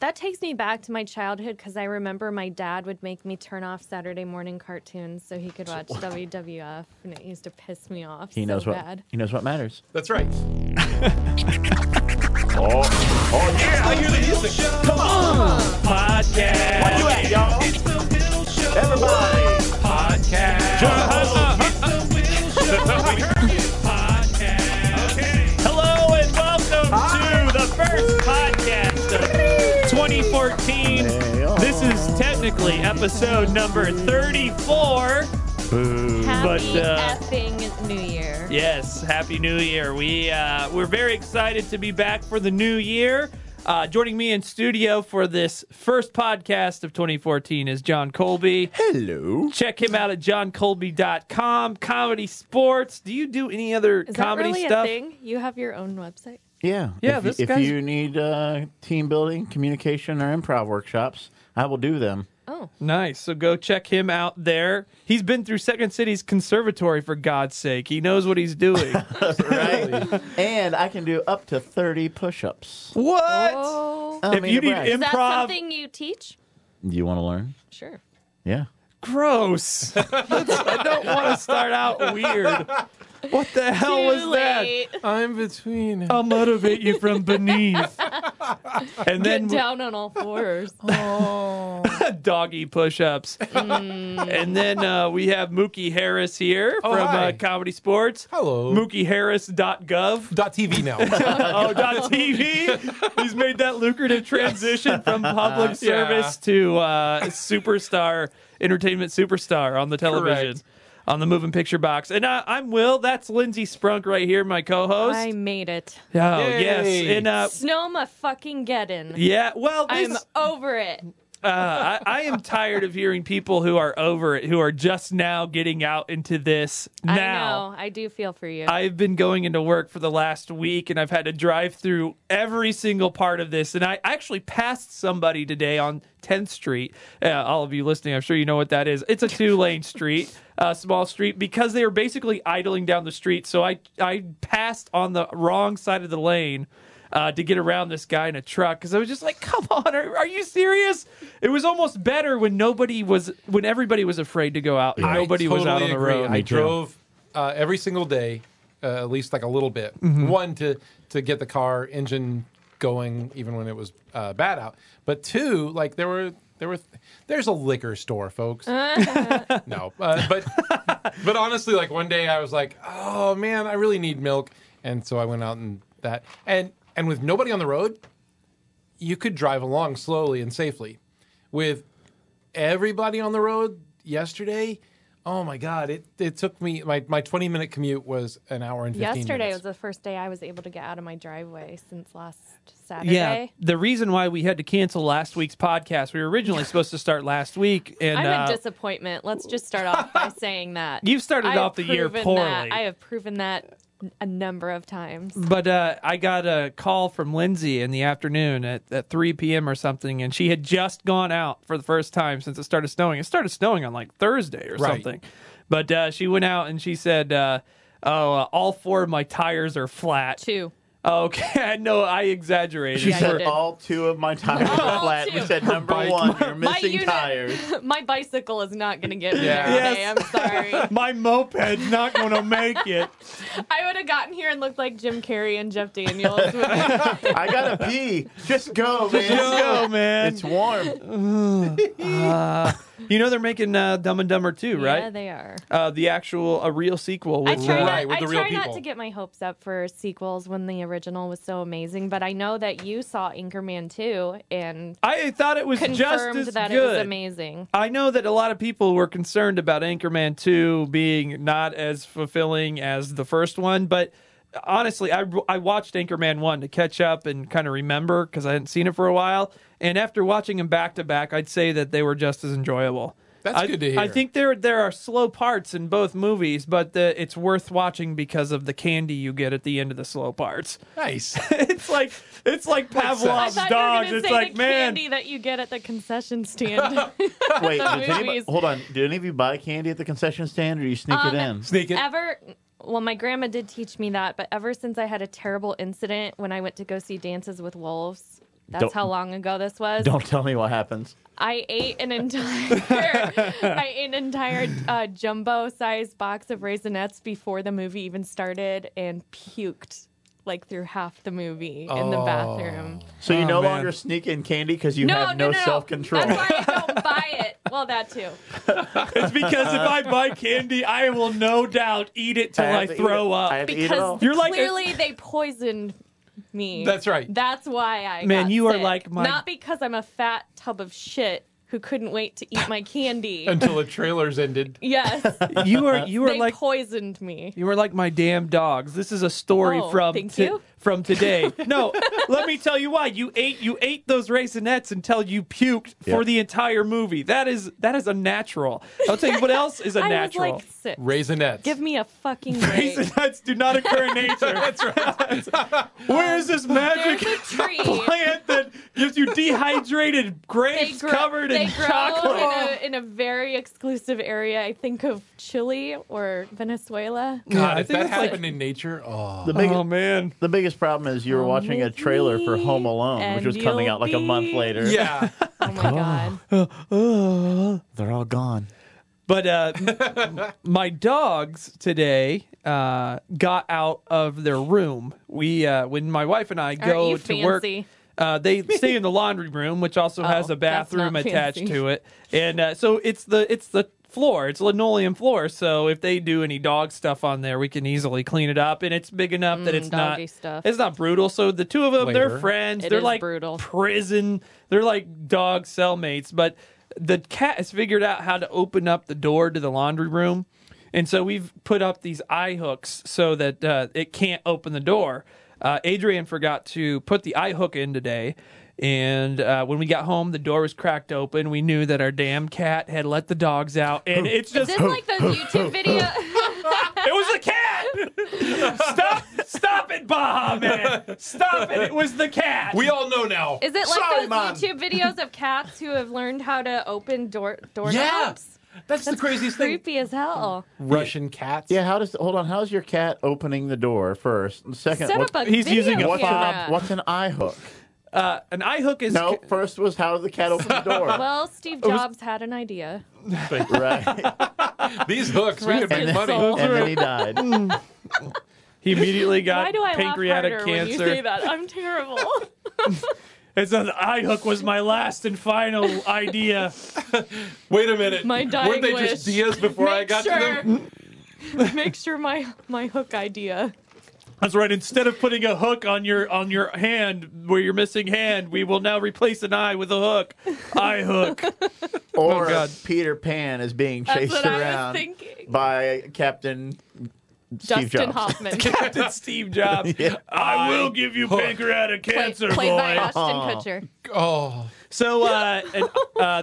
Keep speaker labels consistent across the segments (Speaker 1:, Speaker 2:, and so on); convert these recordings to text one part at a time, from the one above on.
Speaker 1: That takes me back to my childhood because I remember my dad would make me turn off Saturday morning cartoons so he could watch WWF, and it used to piss me off
Speaker 2: He
Speaker 1: so
Speaker 2: knows what
Speaker 1: bad.
Speaker 2: he knows what matters.
Speaker 3: That's right.
Speaker 4: Oh, oh yeah.
Speaker 3: I hear the music. Come on.
Speaker 4: Podcast. Where you at, y'all? Everybody. Podcast.
Speaker 2: Hello and welcome
Speaker 4: Hi.
Speaker 2: to the first podcast of 2014.
Speaker 4: This
Speaker 2: is technically episode number 34. but,
Speaker 1: Happy
Speaker 2: uh,
Speaker 1: effing New Year.
Speaker 2: Yes, happy new year. We uh, we're very excited to be back for the new year. Uh, joining me in studio for this first podcast of 2014 is John Colby.
Speaker 3: Hello.
Speaker 2: Check him out at johncolby.com. Comedy sports. Do you do any other
Speaker 1: Is
Speaker 2: comedy
Speaker 1: that really
Speaker 2: stuff?
Speaker 1: a thing? You have your own website?
Speaker 2: Yeah, yeah.
Speaker 4: if,
Speaker 2: this
Speaker 4: if
Speaker 2: guy's
Speaker 4: you need uh, team building, communication, or improv workshops, I will do them.
Speaker 1: Oh,
Speaker 2: nice. So go check him out there. He's been through Second City's conservatory for God's sake. He knows what he's doing.
Speaker 4: Right. and I can do up to 30 push ups.
Speaker 2: what?
Speaker 1: oh.
Speaker 2: If you need
Speaker 1: Is that
Speaker 2: improv-
Speaker 1: something you teach?
Speaker 4: You want to learn?
Speaker 1: Sure.
Speaker 4: Yeah.
Speaker 2: Gross. That's- I don't want to start out weird. What the hell
Speaker 1: Too
Speaker 2: was
Speaker 1: late.
Speaker 3: I'm between.
Speaker 2: that? I'll motivate you from beneath.
Speaker 1: Get
Speaker 2: And then
Speaker 1: down on all fours.
Speaker 2: doggy push ups.
Speaker 1: Mm.
Speaker 2: And then uh, we have Mookie Harris here
Speaker 3: Oh,
Speaker 2: from
Speaker 3: hi.
Speaker 2: uh, Comedy Sports.
Speaker 3: Hello.
Speaker 2: MookieHarris.gov.
Speaker 3: Dot TV now.
Speaker 2: oh, dot TV. He's made that lucrative transition from public service to uh, superstar, entertainment superstar on the television,
Speaker 3: Correct.
Speaker 2: on the moving picture box. And I, I'm Will. That's Lindsay Sprunk right here, my co-host.
Speaker 1: I made it.
Speaker 2: oh yes,
Speaker 3: Yay.
Speaker 2: and uh,
Speaker 1: Snowma fucking getting.
Speaker 2: yeah. Well, this,
Speaker 1: I'm over it.
Speaker 2: uh, I, I am tired of hearing people who are over it, who are just now getting out into this now.
Speaker 1: I know. I do feel for you.
Speaker 2: I've been going into work for the last week and I've had to drive through every single part of this. And I actually passed somebody today on 10th Street. Uh, all of you listening, I'm sure you know what that is. It's a two lane street, a small street, because they were basically idling down the street. So I, I passed on the wrong side of the lane. Uh, to get around this guy in a truck because I was just like, come on, are, are you serious? It was almost better when nobody was, when everybody was afraid to go out. and
Speaker 3: I
Speaker 2: Nobody was out on
Speaker 3: totally
Speaker 2: the
Speaker 3: agree.
Speaker 2: road.
Speaker 3: I
Speaker 4: too.
Speaker 3: drove uh, every single day, uh, at least like a little bit. One to to get the car engine going, even when it was uh, bad out. But two, like there were there were there's a liquor store, folks. no, uh, but but honestly, like one day I was like, oh man, I really need milk, and so I went out and that and and with nobody on the road, you could drive along slowly and safely. With everybody on the road yesterday, oh my god, it, it took me my, my twenty minute commute was an hour and fifteen.
Speaker 1: Yesterday was
Speaker 3: minutes.
Speaker 1: the first day I was able to get out of my driveway since last Saturday.
Speaker 2: Yeah, the reason why we had to cancel last week's podcast, we were originally supposed to start last week, and
Speaker 1: I'm
Speaker 2: uh,
Speaker 1: a disappointment. Let's just start off by saying that.
Speaker 2: You've started
Speaker 1: I have
Speaker 2: off the year
Speaker 1: proven
Speaker 2: poorly.
Speaker 1: That. I have proven that a number of times.
Speaker 2: but uh, I got a call from Lindsay in the afternoon at, at 3 p.m. or something, and she had just gone out for the first time since it started snowing. It started snowing on like Thursday or
Speaker 3: Right.
Speaker 2: something, but uh, she went out and she said, uh, "Oh, uh, all four of my tires are flat."
Speaker 1: Two.
Speaker 2: Okay, I know I exaggerated.
Speaker 4: She
Speaker 1: Yeah, you
Speaker 4: said
Speaker 1: did.
Speaker 4: all two of my tires are
Speaker 1: All
Speaker 4: flat. We
Speaker 1: two.
Speaker 4: said number
Speaker 3: bike-
Speaker 4: one, you're missing
Speaker 1: unit-
Speaker 4: tires.
Speaker 1: My bicycle is not going to get me
Speaker 3: Yeah.
Speaker 1: there today.
Speaker 2: Yes.
Speaker 1: I'm sorry.
Speaker 2: My moped's not going to make it.
Speaker 1: I would have gotten here and looked like Jim Carrey and Jeff Daniels. with-
Speaker 4: I gotta pee. Just go, man.
Speaker 2: Let's go, man.
Speaker 4: It's warm.
Speaker 2: Uh, You know they're making uh, Dumb and Dumber 2, right?
Speaker 1: Yeah, they are.
Speaker 2: uh, the actual a real sequel
Speaker 1: I
Speaker 2: with
Speaker 1: try,
Speaker 2: uh,
Speaker 1: not,
Speaker 3: Right, with
Speaker 1: I
Speaker 3: the real
Speaker 1: try not
Speaker 3: people.
Speaker 1: to get my hopes up for sequels when the original was so amazing, but I know that you saw Anchorman 2 and
Speaker 2: I thought it was just
Speaker 1: confirmed
Speaker 2: as
Speaker 1: that
Speaker 2: good.
Speaker 1: it was amazing.
Speaker 2: I know that a lot of people were concerned about Anchorman 2 being not as fulfilling as the first one, but honestly, I, I watched Anchorman 1 to catch up and kind of remember because I hadn't seen it for a while. And after watching them back to back, I'd say that they were just as enjoyable.
Speaker 3: That's
Speaker 2: I,
Speaker 3: good to hear.
Speaker 2: I think there there are slow parts in both movies, but the, it's worth watching because of the candy you get at the end of the slow parts.
Speaker 3: nice.
Speaker 2: it's like it's like
Speaker 1: I
Speaker 2: Pavlov's
Speaker 1: thought
Speaker 2: dogs.
Speaker 1: you were going
Speaker 2: It's
Speaker 1: to say
Speaker 2: like
Speaker 1: the
Speaker 2: man,
Speaker 1: candy that you get at the concession stand.
Speaker 4: Wait, does anybody,
Speaker 1: Movies.
Speaker 4: hold on. Do any of you buy candy at the concession stand, or do you sneak it
Speaker 1: Um,
Speaker 4: in?
Speaker 3: Sneak it.
Speaker 1: ever well my grandma did teach me that but ever since i had a terrible incident when i went to go see dances with wolves That's
Speaker 4: Don't-
Speaker 1: how long ago this was.
Speaker 4: Don't tell me what happens.
Speaker 1: I ate an entire, I ate an entire uh, jumbo-sized box of raisinets before the movie even started, and puked like through half the movie in the bathroom.
Speaker 4: So you
Speaker 2: Oh,
Speaker 4: no
Speaker 2: man.
Speaker 4: longer sneak in candy because you
Speaker 1: No,
Speaker 4: have
Speaker 1: no,
Speaker 4: no,
Speaker 1: no, no.
Speaker 4: self control.
Speaker 1: That's why I don't buy it. Well, that too.
Speaker 2: It's because if I buy candy, I will no doubt eat it till I, throw up.
Speaker 4: I have to eat it all.
Speaker 1: because
Speaker 2: You're like a-
Speaker 1: clearly they poisoned me.
Speaker 3: That's right.
Speaker 1: That's why I.
Speaker 2: Man,
Speaker 1: got
Speaker 2: you are
Speaker 1: sick.
Speaker 2: like my-
Speaker 1: Not because I'm a fat tub of shit who couldn't wait to eat my candy.
Speaker 3: until the trailers ended.
Speaker 1: yes,
Speaker 2: you are you are
Speaker 1: they
Speaker 2: like
Speaker 1: poisoned me.
Speaker 2: You were like my damn dogs. This is a story
Speaker 1: Oh,
Speaker 2: from
Speaker 1: thank
Speaker 2: to-
Speaker 1: you.
Speaker 2: from today. no, let me tell you why. You ate you ate those raisinettes until you puked for
Speaker 4: Yep.
Speaker 2: the entire movie. That is that is unnatural. I'll tell you what else is
Speaker 1: I was
Speaker 2: unnatural.
Speaker 1: like six.
Speaker 3: Raisinets.
Speaker 1: Give me a fucking break.
Speaker 2: Raisinettes do not occur in nature. That's right. Where is this
Speaker 1: There's
Speaker 2: magic
Speaker 1: a tree.
Speaker 2: plant that gives you dehydrated
Speaker 1: They
Speaker 2: grapes
Speaker 1: grow,
Speaker 2: covered
Speaker 1: they
Speaker 2: in
Speaker 1: grow
Speaker 2: chocolate?
Speaker 1: In, a, in a very exclusive area. I think of Chile or Venezuela.
Speaker 2: Yeah,
Speaker 3: God,
Speaker 2: I
Speaker 3: if
Speaker 2: think
Speaker 3: that
Speaker 2: it's like-
Speaker 3: happened in nature, oh,
Speaker 4: The biggest,
Speaker 2: oh man.
Speaker 4: the biggest problem is you were
Speaker 1: Come
Speaker 4: watching a
Speaker 1: with
Speaker 4: trailer for
Speaker 1: me,
Speaker 4: Home Alone,
Speaker 1: Oh, and
Speaker 4: which was coming
Speaker 1: you'll
Speaker 4: out like a month
Speaker 1: be-
Speaker 4: later.
Speaker 3: yeah.
Speaker 1: Oh my god.
Speaker 4: They're all gone.
Speaker 2: But uh, m- my dogs today uh, got out of their room. We, uh, when my wife and I go
Speaker 1: you
Speaker 2: to work,
Speaker 1: fancy?
Speaker 2: uh, they stay in the laundry room, which also has
Speaker 1: Oh,
Speaker 2: a bathroom
Speaker 1: that's not
Speaker 2: attached
Speaker 1: fancy.
Speaker 2: to it, and uh, so it's the it's the floor. It's linoleum floor, so if they do any dog stuff on there, we can easily clean it up, and it's big enough that it's not
Speaker 1: Mm, doggy stuff.
Speaker 2: it's not brutal. So the two of them, they're
Speaker 3: Later.
Speaker 2: friends.
Speaker 1: It
Speaker 2: they're
Speaker 1: is
Speaker 2: like
Speaker 1: brutal.
Speaker 2: prison. They're like dog cellmates, but the cat has figured out how to open up the door to the laundry room. And so we've put up these eye hooks so that uh, it can't open the door. Uh, Adrian forgot to put the eye hook in today. And uh, when we got home, the door was cracked open. We knew that our damn cat had let the dogs out. And it's
Speaker 1: Is
Speaker 2: just,
Speaker 1: this
Speaker 2: it
Speaker 1: like those YouTube video?
Speaker 2: was the cat! stop, stop it, Baha, man! Stop it, it was the cat!
Speaker 3: We all know now.
Speaker 1: Is it like
Speaker 3: Sorry,
Speaker 1: those
Speaker 3: Mom.
Speaker 1: YouTube videos of cats who have learned how to open door doorknobs?
Speaker 3: Yeah, that's, the craziest thing.
Speaker 1: Creepy as hell.
Speaker 3: Russian cats.
Speaker 4: Yeah, how does hold on? How's your cat opening the door first? And second,
Speaker 1: Set
Speaker 4: what-
Speaker 1: up a
Speaker 2: he's
Speaker 1: video
Speaker 2: using a
Speaker 4: what's,
Speaker 1: camera.
Speaker 4: an, what's an eye hook?
Speaker 2: Uh, an eye hook is
Speaker 4: No, first was how did the cat open the door?
Speaker 1: Well, Steve
Speaker 2: Oh,
Speaker 1: Jobs had an idea.
Speaker 4: right,
Speaker 3: These hooks, we
Speaker 1: Rest
Speaker 3: could make
Speaker 1: his
Speaker 3: money.
Speaker 1: soul.
Speaker 4: and then he died.
Speaker 2: He immediately got
Speaker 1: Why do I
Speaker 2: pancreatic
Speaker 1: laugh harder when you
Speaker 2: cancer.
Speaker 1: say that? I'm terrible.
Speaker 2: It's an eye hook was my last and final idea.
Speaker 3: Wait a minute.
Speaker 1: My dying
Speaker 3: Weren't they just
Speaker 1: wish.
Speaker 3: Diaz before I
Speaker 1: make
Speaker 3: got to
Speaker 1: sure,
Speaker 3: them?
Speaker 1: make sure my my hook idea.
Speaker 2: That's right. Instead of putting a hook on your on your hand where you're missing hand, we will now replace an eye with a hook. Eye hook.
Speaker 4: Or
Speaker 2: Oh, God.
Speaker 4: Peter Pan is being
Speaker 1: That's
Speaker 4: chased
Speaker 1: what I was
Speaker 4: around
Speaker 1: thinking.
Speaker 4: by Captain
Speaker 1: Justin
Speaker 4: Steve Jobs.
Speaker 1: Hoffman,
Speaker 2: Captain Steve Jobs.
Speaker 4: Yeah.
Speaker 2: I will give you pancreatic
Speaker 1: played,
Speaker 2: cancer,
Speaker 1: played
Speaker 2: boy.
Speaker 1: by Ashton
Speaker 4: Aw.
Speaker 1: Kutcher.
Speaker 3: Oh,
Speaker 2: So uh, and, uh,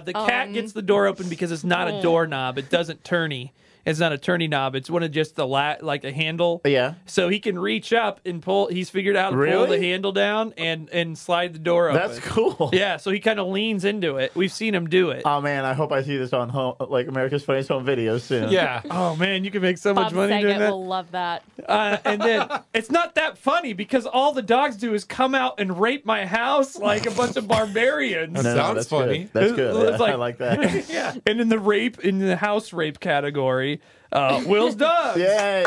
Speaker 2: the cat
Speaker 1: Um. oh.
Speaker 2: gets the door open because it's not a doorknob. It doesn't turny. It's not a turny knob. It's one of just the la- like a handle.
Speaker 4: Yeah.
Speaker 2: So he can reach up and pull. He's figured out how to pull
Speaker 4: Really?
Speaker 2: the handle down and and slide the door open.
Speaker 4: That's cool.
Speaker 2: Yeah. So he kind of leans into it. We've seen him do it.
Speaker 4: Oh man, I hope I see this on home, like America's Funniest Home Videos soon.
Speaker 3: yeah.
Speaker 2: oh man, you can make so
Speaker 1: Bob
Speaker 2: much money doing
Speaker 1: Saget
Speaker 2: that.
Speaker 1: will love that.
Speaker 2: Uh, and then it's not that funny because all the dogs do is come out and rape my house like a bunch of barbarians.
Speaker 4: No, no,
Speaker 3: Sounds
Speaker 4: that's
Speaker 3: funny.
Speaker 4: Good. That's
Speaker 2: It-
Speaker 4: good.
Speaker 2: it's
Speaker 4: I- I
Speaker 2: like-
Speaker 4: like that.
Speaker 2: yeah. And in the rape, in the house rape category, uh, Will's dogs.
Speaker 4: Yeah.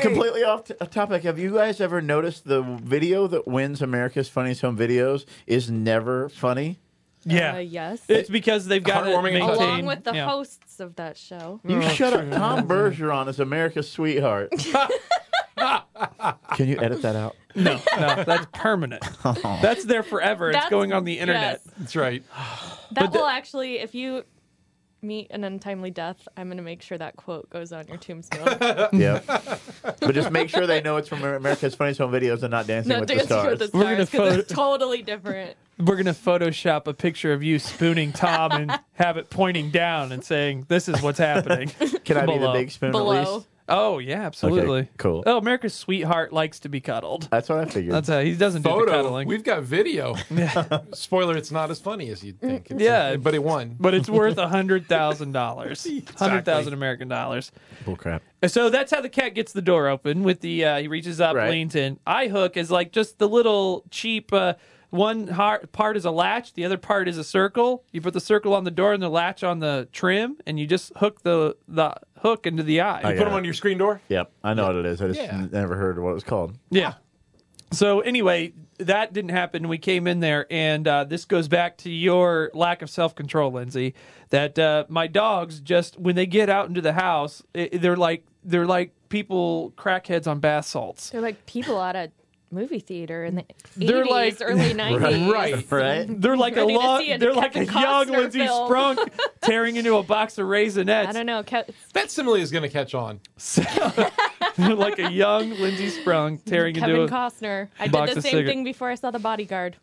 Speaker 4: Completely off t- topic. Have you guys ever noticed the video that wins America's Funniest Home Videos is never funny?
Speaker 2: Yeah.
Speaker 1: Uh, yes.
Speaker 2: It's because they've got to
Speaker 3: Heartwarming and
Speaker 2: maintain.
Speaker 3: touching.
Speaker 1: Along with the
Speaker 2: yeah.
Speaker 1: hosts of that show.
Speaker 4: You shut up. Tom Bergeron is America's sweetheart. Can you edit that out?
Speaker 2: No, no, that's permanent.
Speaker 4: Oh.
Speaker 2: That's there forever. it's
Speaker 1: That's-
Speaker 2: going on the internet.
Speaker 1: yes.
Speaker 3: That's right.
Speaker 1: That will actually, if you meet an untimely death, I'm going to make sure that quote goes on your tombstone.
Speaker 4: Yeah. but just make sure they know it's from America's Funniest Home Videos and not Dancing
Speaker 1: Not
Speaker 4: with
Speaker 1: Dancing
Speaker 4: the Stars.
Speaker 1: with the
Speaker 2: We're gonna
Speaker 1: Stars because it's totally different.
Speaker 2: We're gonna Photoshop a picture of you spooning Tom and have it pointing down and saying, "This is what's happening."
Speaker 4: Can I be the
Speaker 2: Below.
Speaker 4: big spoon at
Speaker 1: Below.
Speaker 4: least?
Speaker 2: Oh yeah, absolutely.
Speaker 4: cool.
Speaker 2: Oh, America's sweetheart likes to be cuddled.
Speaker 4: That's what I figured.
Speaker 2: That's how he doesn't do the
Speaker 3: Photo.
Speaker 2: cuddling,
Speaker 3: We've got video. Spoiler: It's not as funny as you'd think. It's-
Speaker 2: Yeah.
Speaker 3: but it won.
Speaker 2: but it's worth a hundred thousand dollars, hundred thousand
Speaker 3: Exactly.
Speaker 2: American dollars.
Speaker 4: Bull crap.
Speaker 2: So that's how the cat gets the door open with the uh, he reaches up,
Speaker 4: Right.
Speaker 2: leans in. Eye hook is like just the little cheap uh, One har- part is a latch, the other part is a circle. You put the circle on the door and the latch on the trim, and you just hook the the hook into the eye.
Speaker 4: Oh,
Speaker 3: Put them on your screen door.
Speaker 4: Yep, I know what it is. I just
Speaker 3: Yeah.
Speaker 4: n- never heard what it was called.
Speaker 2: Yeah. So anyway, that didn't happen. We came in there, and uh, this goes back to your lack of self control, Lindsay. That uh, my dogs just when they get out into the house, i they're like they're like people crackheads on bath salts.
Speaker 1: They're like people out of movie theater in the 80s,
Speaker 2: They're like-
Speaker 1: early 90s.
Speaker 3: Right.
Speaker 4: Right?
Speaker 2: They're like a
Speaker 1: Ready to
Speaker 2: long,
Speaker 1: see a
Speaker 2: they're like a
Speaker 1: Kevin
Speaker 2: young
Speaker 1: Costner
Speaker 2: Lindsay
Speaker 1: film.
Speaker 2: Sprunk tearing into a box of raisinets.
Speaker 1: I don't know. Ke-
Speaker 3: That simile is going to catch on.
Speaker 2: They're like a young Lindsay Sprung tearing
Speaker 1: Kevin
Speaker 2: into a.
Speaker 1: Costner. I did
Speaker 2: box
Speaker 1: the
Speaker 2: of
Speaker 1: same
Speaker 2: cigarette-
Speaker 1: thing before I saw The Bodyguard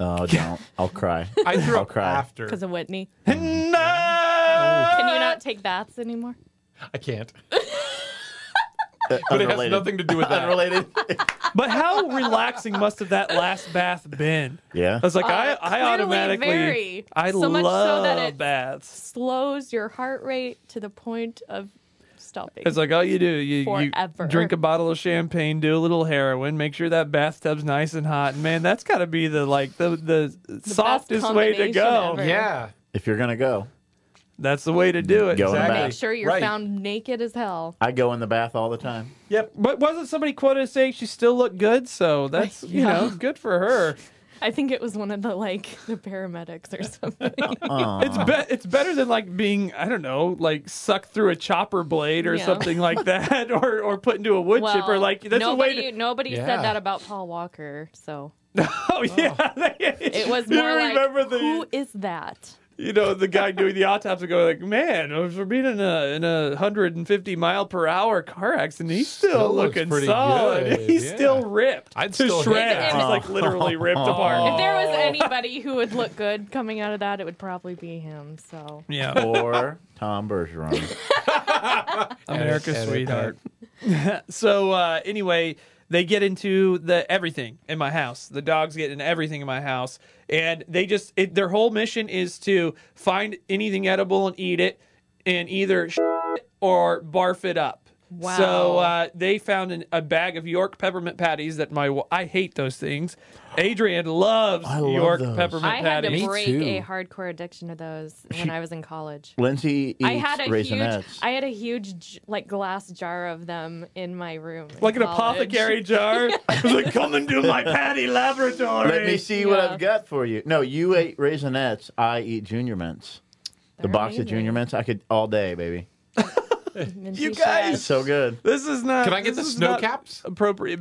Speaker 4: Oh, don't. I'll cry.
Speaker 3: I threw
Speaker 4: I'll
Speaker 3: up
Speaker 4: cry.
Speaker 3: after.
Speaker 1: because of Whitney.
Speaker 2: No!
Speaker 1: Can you not take baths anymore?
Speaker 3: I can't.
Speaker 4: Uh,
Speaker 3: But it has
Speaker 4: unrelated.
Speaker 3: nothing to do with that.
Speaker 4: Unrelated.
Speaker 2: But how relaxing must have that last bath been?
Speaker 4: Yeah.
Speaker 2: I was like, I,
Speaker 1: Uh,
Speaker 2: I
Speaker 1: clearly
Speaker 2: automatically,
Speaker 1: very.
Speaker 2: I
Speaker 1: So
Speaker 2: love
Speaker 1: much so that it-
Speaker 2: baths.
Speaker 1: Slows your heart rate to the point of stopping.
Speaker 2: It's like all you do, you, you
Speaker 1: Forever.
Speaker 2: drink a bottle of champagne, do a little heroin, make sure that bathtub's nice and hot. And man, that's got to be the like the the, softest way
Speaker 1: combination
Speaker 2: to go.
Speaker 1: ever.
Speaker 3: Yeah.
Speaker 4: if you're gonna go,
Speaker 2: That's the way to do it.
Speaker 4: Go in the
Speaker 3: Exactly.
Speaker 4: bath.
Speaker 1: Make sure you're
Speaker 3: Right.
Speaker 1: found naked as hell.
Speaker 4: I go in the bath all the time.
Speaker 3: Yep.
Speaker 2: But wasn't somebody quoted as saying she still looked good? So that's you know good for her.
Speaker 1: I think it was one of the like the paramedics or something.
Speaker 4: Aw.
Speaker 2: It's be- it's better than like being I don't know like sucked through a chopper blade or
Speaker 1: Yeah.
Speaker 2: something like that, or or put into a wood
Speaker 1: well,
Speaker 2: chipper. Like that's
Speaker 1: nobody,
Speaker 2: a way. To-
Speaker 1: nobody
Speaker 3: Yeah.
Speaker 1: said that about Paul Walker, so
Speaker 2: oh yeah,
Speaker 1: it was
Speaker 2: You
Speaker 1: more like
Speaker 2: remember the
Speaker 1: who is that?
Speaker 2: you know the guy doing the autopsy going like man if we're being in a in a 150 mile per hour car accident he's still,
Speaker 3: Still looks
Speaker 2: looking
Speaker 3: pretty
Speaker 2: solid
Speaker 3: good,
Speaker 2: he's
Speaker 3: yeah.
Speaker 2: still ripped
Speaker 3: I'd
Speaker 2: to
Speaker 3: still hit
Speaker 2: shreds
Speaker 1: that.
Speaker 2: he's like literally ripped
Speaker 1: If
Speaker 2: apart
Speaker 1: there was anybody who would look good coming out of that, it would probably be him. So
Speaker 2: yeah
Speaker 4: or Tom Bergeron.
Speaker 2: America's
Speaker 3: Edit, edit,
Speaker 2: sweetheart. so uh, anyway, they get into the everything in my house. The dogs get into everything in my house, and they just it, their whole mission is to find anything edible and eat it, and either shit or barf it up.
Speaker 1: Wow.
Speaker 2: So uh, they found an, a bag of York peppermint patties that my wa- I hate those things. Adrian loves
Speaker 4: I love
Speaker 2: York
Speaker 4: those.
Speaker 2: peppermint
Speaker 1: I had
Speaker 2: patties.
Speaker 1: to
Speaker 3: Me
Speaker 1: break
Speaker 3: too.
Speaker 1: a hardcore addiction to those when I was in college.
Speaker 4: Lindsay eats
Speaker 1: I had a
Speaker 4: raisinets.
Speaker 1: huge, I had a huge j- like glass jar of them in my room, in
Speaker 2: like an
Speaker 1: college.
Speaker 2: apothecary jar. I was like, come and do my patty laboratory.
Speaker 4: Let me see what
Speaker 1: Yeah.
Speaker 4: I've got for you. No, you ate raisinets. I eat Junior Mints. The
Speaker 1: They're
Speaker 4: box of
Speaker 1: amazing.
Speaker 4: Junior Mints, I could all day, baby.
Speaker 1: Minty
Speaker 2: You guys-
Speaker 4: It's so good.
Speaker 2: This is not.
Speaker 3: Can I get
Speaker 2: this
Speaker 3: the
Speaker 2: is
Speaker 3: snow
Speaker 2: not
Speaker 3: caps?
Speaker 2: Appropriate
Speaker 1: It's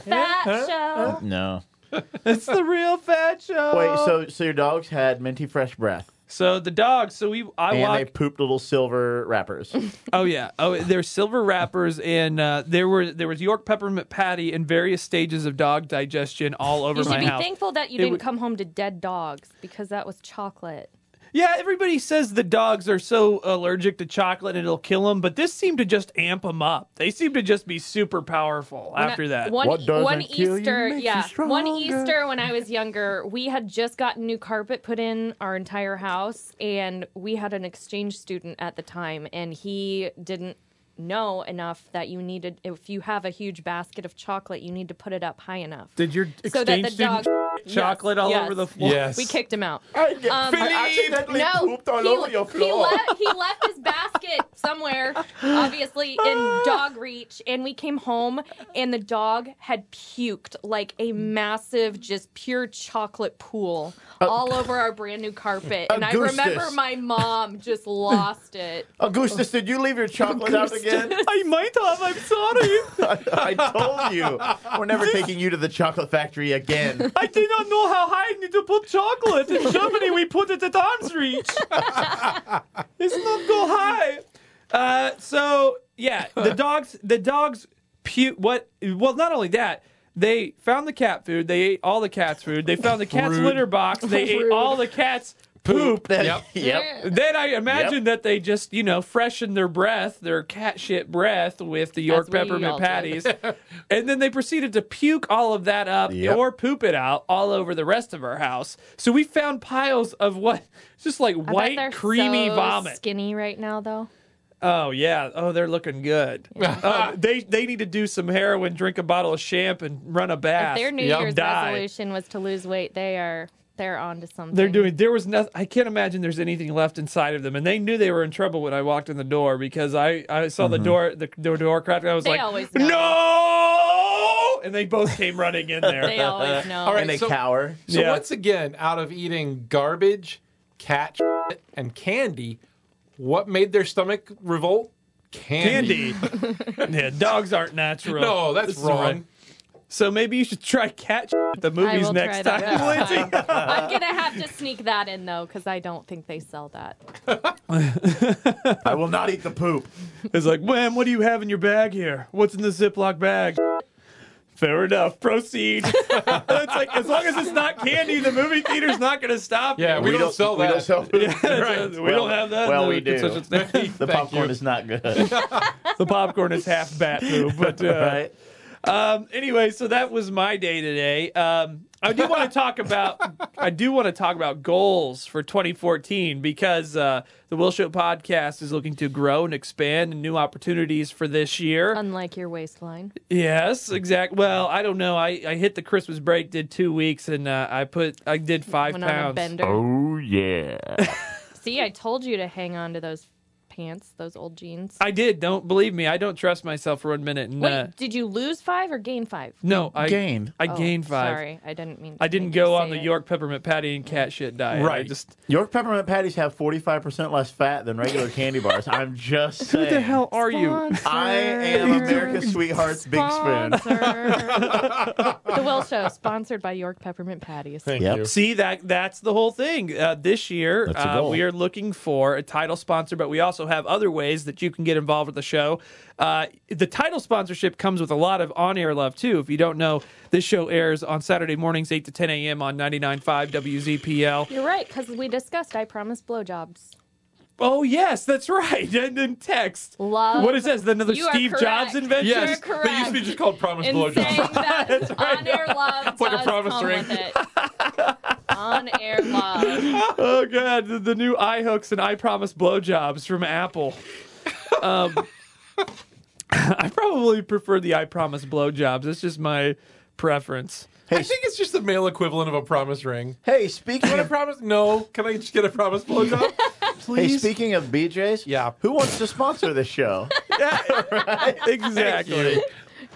Speaker 1: the fat show.
Speaker 4: No.
Speaker 2: it's the real fat show.
Speaker 4: Wait, so so your dogs had minty fresh breath,
Speaker 2: so the dogs. So we
Speaker 4: and
Speaker 2: I
Speaker 4: they
Speaker 2: walk.
Speaker 4: pooped little silver wrappers.
Speaker 2: Oh yeah. Oh, there's silver wrappers, and uh, there were there was York peppermint patty in various stages of dog digestion all over
Speaker 1: You should
Speaker 2: my
Speaker 1: be
Speaker 2: house.
Speaker 1: thankful that you
Speaker 2: It
Speaker 1: didn't
Speaker 2: would-
Speaker 1: come home to dead dogs because that was chocolate.
Speaker 2: yeah, everybody says the dogs are so allergic to chocolate and it'll kill them, but this seemed to just amp them up. They seem to just be super powerful after
Speaker 1: When I-
Speaker 2: that.
Speaker 1: One,
Speaker 4: What doesn't
Speaker 1: one
Speaker 4: kill you
Speaker 1: Easter,
Speaker 4: makes you
Speaker 1: yeah. One
Speaker 4: stronger.
Speaker 1: Easter when I was younger, we had just gotten new carpet put in our entire house, and we had an exchange student at the time, and he didn't know enough that you needed if you have a huge basket of chocolate, you need to put it up high enough.
Speaker 2: Did your
Speaker 1: So that the
Speaker 2: exchange
Speaker 1: dog-
Speaker 2: student chocolate
Speaker 1: Yes,
Speaker 2: all
Speaker 1: yes.
Speaker 2: over the floor?
Speaker 3: Yes.
Speaker 1: we kicked him out.
Speaker 4: I, get,
Speaker 1: Um, I
Speaker 4: accidentally
Speaker 1: he, He left, he left his basket somewhere, obviously in dog reach, and we came home and the dog had puked like a massive, just pure chocolate pool all over our brand new carpet. And I
Speaker 4: Augustus.
Speaker 1: remember my mom just lost it.
Speaker 4: Augustus, Oh, did you leave your chocolate out again?
Speaker 2: I might have. I'm sorry.
Speaker 4: I told you, we're never taking you to the chocolate factory again.
Speaker 2: I did not know how high I need to put chocolate. In Germany, we put it at arm's reach. it's not go high. Uh, so yeah, the dogs, the dogs, pu- what? Well, not only that. They found the cat food. They ate all the cat's food. They found the cat's
Speaker 3: Rude.
Speaker 2: litter box. They ate
Speaker 1: Rude.
Speaker 2: all the cat's poop.
Speaker 3: Yep.
Speaker 4: yep.
Speaker 2: Then I imagine that they just, you know, freshen their breath, their cat shit breath with the York
Speaker 1: As we
Speaker 2: peppermint
Speaker 1: all do.
Speaker 2: patties. and then they proceeded to puke all of that up
Speaker 4: Yep.
Speaker 2: or poop it out all over the rest of our house. So we found piles of what just like
Speaker 1: I bet
Speaker 2: white
Speaker 1: they're
Speaker 2: creamy
Speaker 1: so
Speaker 2: vomit.
Speaker 1: Skinny right now though.
Speaker 2: Oh yeah. Oh, they're looking good. Um, they they need to do some heroin, drink a bottle of champ, and run a
Speaker 1: If
Speaker 2: bath.
Speaker 1: their New
Speaker 3: Yum,
Speaker 1: Year's
Speaker 2: die.
Speaker 1: resolution was to lose weight, they are they're on to something.
Speaker 2: They're doing. There was nothing. I can't imagine there's anything left inside of them, and they knew they were in trouble when I walked in the door because I, I saw
Speaker 3: Mm-hmm.
Speaker 2: the door the, the door crack. And I was
Speaker 1: They
Speaker 2: like,
Speaker 1: always know.
Speaker 2: no, and they both came running in there.
Speaker 1: They always know.
Speaker 3: All right,
Speaker 4: and they
Speaker 3: so-
Speaker 4: cower.
Speaker 3: So
Speaker 2: Yeah.
Speaker 3: once again, out of eating garbage, cat shit, and candy, what made their stomach revolt? Candy.
Speaker 2: Candy. yeah, dogs aren't natural.
Speaker 3: No, that's
Speaker 2: This is
Speaker 3: wrong.
Speaker 2: right. So maybe you should try cat shit at the movies
Speaker 1: will
Speaker 2: next
Speaker 1: try
Speaker 2: time,
Speaker 1: that next
Speaker 2: Lindsay.
Speaker 1: I'm gonna have to sneak that in though, because I don't think they sell that.
Speaker 4: I will not eat the poop.
Speaker 2: It's like, ma'am, what do you have in your bag here? What's in the Ziploc bag? Fair enough. Proceed. it's like as long as it's not candy, the movie theater's not going to stop.
Speaker 3: Yeah,
Speaker 2: you.
Speaker 3: we, don't, sell
Speaker 4: We
Speaker 3: that.
Speaker 4: don't sell poop.
Speaker 2: That's- we
Speaker 4: Well-
Speaker 2: don't have that.
Speaker 4: well,
Speaker 2: in the
Speaker 4: we do.
Speaker 2: concession stand.
Speaker 4: The
Speaker 3: Thank
Speaker 4: popcorn
Speaker 3: you.
Speaker 4: is not good,
Speaker 2: the popcorn is half bat poop, but uh,
Speaker 4: right?
Speaker 2: um, anyway, so that was my day today. Um, I do want to talk about I do want to talk about goals for 2014 because uh, the Will Show podcast is looking to grow and expand and new opportunities for this year.
Speaker 1: Unlike your waistline.
Speaker 2: Yes, exact. Well, I don't know. I, I hit the Christmas break, did two weeks, and uh, I put I did five
Speaker 1: Went on a
Speaker 2: pounds.
Speaker 1: bender.
Speaker 4: Oh yeah.
Speaker 1: See, I told you to hang on to those pants, those old jeans.
Speaker 2: I did. Don't believe me. I don't trust myself for one minute. And,
Speaker 1: Wait,
Speaker 2: uh,
Speaker 1: did you lose five or gain five?
Speaker 2: no, I
Speaker 4: Gained.
Speaker 2: I
Speaker 1: Oh,
Speaker 2: gained five.
Speaker 1: Sorry, I didn't mean.
Speaker 2: I didn't
Speaker 1: make you
Speaker 2: go on
Speaker 1: say
Speaker 2: the
Speaker 1: it.
Speaker 2: York peppermint patty and cat shit diet. I
Speaker 3: Right.
Speaker 2: just
Speaker 4: York peppermint patties have forty five percent less fat than regular candy bars. I'm just saying.
Speaker 2: who the hell are you?
Speaker 4: I am America's sweetheart's big spoon.
Speaker 1: the Will Show, sponsored by York Peppermint Patties.
Speaker 3: Thank
Speaker 4: Yep.
Speaker 3: you.
Speaker 2: See that that's the whole thing. Uh, this year,
Speaker 4: That's a
Speaker 2: uh,
Speaker 4: goal.
Speaker 2: we are looking for a title sponsor, but we also have other ways that you can get involved with the show. Uh, the title sponsorship comes with a lot of on-air love too. If you don't know, this show airs on Saturday mornings, eight to ten a.m. on 99.5 WZPL.
Speaker 1: You're right, because we discussed I promise blowjobs.
Speaker 2: Oh yes, that's right. And then text.
Speaker 1: Love.
Speaker 2: What is this? Another
Speaker 1: You are
Speaker 2: Steve Jobs
Speaker 1: correct.
Speaker 2: invention?
Speaker 1: You're
Speaker 3: Yes,
Speaker 1: correct.
Speaker 3: they used to be just called promise
Speaker 1: In saying
Speaker 3: blowjobs.
Speaker 1: that on air love
Speaker 3: like a
Speaker 1: does
Speaker 3: promise
Speaker 1: come
Speaker 3: ring.
Speaker 1: with it. on air love.
Speaker 2: Oh god, the, the new eye hooks and I promise blowjobs from Apple. Um, I probably prefer the I promise blowjobs. It's just my preference.
Speaker 3: I think it's just the male equivalent of a promise ring.
Speaker 4: Hey, speaking
Speaker 3: Can I
Speaker 4: of
Speaker 3: promise? No. Can I just get a promise blowjob?
Speaker 4: hey,
Speaker 2: Please,
Speaker 4: speaking of BJ's,
Speaker 3: Yeah.
Speaker 4: Who wants to sponsor this show?
Speaker 2: exactly.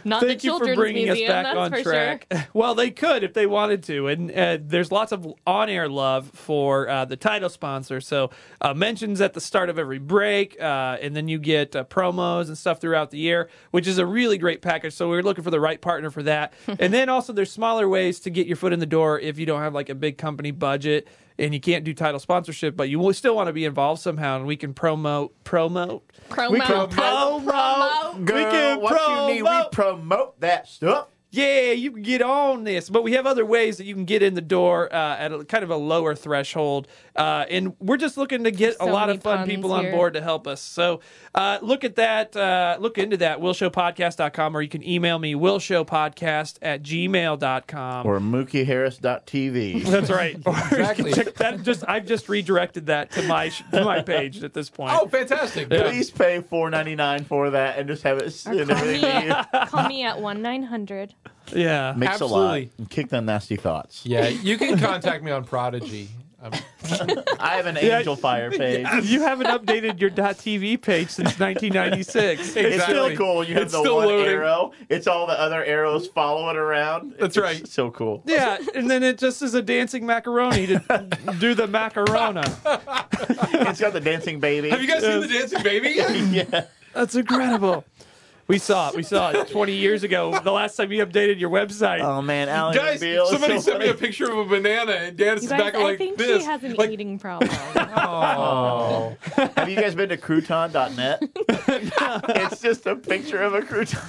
Speaker 1: Not
Speaker 2: Thank
Speaker 1: the
Speaker 2: you for
Speaker 1: children's
Speaker 2: bringing
Speaker 1: museum,
Speaker 2: us back
Speaker 1: that's
Speaker 2: on
Speaker 1: for
Speaker 2: track.
Speaker 1: sure.
Speaker 2: Well, they could if they wanted to, and uh, there's lots of on-air love for uh, the title sponsor. So uh, mentions at the start of every break, uh, and then you get uh, promos and stuff throughout the year, which is a really great package. So we were looking for the right partner for that, and then also there's smaller ways to get your foot in the door if you don't have like a big company budget. And you can't do title sponsorship, but you will still want to be involved somehow, and we can promote, promote,
Speaker 1: Promo.
Speaker 2: we can
Speaker 1: Promote.
Speaker 2: promote,
Speaker 4: Girl,
Speaker 2: we can
Speaker 4: what you need, we
Speaker 2: promote
Speaker 4: promote that stuff.
Speaker 2: yeah, you can get on this. But we have other ways that you can get in the door uh, at a, kind of a lower threshold. Uh, and we're just looking to get
Speaker 1: So
Speaker 2: a lot
Speaker 1: many
Speaker 2: of fun
Speaker 1: puns
Speaker 2: people on
Speaker 1: here.
Speaker 2: board to help us. So uh, look at that. Uh, look into that, willshowpodcast.com, or you can email me, willshowpodcast at gmail.com.
Speaker 4: Or MookieHarris.tv.
Speaker 2: That's right. Or you can
Speaker 3: Exactly.
Speaker 2: check that just I've just redirected that to my sh- to my page at this point.
Speaker 3: oh, fantastic.
Speaker 4: Please pay four ninety nine for that and just have it s- and
Speaker 1: Call
Speaker 4: everything. you
Speaker 1: me,
Speaker 4: need.
Speaker 1: call me at 1 900.
Speaker 2: yeah.
Speaker 4: Mix a lot.
Speaker 3: Absolutely.
Speaker 4: And kick them nasty thoughts.
Speaker 3: Yeah, you can contact me on Prodigy. Um,
Speaker 4: I have an
Speaker 2: Yeah.
Speaker 4: angel fire page.
Speaker 2: You haven't updated your .tv page since 1996.
Speaker 4: It's
Speaker 3: Exactly.
Speaker 4: really cool. when You have
Speaker 3: It's
Speaker 4: the
Speaker 3: still
Speaker 4: one
Speaker 3: loading.
Speaker 4: arrow. It's all the other arrows following around. It's
Speaker 3: That's right.
Speaker 4: So cool.
Speaker 2: Yeah, and then it just is a dancing macaroni to do the macarona.
Speaker 4: It's got the dancing baby.
Speaker 3: have you guys seen the dancing baby?
Speaker 4: yeah.
Speaker 2: That's incredible. We saw it. We saw it 20 years ago. The last time you updated your website.
Speaker 4: Oh man, Alan
Speaker 3: Guys,
Speaker 4: Beale is
Speaker 3: somebody
Speaker 4: so
Speaker 3: sent me a
Speaker 4: funny.
Speaker 3: picture of a banana and Dan
Speaker 1: You
Speaker 3: is
Speaker 1: guys,
Speaker 3: back
Speaker 1: I
Speaker 3: like
Speaker 1: think
Speaker 3: this.
Speaker 1: she has an
Speaker 3: like,
Speaker 1: eating problem.
Speaker 3: oh.
Speaker 4: Have you guys been to crouton.net? it's just a picture of a crouton.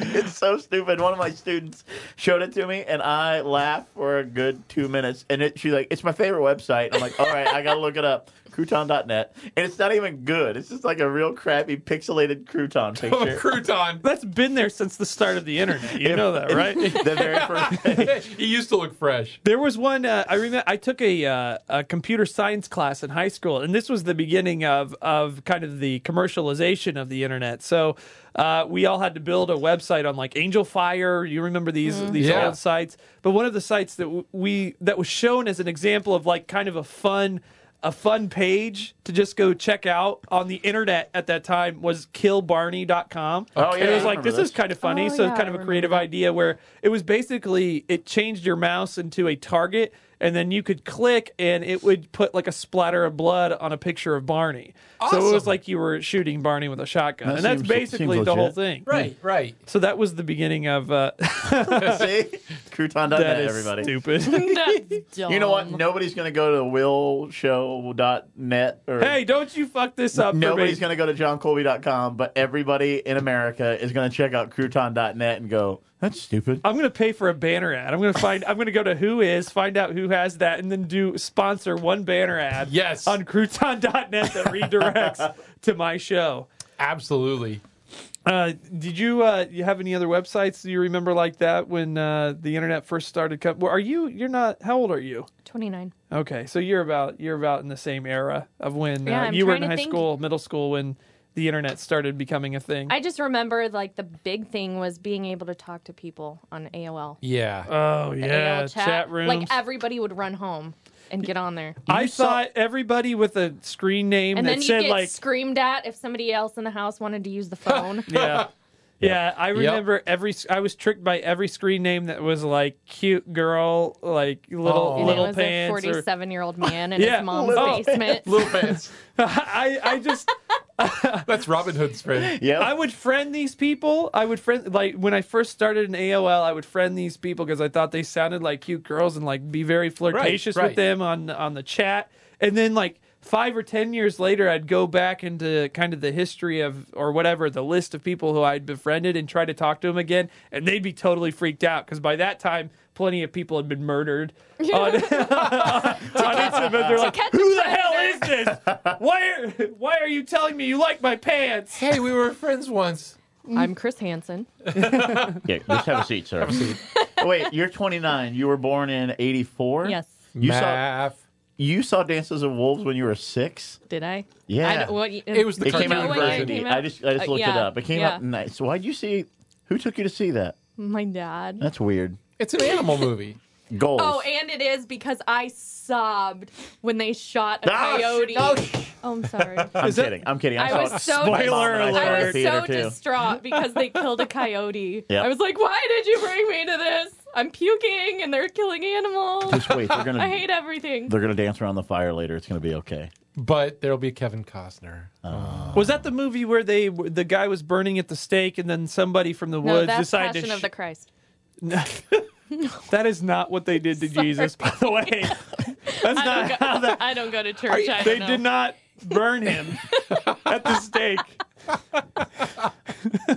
Speaker 4: it's so stupid. One of my students showed it to me, and I laughed for a good two minutes. And it, she's like, "It's my favorite website." I'm like, "All right, I gotta look it up." Crouton.net, and it's not even good. It's just like a real crappy pixelated crouton crouton
Speaker 3: of a
Speaker 4: picture.
Speaker 3: crouton.
Speaker 2: That's been there since the start of the internet. Oh, You know that, right?
Speaker 4: the very first thing.
Speaker 3: he used to look fresh.
Speaker 2: There was one uh, I remember. I took a uh, a computer science class in high school, and this was the beginning of of kind of the commercialization of the internet. So uh, we all had to build a website on like Angel Fire. You remember these
Speaker 1: Mm.
Speaker 2: these
Speaker 3: Yeah.
Speaker 2: old sites? But one of the sites that w- we that was shown as an example of like kind of a fun a fun page to just go check out on the internet at that time was killbarney.com.
Speaker 4: Oh,
Speaker 2: And
Speaker 4: yeah,
Speaker 2: it
Speaker 4: I
Speaker 2: was like
Speaker 4: remember
Speaker 2: this is
Speaker 4: this.
Speaker 2: kind of funny,
Speaker 1: Oh,
Speaker 2: so
Speaker 1: yeah,
Speaker 2: kind of
Speaker 1: I
Speaker 2: a creative idea where it was basically it changed your mouse into a target and then you could click and it would put like a splatter of blood on a picture of Barney. So it was
Speaker 3: Awesome.
Speaker 2: like you were shooting Barney with a shotgun.
Speaker 4: That
Speaker 2: and that's
Speaker 4: seems-
Speaker 2: basically
Speaker 4: seems
Speaker 2: the whole
Speaker 4: legit.
Speaker 2: thing.
Speaker 3: Right, right.
Speaker 2: So that was the beginning of uh
Speaker 4: See?
Speaker 2: that
Speaker 4: Crouton.net,
Speaker 2: is
Speaker 4: everybody.
Speaker 2: stupid. Um,
Speaker 1: That's dumb.
Speaker 4: You know what? Nobody's going to go to willshow.net or
Speaker 2: hey, don't you fuck this up
Speaker 4: Nobody's
Speaker 2: for me.
Speaker 4: going to go to johncolby.com, but everybody in America is going to check out crouton.net and go, that's stupid.
Speaker 2: I'm gonna pay for a banner ad. I'm gonna find. I'm gonna go to Who Is, find out who has that, and then do sponsor one banner ad.
Speaker 3: Yes.
Speaker 2: on Crouton.net that redirects to my show.
Speaker 3: Absolutely.
Speaker 2: Uh, did you uh, you have any other websites you remember like that when uh, the internet first started? Co- well, are you you're not how old are you?
Speaker 1: 29.
Speaker 2: Okay, so you're about you're about in the same era of when
Speaker 1: Yeah,
Speaker 2: uh,
Speaker 1: I'm
Speaker 2: you were in
Speaker 1: trying to
Speaker 2: high
Speaker 1: think.
Speaker 2: school, middle school when the internet started becoming a thing.
Speaker 1: I just remember like the big thing was being able to talk to people on AOL.
Speaker 3: Yeah.
Speaker 2: oh
Speaker 1: The
Speaker 2: yeah,
Speaker 1: AOL
Speaker 2: chat, rooms.
Speaker 1: Like everybody would run home and get on there.
Speaker 2: I thought everybody with a screen name
Speaker 1: And
Speaker 2: that
Speaker 1: then you
Speaker 2: said
Speaker 1: get
Speaker 2: like
Speaker 1: screamed at if somebody else in the house wanted to use the phone.
Speaker 2: yeah. Yeah, I remember every. I was tricked by every screen name that was like cute girl, like little
Speaker 3: Oh.
Speaker 1: and
Speaker 2: little
Speaker 1: it was a
Speaker 2: pants, or
Speaker 1: 47 year old man in
Speaker 2: Yeah.
Speaker 1: his mom's
Speaker 2: Oh.
Speaker 1: basement.
Speaker 3: Little pants.
Speaker 2: I, I just
Speaker 3: That's Robin Hood's friend.
Speaker 4: Yeah.
Speaker 2: I would friend these people. I would friend like when I first started in AOL, I would friend these people because I thought they sounded like cute girls and like be very flirtatious with
Speaker 3: right.
Speaker 2: them on on the chat. And then like five or ten years later, I'd go back into kind of the history of or whatever the list of people who I'd befriended and try to talk to them again, and they'd be totally freaked out because by that time, plenty of people had been murdered on, on Instagram. They're like,
Speaker 1: catch a
Speaker 2: "Who the
Speaker 1: predator."
Speaker 2: hell is this? Why are why are you telling me you like my pants?"
Speaker 3: Hey, we were friends once.
Speaker 1: I'm Chris Hansen.
Speaker 4: Yeah, just have a seat, sir. Wait, you're 29. You were born in 84?
Speaker 1: Yes.
Speaker 4: You saw
Speaker 3: Math.
Speaker 4: you saw Dances of Wolves when you were six?
Speaker 1: Did I?
Speaker 4: Yeah.
Speaker 1: I don't- what,
Speaker 3: It was the
Speaker 4: It
Speaker 1: do you
Speaker 4: came
Speaker 1: know
Speaker 4: out in
Speaker 1: what year it
Speaker 4: version.
Speaker 1: came
Speaker 4: I
Speaker 1: out?
Speaker 4: just I just
Speaker 1: Uh,
Speaker 4: looked it
Speaker 1: yeah,
Speaker 4: up. It came out
Speaker 1: yeah.
Speaker 4: nice. So why'd you see? Who took you to see that?
Speaker 1: My dad.
Speaker 4: That's weird.
Speaker 3: It's an animal movie.
Speaker 4: Goals.
Speaker 1: Oh, and it is because I sobbed when they shot a
Speaker 4: Ah, sh-
Speaker 1: coyote.
Speaker 4: oh,
Speaker 1: Oh, I'm sorry.
Speaker 4: I'm
Speaker 2: Is that-
Speaker 4: kidding. I'm kidding. I,
Speaker 1: I
Speaker 4: saw
Speaker 1: was
Speaker 4: it.
Speaker 1: so
Speaker 4: My mom
Speaker 2: Spoiler
Speaker 4: and I saw
Speaker 1: I
Speaker 4: it in
Speaker 2: alert.
Speaker 4: the
Speaker 1: was
Speaker 4: theater
Speaker 1: so
Speaker 4: too.
Speaker 1: distraught because they killed a coyote.
Speaker 4: Yep.
Speaker 1: I was like, why did you bring me to this? I'm puking and they're killing animals.
Speaker 4: Just wait. They're gonna
Speaker 1: I hate everything.
Speaker 4: they're gonna dance around the fire later. It's gonna be okay.
Speaker 3: But there'll be Kevin Costner.
Speaker 4: Oh.
Speaker 2: Was that the movie where they the guy was burning at the stake and then somebody from the
Speaker 1: No,
Speaker 2: woods
Speaker 1: that's
Speaker 2: decided
Speaker 1: Passion
Speaker 2: to
Speaker 1: of the Christ.
Speaker 2: That is not what they did to Jesus, by the way. That's
Speaker 1: I
Speaker 2: not
Speaker 1: don't,
Speaker 2: how
Speaker 1: go,
Speaker 2: that
Speaker 1: I don't go to church. I don't
Speaker 2: they
Speaker 1: know.
Speaker 2: did not burn him at the stake.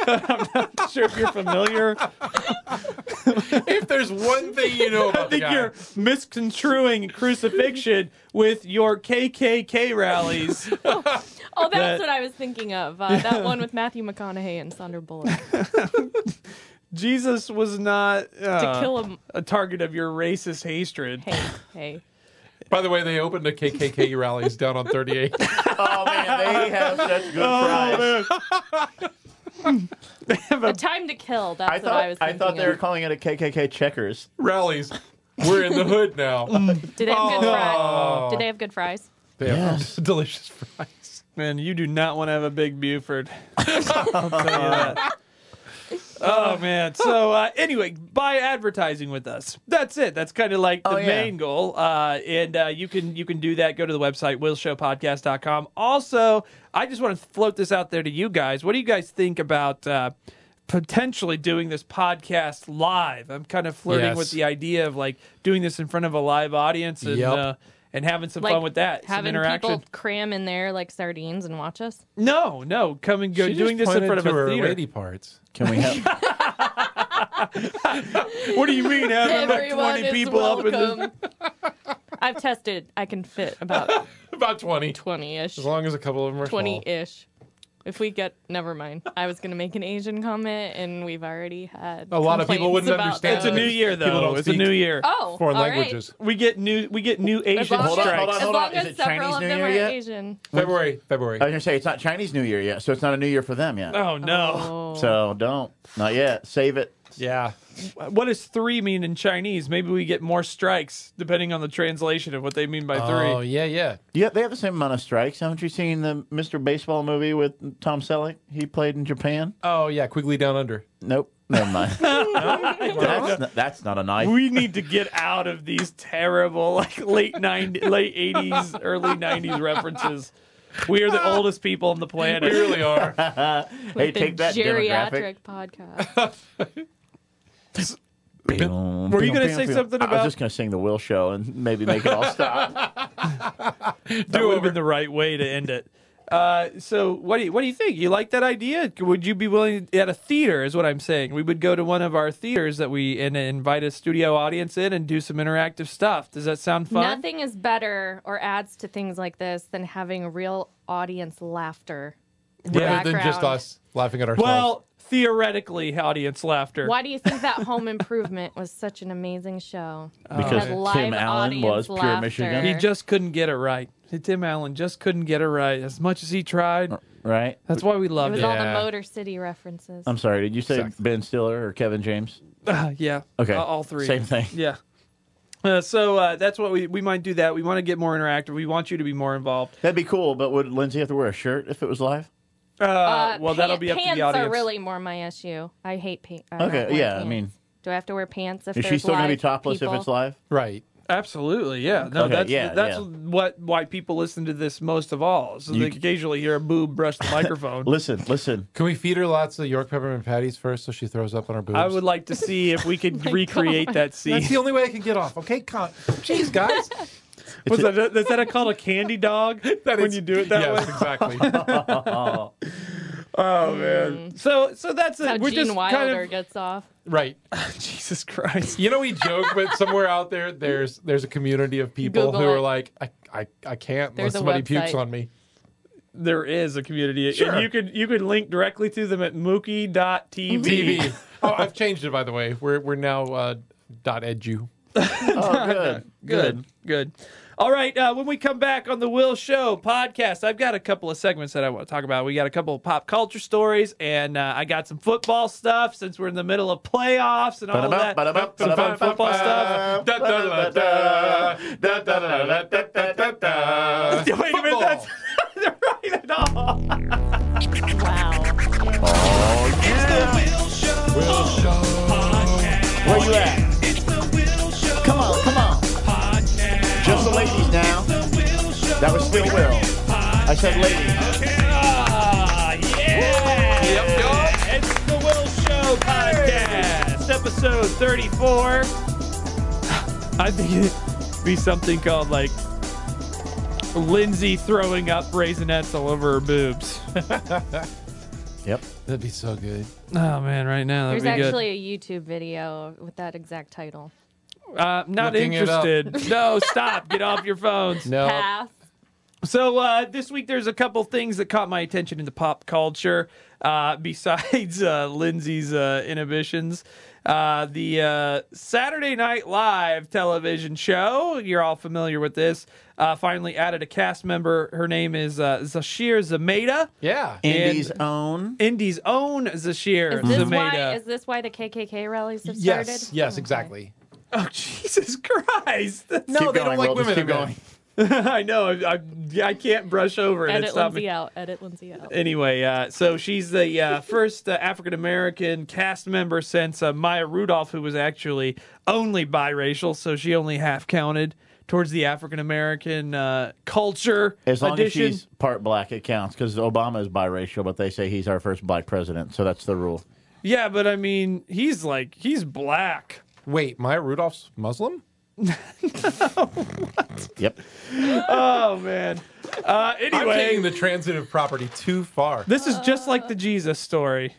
Speaker 2: I'm not sure if you're familiar.
Speaker 3: If there's one thing you know about
Speaker 2: I
Speaker 3: the
Speaker 2: think
Speaker 3: guy,
Speaker 2: you're misconstruing crucifixion with your KKK rallies.
Speaker 1: Oh, that's
Speaker 2: that-
Speaker 1: what I was thinking of. Uh, that one with Matthew McConaughey and Sandra Bullock.
Speaker 2: Jesus was not uh,
Speaker 1: to kill him.
Speaker 2: a target of your racist hatred.
Speaker 1: Hey, hey.
Speaker 3: By the way, they opened a KKK rallies down on 38.
Speaker 4: Oh man, they have such good
Speaker 2: Oh,
Speaker 4: fries.
Speaker 1: A Time to Kill. That's
Speaker 4: I
Speaker 1: what
Speaker 4: thought
Speaker 1: I
Speaker 4: I,
Speaker 1: was thinking
Speaker 4: thought they were
Speaker 1: of.
Speaker 4: calling it a KKK checkers.
Speaker 3: rallies. We're in the hood now.
Speaker 4: Mm.
Speaker 1: Did they have good
Speaker 3: Oh.
Speaker 1: fries? Did they have good fries?
Speaker 3: They have
Speaker 4: Yes.
Speaker 3: delicious fries.
Speaker 2: Man, you do not want to have a big Buford. I'll tell you that. Oh man! So uh, anyway, buy advertising with us. That's it. That's kind of like the
Speaker 4: Oh, yeah.
Speaker 2: main goal. Uh, and uh, you can you can do that. Go to the website willshowpodcast.com. Also, I just want to float this out there to you guys. What do you guys think about uh, potentially doing this podcast live? I'm kind of flirting
Speaker 3: Yes.
Speaker 2: with the idea of like doing this in front of a live audience and
Speaker 3: Yep.
Speaker 2: uh, and having some fun with that, some
Speaker 1: Having
Speaker 2: interaction.
Speaker 1: people cram in there like sardines and watch us.
Speaker 2: No, no, come and go.
Speaker 3: She
Speaker 2: doing
Speaker 3: just
Speaker 2: this in
Speaker 3: pointed
Speaker 2: front of
Speaker 3: to
Speaker 2: a
Speaker 3: her
Speaker 2: theater.
Speaker 3: lady parts.
Speaker 4: Can we have?
Speaker 2: What do you mean having like
Speaker 1: Everyone
Speaker 2: twenty
Speaker 1: is
Speaker 2: people up in this?
Speaker 1: welcome. I've tested. I can fit about
Speaker 3: About 20.
Speaker 1: 20 ish,
Speaker 3: As long as a couple of them are
Speaker 1: 20 ish. If we get, never mind. I was gonna make an Asian comment, and we've already had
Speaker 3: A lot of people
Speaker 1: complaints
Speaker 3: wouldn't
Speaker 1: about
Speaker 3: understand.
Speaker 2: It's a new
Speaker 1: those.
Speaker 2: year
Speaker 3: People
Speaker 2: though.
Speaker 3: don't
Speaker 2: It's a
Speaker 3: speak-
Speaker 2: new year.
Speaker 1: Oh,
Speaker 3: Foreign
Speaker 1: all right.
Speaker 3: languages.
Speaker 2: We get new we get new Asian
Speaker 1: long- Hold
Speaker 2: strikes.
Speaker 1: on, hold As
Speaker 4: Hold on,
Speaker 1: long
Speaker 4: is
Speaker 1: as
Speaker 4: it
Speaker 1: several
Speaker 4: Chinese
Speaker 1: of
Speaker 4: New
Speaker 1: them
Speaker 4: Year
Speaker 1: are
Speaker 4: yet?
Speaker 1: Asian.
Speaker 3: February, February.
Speaker 4: I was gonna say it's not Chinese New Year yet, so it's not a new year for them yet.
Speaker 2: Oh no.
Speaker 4: So don't, not yet. Save it.
Speaker 3: Yeah.
Speaker 1: Oh.
Speaker 2: What does three mean in Chinese? Maybe we get more strikes depending on the translation of what they mean by three.
Speaker 3: Oh yeah, yeah.
Speaker 4: Yeah, they have the same amount of strikes. Haven't you seen the Mr. Baseball movie with Tom Selleck? He played in Japan.
Speaker 3: Oh yeah. Quigley down under.
Speaker 4: Nope, never mind. that's, not, that's not a knife.
Speaker 2: We need to get out of these terrible like late 90, late eighties, early nineties references. We are the oldest people on the
Speaker 3: We
Speaker 2: planet.
Speaker 3: really are.
Speaker 1: The
Speaker 4: hey, take that
Speaker 1: geriatric
Speaker 4: demographic.
Speaker 1: podcast.
Speaker 2: Were
Speaker 4: Were
Speaker 2: you gonna say something
Speaker 4: I
Speaker 2: about-
Speaker 4: was just gonna sing the Will Show and maybe make it all stop.
Speaker 2: that would have been the right way to end it. Uh, so what do you what do you think? You like that idea? Would you be willing at a theater? Is what I'm saying. We would go to one of our theaters that we and invite a studio audience in and do some interactive stuff. Does that sound fun?
Speaker 1: Nothing is better or adds to things like this than having real audience laughter. in the
Speaker 3: Rather than just
Speaker 1: background.
Speaker 3: us laughing at ourselves.
Speaker 2: Well, theoretically, audience laughter.
Speaker 1: Why do you think that Home Improvement was such an amazing show?
Speaker 4: Because
Speaker 1: That live
Speaker 4: Tim Allen
Speaker 1: audience
Speaker 4: was pure
Speaker 1: laughter.
Speaker 4: Michigan.
Speaker 2: He just couldn't get it right. Tim Allen just couldn't get it right as much as he tried.
Speaker 4: right?
Speaker 2: That's why we
Speaker 1: It
Speaker 2: loved
Speaker 1: was
Speaker 2: it.
Speaker 1: all the
Speaker 3: Yeah.
Speaker 1: Motor City references.
Speaker 4: I'm sorry. Did you say
Speaker 3: Sucks.
Speaker 4: Ben Stiller or Kevin James?
Speaker 2: Uh, yeah.
Speaker 4: Okay.
Speaker 2: Uh, all three.
Speaker 4: Same thing.
Speaker 2: Yeah. Uh, so uh, that's what we we might do. That we want to get more interactive. We want you to be more involved.
Speaker 4: That'd be cool, but would Lindsay have to wear a shirt if it was live?
Speaker 2: Uh,
Speaker 1: Uh,
Speaker 2: well,
Speaker 1: pa-
Speaker 2: that'll be up to
Speaker 1: pants
Speaker 2: the audience.
Speaker 1: are really more my issue. I hate pa- I don't
Speaker 4: Okay,
Speaker 1: like
Speaker 4: yeah, I
Speaker 1: pants.
Speaker 4: mean-
Speaker 1: do I have to wear pants if
Speaker 4: Is
Speaker 1: there's
Speaker 4: she still
Speaker 1: live
Speaker 4: gonna be topless
Speaker 1: people?
Speaker 4: if it's live?
Speaker 3: right.
Speaker 2: Absolutely, yeah. No,
Speaker 4: Okay,
Speaker 2: that's
Speaker 4: yeah,
Speaker 2: that's
Speaker 4: yeah.
Speaker 2: what why people listen to this most of all. So they
Speaker 4: c-
Speaker 2: occasionally hear a boob brush the microphone.
Speaker 4: Listen, listen.
Speaker 3: Can we feed her lots of York peppermint patties first so she throws up on her boobs?
Speaker 2: I would like to see if we could recreate that scene.
Speaker 3: That's the only way I can get off. Okay, con- jeez, guys.
Speaker 2: Was that, is that a, called a candy dog when you do it that
Speaker 3: yes,
Speaker 2: way?
Speaker 3: exactly.
Speaker 2: Oh man! So so that's it.
Speaker 1: How
Speaker 2: We're
Speaker 1: Gene
Speaker 2: just
Speaker 1: Wilder
Speaker 2: kind
Speaker 1: gets off.
Speaker 3: right.
Speaker 2: of Jesus Christ.
Speaker 3: You know, we joke, but somewhere out there, there's there's a community of people
Speaker 1: Google
Speaker 3: who
Speaker 1: it.
Speaker 3: are like, I, I, I can't
Speaker 1: There's a
Speaker 3: unless somebody pukes
Speaker 1: website.
Speaker 3: on me.
Speaker 2: There is a community.
Speaker 3: Sure.
Speaker 2: And you could you could link directly to them at mookie.tv.
Speaker 3: TV. oh, I've changed it by the way. We're we're now uh, dot edu.
Speaker 4: Oh, good,
Speaker 2: Good.
Speaker 4: good.
Speaker 2: Good. All right. Uh, when we come back on the Will Show podcast, I've got a couple of segments that I want to talk about. We got a couple of pop culture stories, and uh, I got some football stuff since we're in the middle of playoffs and all of that.
Speaker 4: Ba-da-ba,
Speaker 2: Some fun
Speaker 4: ba-da-ba,
Speaker 2: football stuff.
Speaker 3: Da, da, da, da, da, da, da, da, da, da, da.
Speaker 2: Wait a minute.
Speaker 3: Football.
Speaker 2: That's not right at all.
Speaker 1: Wow.
Speaker 2: Oh,
Speaker 3: Will show.
Speaker 4: Where you at? Come on, come on. Just the ladies now. That was still Will. I said ladies.
Speaker 2: Ah, yeah.
Speaker 3: Yep, yup.
Speaker 2: It's the Will Show podcast, episode 34. I think it'd be something called like Lindsay throwing up raisinets all over her boobs.
Speaker 4: Yep.
Speaker 3: That'd be so good.
Speaker 2: Oh man, right now that'd
Speaker 1: There's
Speaker 2: be
Speaker 1: actually a YouTube video with that exact title.
Speaker 2: good. Uh, not
Speaker 3: Looking it up.
Speaker 2: interested. No, stop. Get off your phones.
Speaker 3: No.
Speaker 1: Pass.
Speaker 2: So uh, this week, there's a couple things that caught my attention in the pop culture. Uh, besides uh, Lindsay's uh, inhibitions, uh, the uh, Saturday Night Live television show, you're all familiar with this, uh, finally added a cast member. Her name is uh, Zashir Zameda,
Speaker 3: Yeah.
Speaker 4: Indy's own.
Speaker 2: Indy's own Zashir
Speaker 1: Is this why?
Speaker 2: Zameda.
Speaker 1: Is this why the KKK rallies have started?
Speaker 3: Yes. Yes.
Speaker 1: Okay.
Speaker 3: Exactly.
Speaker 2: Oh, Jesus Christ.
Speaker 3: No,
Speaker 4: Keep
Speaker 3: they
Speaker 4: going,
Speaker 3: don't like
Speaker 4: Will, just
Speaker 3: women.
Speaker 4: keep
Speaker 3: in
Speaker 4: going.
Speaker 2: I know. I, I, I can't brush over it.
Speaker 1: Edit
Speaker 2: It's not
Speaker 1: Lindsay out. Edit Lindsay out.
Speaker 2: anyway, uh, so she's the uh, first uh, African American cast member since uh, Maya Rudolph, who was actually only biracial, so she only half counted towards the African American uh, culture.
Speaker 4: As long
Speaker 2: edition.
Speaker 4: as she's part black, it counts because Obama is biracial, but they say he's our first black president, so that's the rule.
Speaker 2: yeah, but I mean, he's like he's black.
Speaker 3: there. Wait, Maya Rudolph's Muslim?
Speaker 4: Yep.
Speaker 2: Oh man. Uh,
Speaker 3: I'm taking
Speaker 2: anyway,
Speaker 3: the transitive property too far.
Speaker 2: this is just like the Jesus story.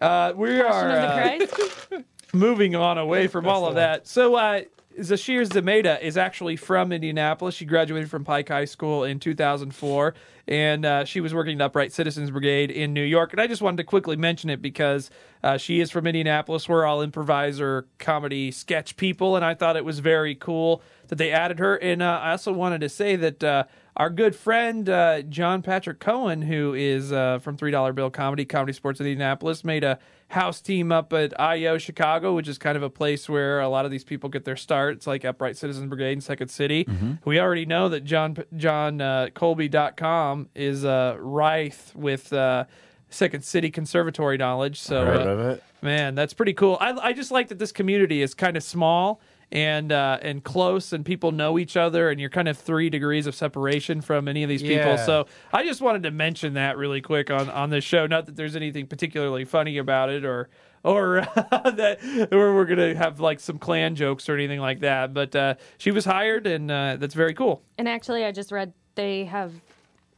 Speaker 2: Uh, we are.
Speaker 1: Passion of
Speaker 2: uh,
Speaker 1: the Christ?
Speaker 2: moving on away from all of that. So uh, Zashir Zameda is actually from Indianapolis. She graduated from Pike High School in 2004, and uh, she was working at Upright Citizens Brigade in New York. And I just wanted to quickly mention it because uh, she is from Indianapolis. We're all improviser, comedy, sketch people, and I thought it was very cool that they added her. And uh, I also wanted to say that. Uh, our good friend uh, John Patrick Cohen, who is uh, from Three Dollar Bill Comedy, Comedy Sports in Indianapolis, made a house team up at IO Chicago, which is kind of a place where a lot of these people get their start. It's like Upright Citizen Brigade in Second City. We already know that John John uh, Colby.com is uh, rife with. Uh, Second City Conservatory knowledge. So,
Speaker 4: Heard
Speaker 2: uh,
Speaker 4: of it.
Speaker 2: man, that's pretty cool. I, I just like that this community is kind of small and uh, and close, and people know each other, and you're kind of three degrees of separation from any of these people.
Speaker 3: Yeah.
Speaker 2: So, I just wanted to mention that really quick on on this show. Not that there's anything particularly funny about it, or or that or we're gonna have like some clan jokes or anything like that. But uh, she was hired, and uh, that's very cool.
Speaker 1: And actually, I just read they have,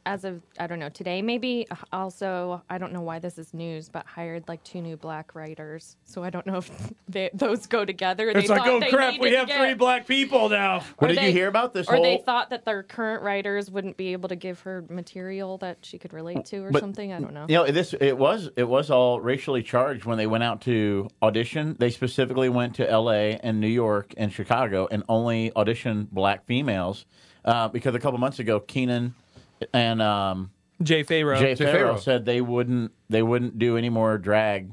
Speaker 1: as of, I don't know, today, maybe also, I don't know why this is news, but hired like two new black writers. So I don't know if they, those go together. they
Speaker 2: It's like,
Speaker 1: thought
Speaker 2: oh
Speaker 1: they
Speaker 2: crap, we
Speaker 1: needed to
Speaker 2: have
Speaker 1: get-
Speaker 2: three black people now.
Speaker 4: What
Speaker 1: Or
Speaker 4: did
Speaker 1: they-
Speaker 4: you hear about this
Speaker 1: Or
Speaker 4: whole?
Speaker 1: they thought that their current writers wouldn't be able to give her material that she could relate to or
Speaker 4: But-
Speaker 1: something. I don't know.
Speaker 4: you know, this it was it was all racially charged when they went out to audition. They specifically went to L.A. and New York and Chicago and only auditioned black females uh, because a couple months ago Keenan and um,
Speaker 2: Jay Farrow.
Speaker 4: Jay Farrow
Speaker 3: Farrow.
Speaker 4: said they wouldn't they wouldn't do any more drag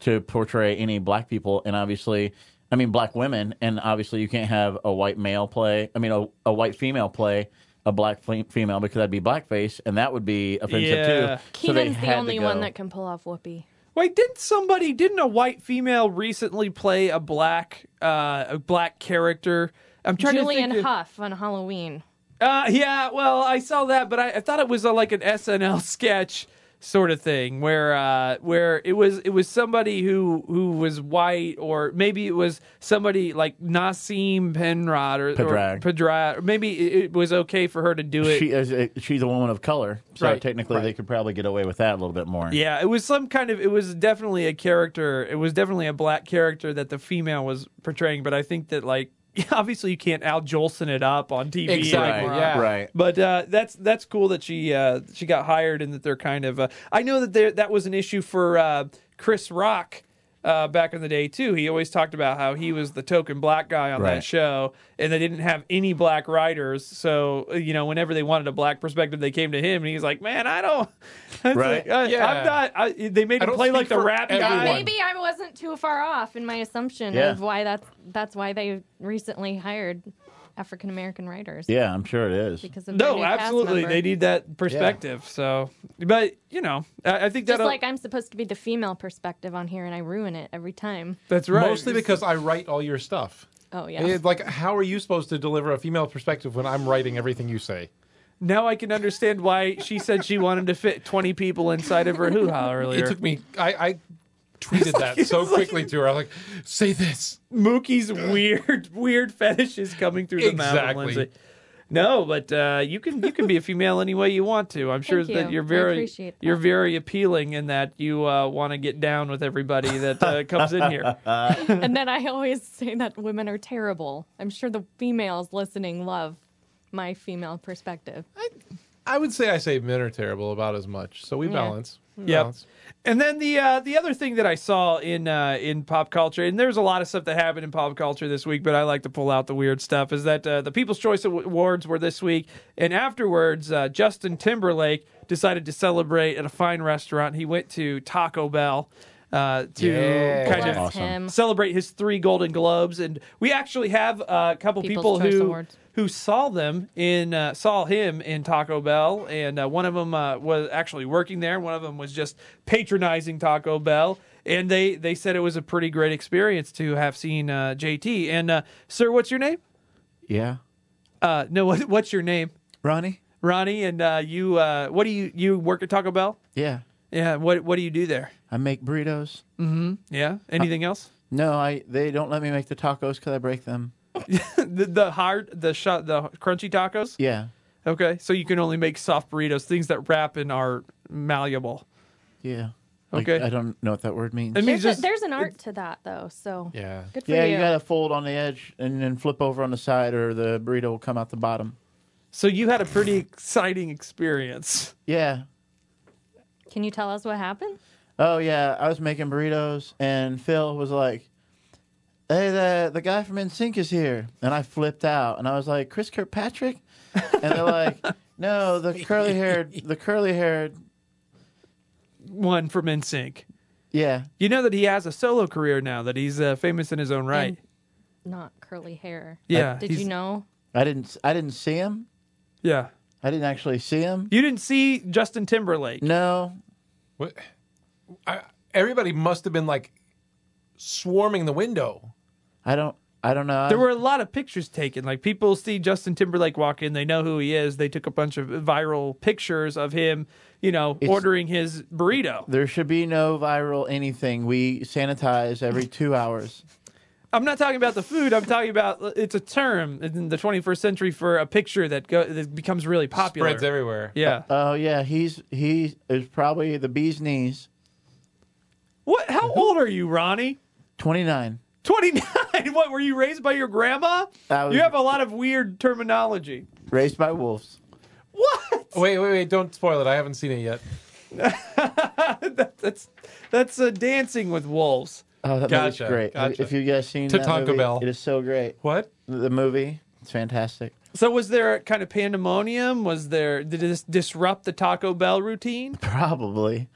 Speaker 4: to portray any black people and obviously I mean black women and obviously you can't have a white male play I mean a, a white female play a black fe- female because that'd be blackface and that would be offensive
Speaker 2: Yeah.
Speaker 4: too. So they
Speaker 1: Keenan's
Speaker 4: had
Speaker 1: the
Speaker 4: to
Speaker 1: only one
Speaker 4: go-
Speaker 1: that can pull off Whoopi.
Speaker 2: Wait, didn't somebody didn't a white female recently play a black uh, a black character? I'm trying
Speaker 1: Julian
Speaker 2: to think. of-
Speaker 1: Huff on Halloween.
Speaker 2: Uh, yeah, well, I saw that, but I, I thought it was uh like an SNL sketch sort of thing where uh, where it was it was somebody who who was white or maybe it was somebody like Nassim Penrod or
Speaker 4: Pedrag.
Speaker 2: or, Pedrag, or maybe it, it was okay for her to do it.
Speaker 4: she is a, she's a woman of color, so
Speaker 2: Right,
Speaker 4: technically they could probably get away with that a little bit more.
Speaker 2: Yeah, it was some kind of. It was definitely a character. It was definitely a black character that the female was portraying. But I think that like obviously you can't Al Jolson it up on TV. like,
Speaker 3: Exactly,
Speaker 2: we're on.
Speaker 3: yeah.
Speaker 4: Right.
Speaker 2: But uh, that's that's cool that she uh, she got hired and that they're kind of. Uh, I know that there that was an issue for uh, Chris Rock. Uh, back in the day too, he always talked about how he was the token black guy on that
Speaker 4: Right.
Speaker 2: show, and they didn't have any black writers. So uh, you know, whenever they wanted a black perspective, they came to him, and he's like, "Man, I don't, It's
Speaker 4: Right.
Speaker 2: like, I,
Speaker 3: Yeah.
Speaker 2: I'm not. I, they made
Speaker 3: I
Speaker 2: him
Speaker 3: don't
Speaker 2: play like
Speaker 3: speak
Speaker 2: the
Speaker 3: for
Speaker 2: rap guy.
Speaker 3: everyone.
Speaker 1: Maybe I wasn't too far off in my assumption
Speaker 4: Yeah.
Speaker 1: of why that's that's why they recently hired African American writers.
Speaker 4: Yeah, I'm sure it is.
Speaker 1: Because of their
Speaker 2: No,
Speaker 1: new cast
Speaker 2: absolutely.
Speaker 1: member.
Speaker 2: They need that perspective. So, but you know, I, I think that
Speaker 1: Just like I'm supposed to be the female perspective on here, and I ruin it every time.
Speaker 2: that's right.
Speaker 3: Mostly because I write all your stuff.
Speaker 1: Oh yeah.
Speaker 3: It- like, how are you supposed to deliver a female perspective when I'm writing everything you say?
Speaker 2: now I can understand why she said she wanted to fit 20 people inside of her hoo ha earlier.
Speaker 3: It took me. I, I tweeted that so quickly to her. I was like, "Say this."
Speaker 2: Mookie's weird, weird fetishes coming through the mouth,
Speaker 3: Exactly.
Speaker 2: of Lindsay. No, but uh, you can you can be a female any way you want to. I'm sure
Speaker 1: Thank
Speaker 2: that
Speaker 1: you.
Speaker 2: you're
Speaker 1: I
Speaker 2: very
Speaker 1: appreciate that.
Speaker 2: you're very appealing in that you uh, want to get down with everybody that uh, comes in here.
Speaker 1: and then I always say that women are terrible. I'm sure the females listening love my female perspective.
Speaker 3: I would say I say men are terrible about as much, so we
Speaker 1: Yeah.
Speaker 3: balance. We
Speaker 2: Yep.
Speaker 3: balance.
Speaker 2: And then the uh, the other thing that I saw in uh, in pop culture, and there's a lot of stuff that happened in pop culture this week, but I like to pull out the weird stuff. Is that uh, the People's Choice Awards were this week, and afterwards, uh, Justin Timberlake decided to celebrate at a fine restaurant. He went to Taco Bell uh, to
Speaker 3: Yeah.
Speaker 2: kind
Speaker 1: Bless
Speaker 2: of
Speaker 4: Awesome.
Speaker 1: him.
Speaker 2: celebrate his three Golden Globes, and we actually have a couple
Speaker 1: People's
Speaker 2: people
Speaker 1: Choice
Speaker 2: who
Speaker 1: Awards.
Speaker 2: who saw them in uh, saw him in Taco Bell, and uh, one of them uh, was actually working there, one of them was just patronizing Taco Bell, and they they said it was a pretty great experience to have seen uh, JT. And uh, sir, what's your name?
Speaker 4: Yeah.
Speaker 2: Uh, no, what, what's your name,
Speaker 4: Ronnie?
Speaker 2: Ronnie? And uh, you, uh, what do you you work at Taco Bell?
Speaker 4: Yeah.
Speaker 2: Yeah, what what do you do there?
Speaker 4: I make burritos.
Speaker 2: Yeah, anything else?
Speaker 4: No, I they don't let me make the tacos because I break them.
Speaker 2: the, the hard, the shot, the crunchy tacos.
Speaker 4: Yeah.
Speaker 2: Okay, so you can only make soft burritos, things that wrap and are malleable.
Speaker 4: Yeah. Like,
Speaker 2: Okay.
Speaker 4: I don't know what that word means.
Speaker 2: I mean,
Speaker 1: There's,
Speaker 2: just
Speaker 1: a, there's an art to that though, so
Speaker 3: Yeah.
Speaker 1: good for
Speaker 4: yeah,
Speaker 1: you.
Speaker 4: you gotta fold on the edge and then flip over on the side, or the burrito will come out the bottom.
Speaker 2: so you had a pretty exciting experience.
Speaker 4: Yeah,
Speaker 1: Can you tell us what happened?
Speaker 4: Oh yeah, I was making burritos, and Phil was like, "Hey, the the guy from NSYNC is here," and I flipped out, and I was like, "Chris Kirkpatrick," and they're like, "No, the curly haired, the curly haired,
Speaker 2: One from NSYNC.
Speaker 4: yeah,
Speaker 2: You know that he has a solo career now. That he's uh, famous in his own right.
Speaker 1: And not curly hair.
Speaker 2: yeah.
Speaker 1: Did
Speaker 2: he's-
Speaker 1: you know?
Speaker 4: I didn't, I didn't see him,
Speaker 2: Yeah.
Speaker 4: I didn't actually see him.
Speaker 2: You didn't see Justin Timberlake.
Speaker 4: No,
Speaker 3: What? I, everybody must have been like swarming the window.
Speaker 4: I don't, I don't know.
Speaker 2: There were a lot of pictures taken. Like people see Justin Timberlake walk in, they know who he is. They took a bunch of viral pictures of him, you know,
Speaker 4: It's-
Speaker 2: ordering his burrito.
Speaker 4: there should be no viral anything. We sanitize every two hours.
Speaker 2: I'm not talking about the food. I'm talking about it's a term in the 21st century for a picture that go, that becomes really popular.
Speaker 3: Spreads everywhere.
Speaker 2: yeah.
Speaker 4: Oh yeah, he's he is probably the bee's knees.
Speaker 2: What? How
Speaker 3: Mhm.
Speaker 2: old are you, Ronnie?
Speaker 4: Twenty nine.
Speaker 2: 29. What were you raised by your grandma?
Speaker 4: I was-
Speaker 2: You have a lot of weird terminology.
Speaker 4: Raised by wolves.
Speaker 2: What?
Speaker 3: Wait, wait, wait! Don't spoil it. I haven't seen it yet.
Speaker 2: That- that's that's uh, dancing with wolves.
Speaker 4: Oh, that movie's
Speaker 3: Gotcha,
Speaker 4: great.
Speaker 3: gotcha.
Speaker 4: If you guys seen
Speaker 3: To
Speaker 4: that
Speaker 3: Taco
Speaker 4: movie,
Speaker 3: Bell.
Speaker 4: it is so great.
Speaker 3: What?
Speaker 4: The movie, it's fantastic.
Speaker 2: So was there a kind of pandemonium? Was there did this disrupt the Taco Bell routine?
Speaker 4: Probably.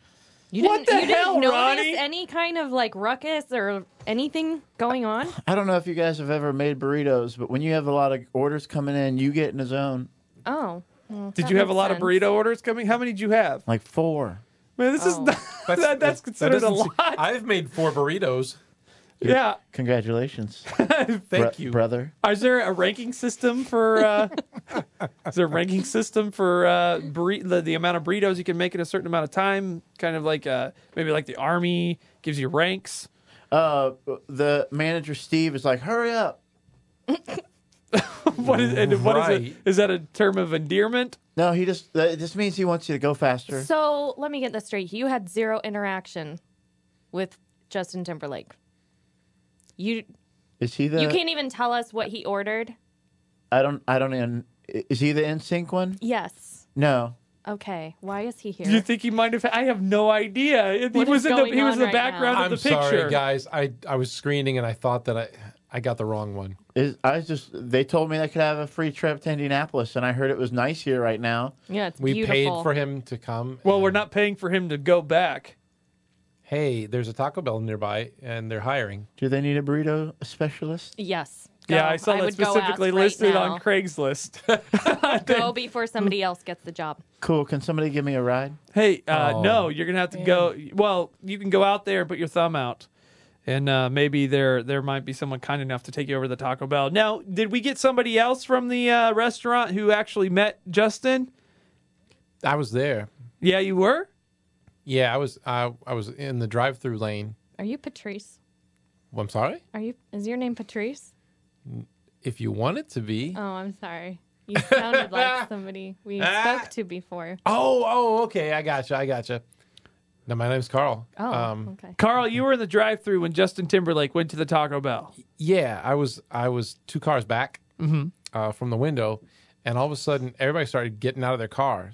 Speaker 1: You
Speaker 2: What
Speaker 1: didn't,
Speaker 2: the
Speaker 1: you
Speaker 2: hell,
Speaker 1: didn't notice
Speaker 2: Ronnie?
Speaker 1: any kind of like ruckus or anything going on?
Speaker 4: I don't know if you guys have ever made burritos, but when you have a lot of orders coming in, you get in the zone
Speaker 1: Oh. well,
Speaker 2: Did
Speaker 1: that
Speaker 2: you have a
Speaker 1: makes
Speaker 2: lot
Speaker 1: sense.
Speaker 2: of burrito orders coming? How many did you have?
Speaker 4: like four.
Speaker 2: Man, this is
Speaker 1: Oh.
Speaker 2: not, that, that's
Speaker 3: that
Speaker 2: considered a
Speaker 3: doesn't
Speaker 2: lot.
Speaker 3: seem- I've made four burritos.
Speaker 2: yeah.
Speaker 4: Congratulations,
Speaker 3: Thank
Speaker 4: bro-
Speaker 3: you.
Speaker 4: brother.
Speaker 2: Is there a ranking system for? Uh, is there a ranking system for uh, burri- the, the amount of burritos you can make in a certain amount of time? Kind of like uh, maybe like the army gives you ranks.
Speaker 4: Uh, the manager Steve is like, "Hurry up!"
Speaker 2: What is and what is it?
Speaker 3: Right.
Speaker 2: Is that a term of endearment?
Speaker 4: No, he just that just means he wants you to go faster.
Speaker 1: So let me get this straight. You had zero interaction with Justin Timberlake. You
Speaker 4: Is he the?
Speaker 2: Uh,
Speaker 1: you can't even tell us what he ordered.
Speaker 4: I don't. I don't. In, is he the in sync one?
Speaker 1: Yes.
Speaker 4: No.
Speaker 1: Okay. Why is he here?
Speaker 2: Do you think he might have? I have no idea. He
Speaker 1: What is
Speaker 2: was in the
Speaker 1: going
Speaker 2: he was
Speaker 1: on
Speaker 2: in the
Speaker 1: right now?
Speaker 2: background of
Speaker 3: I'm
Speaker 2: the picture.
Speaker 3: sorry, guys. I I was screening and I thought that I I got the wrong one.
Speaker 4: Is I was just they told me I could have a free trip to Indianapolis, and I heard it was nice here right now.
Speaker 1: yeah, it's
Speaker 3: We
Speaker 1: beautiful.
Speaker 3: paid for him to come.
Speaker 2: Well, we're
Speaker 3: and,
Speaker 2: not paying for him to go back.
Speaker 3: Hey, there's a Taco Bell nearby, and they're hiring.
Speaker 4: Do they need a burrito specialist?
Speaker 1: Yes.
Speaker 2: Yeah,
Speaker 1: Go.
Speaker 2: I saw that
Speaker 1: would go ask
Speaker 2: specifically
Speaker 1: right
Speaker 2: listed
Speaker 1: now.
Speaker 2: on Craigslist.
Speaker 1: Go before somebody else gets the job.
Speaker 4: Cool. Can somebody give me a ride?
Speaker 2: Hey, uh,
Speaker 3: Oh.
Speaker 2: no, you're gonna have to go. Well, you can go out there and put your thumb out, and uh, maybe there there might be someone kind enough to take you over to Taco Bell. Now, did we get somebody else from the uh, restaurant who actually met Justin?
Speaker 3: I was there.
Speaker 2: Yeah, you were.
Speaker 3: Yeah, I was. I I was in the drive-through lane.
Speaker 1: Are you Patrice?
Speaker 3: Well, I'm sorry.
Speaker 1: Are you? Is your name Patrice?
Speaker 3: If you want it to be.
Speaker 1: Oh, I'm sorry. You sounded like somebody we
Speaker 3: Ah.
Speaker 1: spoke to before.
Speaker 3: Oh, oh, okay. I gotcha. I gotcha. No, my name's Carl.
Speaker 1: Oh, okay.
Speaker 2: Carl, you were in the drive-through when Justin Timberlake went to the Taco Bell.
Speaker 3: yeah, I was. I was two cars back uh, from the window, and all of a sudden, everybody started getting out of their cars.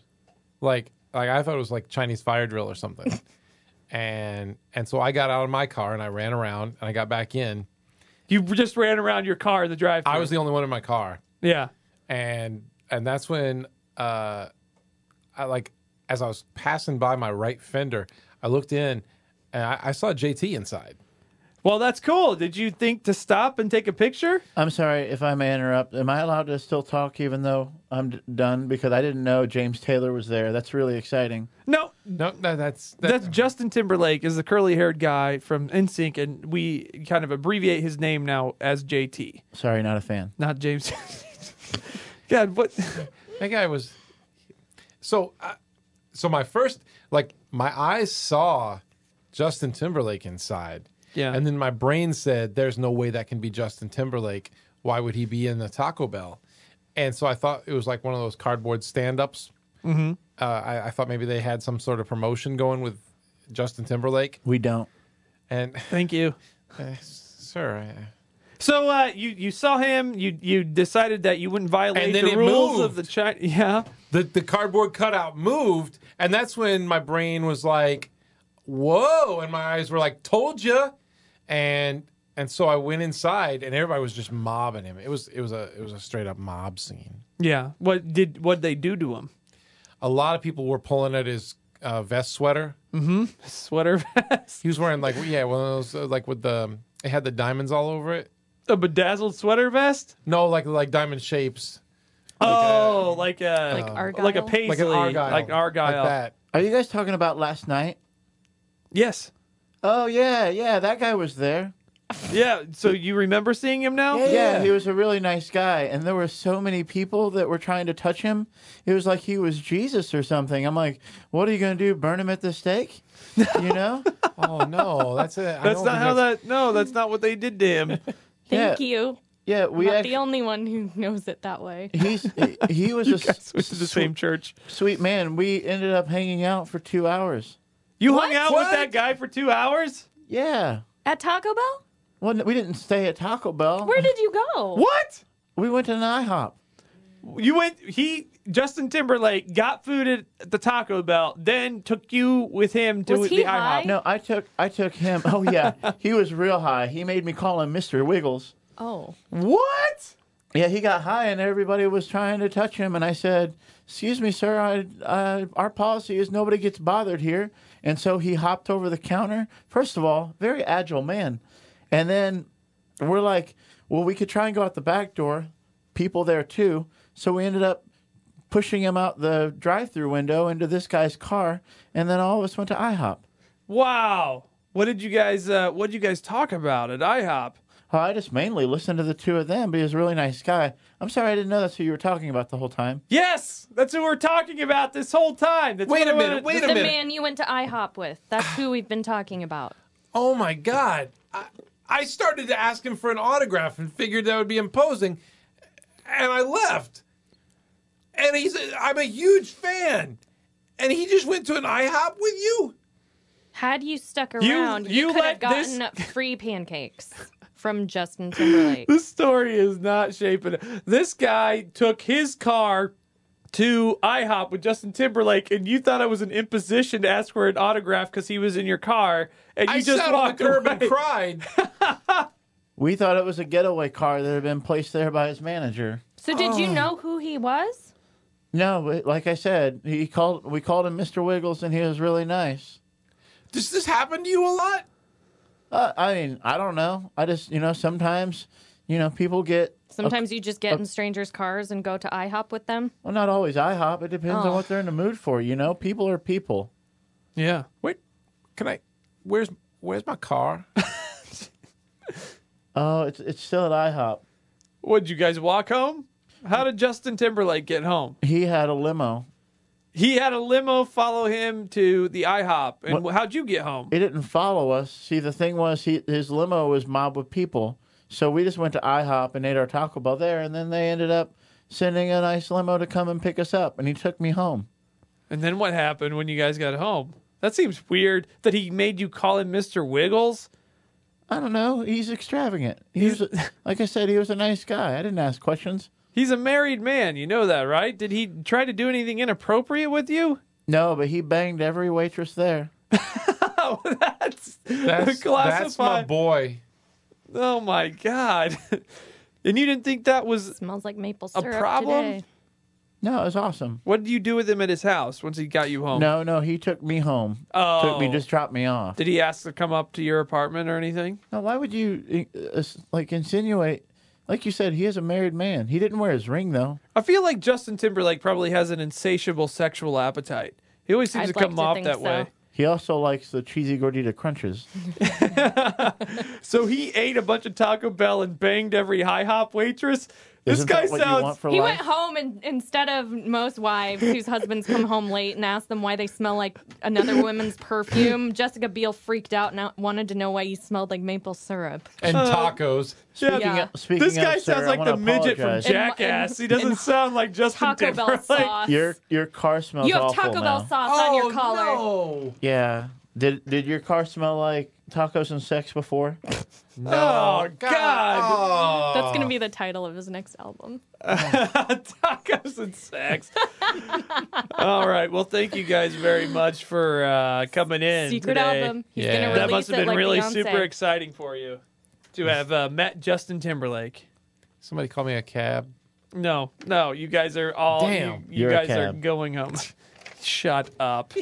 Speaker 3: Like, like I thought it was like Chinese fire drill or something. and and so I got out of my car and I ran around and I got back in.
Speaker 2: You just ran around your car in the drive-through.
Speaker 3: I was the only one in my car.
Speaker 2: yeah.
Speaker 3: and and that's when uh I like as I was passing by my right fender, I looked in and I, I saw JT inside.
Speaker 2: Well, that's cool. Did you think to stop and take a picture?
Speaker 4: I'm sorry if I may interrupt. Am I allowed to still talk even though I'm d- done? Because I didn't know James Taylor was there. That's really exciting.
Speaker 2: No,
Speaker 3: No, no that's that,
Speaker 2: That's Justin Timberlake is the curly-haired guy from NSYNC, and we kind of abbreviate his name now as JT,
Speaker 4: Sorry, not a fan.
Speaker 2: not James. God, what?
Speaker 3: that guy was. So, I, so my first like my eyes saw Justin Timberlake inside.
Speaker 2: Yeah.
Speaker 3: and then my brain said, "There's no way that can be Justin Timberlake. Why would he be in the Taco Bell?" And so I thought it was like one of those cardboard stand-ups. Mm-hmm. Uh, I, I thought maybe they had some sort of promotion going with Justin Timberlake,
Speaker 4: We don't.
Speaker 3: and
Speaker 2: Thank you.
Speaker 3: uh, sir, I-
Speaker 2: So uh, you you saw him. You you decided that you wouldn't violate
Speaker 3: And then
Speaker 2: the
Speaker 3: it
Speaker 2: rules
Speaker 3: moved.
Speaker 2: of the China. Yeah.
Speaker 3: the the cardboard cutout moved, and that's when my brain was like, "Whoa!" and my eyes were like, "Told ya!" and and so I went inside, and everybody was just mobbing him. It was it was a it was a straight up mob scene.
Speaker 2: Yeah. What did what they do to him?
Speaker 3: A lot of people were pulling at his uh, vest sweater.
Speaker 2: Sweater vest.
Speaker 3: He was wearing like yeah, one of those uh, like with the it had the diamonds all over it.
Speaker 2: A bedazzled sweater vest.
Speaker 3: No, like like diamond shapes,
Speaker 2: oh, like a
Speaker 1: Like Argyle?
Speaker 2: like a paisley,
Speaker 3: like an argyle,
Speaker 2: like Argyle.
Speaker 3: like that.
Speaker 4: Are you guys talking about last night?
Speaker 2: Yes.
Speaker 4: Oh yeah, yeah, that guy was there.
Speaker 2: Yeah. So you remember seeing him now?
Speaker 4: Yeah, he was a really nice guy, and there were so many people that were trying to touch him. It was like he was Jesus or something. I'm like, what are you going to do? Burn him at the stake? You know?
Speaker 3: Oh no, that's it.
Speaker 2: That's not how that. No, that's not what they did to him.
Speaker 1: Thank
Speaker 4: Yeah.
Speaker 1: you.
Speaker 4: Yeah, we
Speaker 1: Not
Speaker 4: act-
Speaker 1: the only one who knows it that way.
Speaker 4: he's he was a s-
Speaker 2: Went to the same church.
Speaker 4: sweet man. We ended up hanging out for two hours.
Speaker 2: You
Speaker 1: What?
Speaker 2: hung out with
Speaker 1: What?
Speaker 2: that guy for two hours.
Speaker 4: Yeah.
Speaker 1: At Taco Bell?
Speaker 4: Well, we didn't stay at Taco Bell.
Speaker 1: Where did you go?
Speaker 2: What?
Speaker 4: we went to an IHOP.
Speaker 2: You went. He Justin Timberlake got food at the Taco Bell, then took you with him to
Speaker 1: Was
Speaker 2: the
Speaker 1: he
Speaker 2: IHOP.
Speaker 1: high?
Speaker 4: No, I took I took him. Oh yeah, he was real high. He made me call him Mr. Wiggles.
Speaker 1: Oh.
Speaker 2: What?
Speaker 4: Yeah, he got high and everybody was trying to touch him. And I said, "Excuse me, sir. I, uh, our policy is nobody gets bothered here." And so he hopped over the counter. First of all, very agile man. And then we're like, "Well, we could try and go out the back door." People there too. So we ended up pushing him out the drive-through window into this guy's car, and then all of us went to IHOP.
Speaker 2: Wow. What did you guys? Uh, what did you guys talk about at IHOP?
Speaker 4: Oh, I just mainly listened to the two of them, but he was a really nice guy. I'm sorry I didn't know that's who you were talking about the whole time.
Speaker 2: Yes, that's who we're talking about this whole time. That's
Speaker 3: Wait
Speaker 2: what
Speaker 3: a
Speaker 2: I
Speaker 3: minute,
Speaker 2: wanted-
Speaker 3: wait
Speaker 1: The
Speaker 3: a minute.
Speaker 1: man you went to IHOP with. That's who we've been talking about.
Speaker 3: Oh my god. I, I started to ask him for an autograph and figured that would be imposing and I left. And he's a, I'm a huge fan. And he just went to an IHOP with you?
Speaker 1: Had you stuck around,
Speaker 2: you
Speaker 1: you, could
Speaker 2: let
Speaker 1: have gotten free pancakes from Justin Timberlake.
Speaker 2: This story is not shaping. up. This guy took his car to IHOP with Justin Timberlake, and you thought it was an imposition to ask for an autograph because he was in your car, and you
Speaker 3: I
Speaker 2: just
Speaker 3: sat on
Speaker 2: walked
Speaker 3: the curb
Speaker 2: away.
Speaker 3: and cried.
Speaker 4: We thought it was a getaway car that had been placed there by his manager.
Speaker 1: So did you know who he was?
Speaker 4: No, but like I said, he called. We called him Mr. Wiggles, and he was really nice.
Speaker 3: Does this happen to you a lot?
Speaker 4: Uh, I mean, I don't know. I just, you know, sometimes, you know, people get.
Speaker 1: Sometimes you just get in strangers' cars and go to IHOP with them.
Speaker 4: Well, not always IHOP. It depends on
Speaker 1: Oh.
Speaker 4: what they're in the mood for. You know, people are people.
Speaker 2: Yeah.
Speaker 3: Wait. Can I Where's where's my car?
Speaker 4: Oh, it's it's still at IHOP.
Speaker 2: Would you guys walk home? How did Justin Timberlake get home?
Speaker 4: He had a limo.
Speaker 2: He had a limo follow him to the IHOP, and how'd you get home?
Speaker 4: It didn't follow us. See, the thing was, he, his limo was mobbed with people. So we just went to IHOP and ate our Taco Bell there. And then they ended up sending a nice limo to come and pick us up. And he took me home.
Speaker 2: And then what happened when you guys got home? That seems weird that he made you call him Mr. Wiggles.
Speaker 4: I don't know. He's extravagant. He was, a- like I said, he was a nice guy. I didn't ask questions.
Speaker 2: He's a married man, you know that, right? Did he try to do anything inappropriate with you?
Speaker 4: No, but he banged every waitress there.
Speaker 2: Oh, that's
Speaker 3: That's, that's my
Speaker 2: classified.
Speaker 3: boy.
Speaker 2: oh my god! and you didn't think that was
Speaker 1: Smells like maple syrup
Speaker 2: problem?
Speaker 1: today.
Speaker 4: No, it was awesome.
Speaker 2: what did you do with him at his house once he got you home?
Speaker 4: No, no, he took me home. Took me,
Speaker 2: Oh.
Speaker 4: just dropped me off.
Speaker 2: Did he ask to come up to your apartment or anything?
Speaker 4: Now, why would you, uh, uh, like, insinuate? Like you said, he is a married man. He didn't wear his ring, though.
Speaker 2: I feel like Justin Timberlake probably has an insatiable sexual appetite. He always seems
Speaker 1: I'd
Speaker 2: to
Speaker 1: like
Speaker 2: come
Speaker 1: to
Speaker 2: off
Speaker 1: think
Speaker 2: that
Speaker 1: so.
Speaker 2: way.
Speaker 4: He also likes the cheesy gordita crunches.
Speaker 2: So he ate a bunch of Taco Bell and banged every high hop waitress. This
Speaker 4: Isn't
Speaker 2: guy
Speaker 4: that what you want
Speaker 2: sounds
Speaker 4: for
Speaker 1: He
Speaker 4: life?
Speaker 1: went home and instead of most wives whose husbands come home late and ask them why they smell like another woman's perfume, Jessica Biel freaked out and wanted to know why you smelled like maple syrup.
Speaker 3: And
Speaker 2: Uh,
Speaker 3: tacos.
Speaker 2: Yeah.
Speaker 4: Speaking
Speaker 1: Yeah.
Speaker 4: of, speaking
Speaker 2: This guy
Speaker 4: of, Sarah,
Speaker 2: sounds
Speaker 4: I
Speaker 2: like
Speaker 4: wanna
Speaker 2: the midget from
Speaker 4: apologize.
Speaker 1: Jack-
Speaker 2: Jackass.
Speaker 1: in-
Speaker 2: he doesn't
Speaker 1: in
Speaker 2: sound like Justin
Speaker 1: Taco Bell
Speaker 2: Timberlake.
Speaker 1: sauce.
Speaker 4: Your your car smells
Speaker 1: you have
Speaker 4: awful
Speaker 1: Taco
Speaker 4: now.
Speaker 2: Oh,
Speaker 1: Bell sauce on your collar.
Speaker 3: Oh, no.
Speaker 4: Yeah, Did did your car smell like tacos and sex before?
Speaker 2: Oh, God.
Speaker 3: Oh.
Speaker 1: That's gonna be the title of his next album.
Speaker 2: Tacos and sex. All right. Well, thank you guys very much for uh, coming in.
Speaker 1: Secret
Speaker 2: today.
Speaker 1: album. He's
Speaker 3: Yeah.
Speaker 1: gonna
Speaker 3: That
Speaker 1: release
Speaker 2: That must have
Speaker 1: it
Speaker 2: been
Speaker 1: like
Speaker 2: really
Speaker 1: Beyonce.
Speaker 2: super exciting for you to have uh, met Justin Timberlake.
Speaker 3: Somebody call me a cab.
Speaker 2: No, no, you guys are all.
Speaker 3: Damn.
Speaker 2: you, you
Speaker 4: You're a
Speaker 2: guys are
Speaker 4: cab.
Speaker 2: going home. Shut up.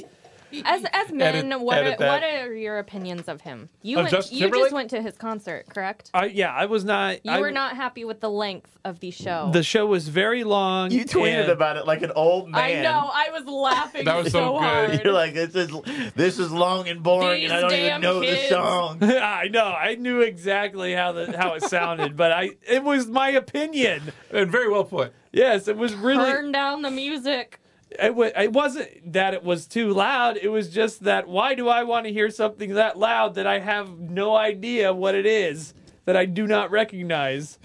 Speaker 1: As as men,
Speaker 3: Edit-
Speaker 1: what
Speaker 3: edit
Speaker 1: are,
Speaker 3: that.
Speaker 1: what are your opinions of him? You
Speaker 3: Of
Speaker 1: went,
Speaker 3: Justin
Speaker 1: you
Speaker 3: Timberlake?
Speaker 1: just went to his concert, correct?
Speaker 2: I, yeah, I was not.
Speaker 1: You
Speaker 2: I,
Speaker 1: were not happy with the length of the show.
Speaker 2: The show was very long.
Speaker 4: You tweeted
Speaker 2: and-
Speaker 4: about it like an old man.
Speaker 1: I know. I was laughing
Speaker 3: That was so
Speaker 1: so
Speaker 3: good.
Speaker 1: hard.
Speaker 4: You're like this is this is long and boring,
Speaker 1: These
Speaker 4: and I don't even
Speaker 1: damn
Speaker 4: know the
Speaker 1: kids.
Speaker 4: song.
Speaker 2: I know. I knew exactly how the how it sounded, but I it was my opinion.
Speaker 3: And very well put.
Speaker 2: Yes, it was really.
Speaker 1: Turn down the music.
Speaker 2: It, wa it wasn't that it was too loud. It was just that why do I want to hear something that loud that I have no idea what it is that I do not recognize.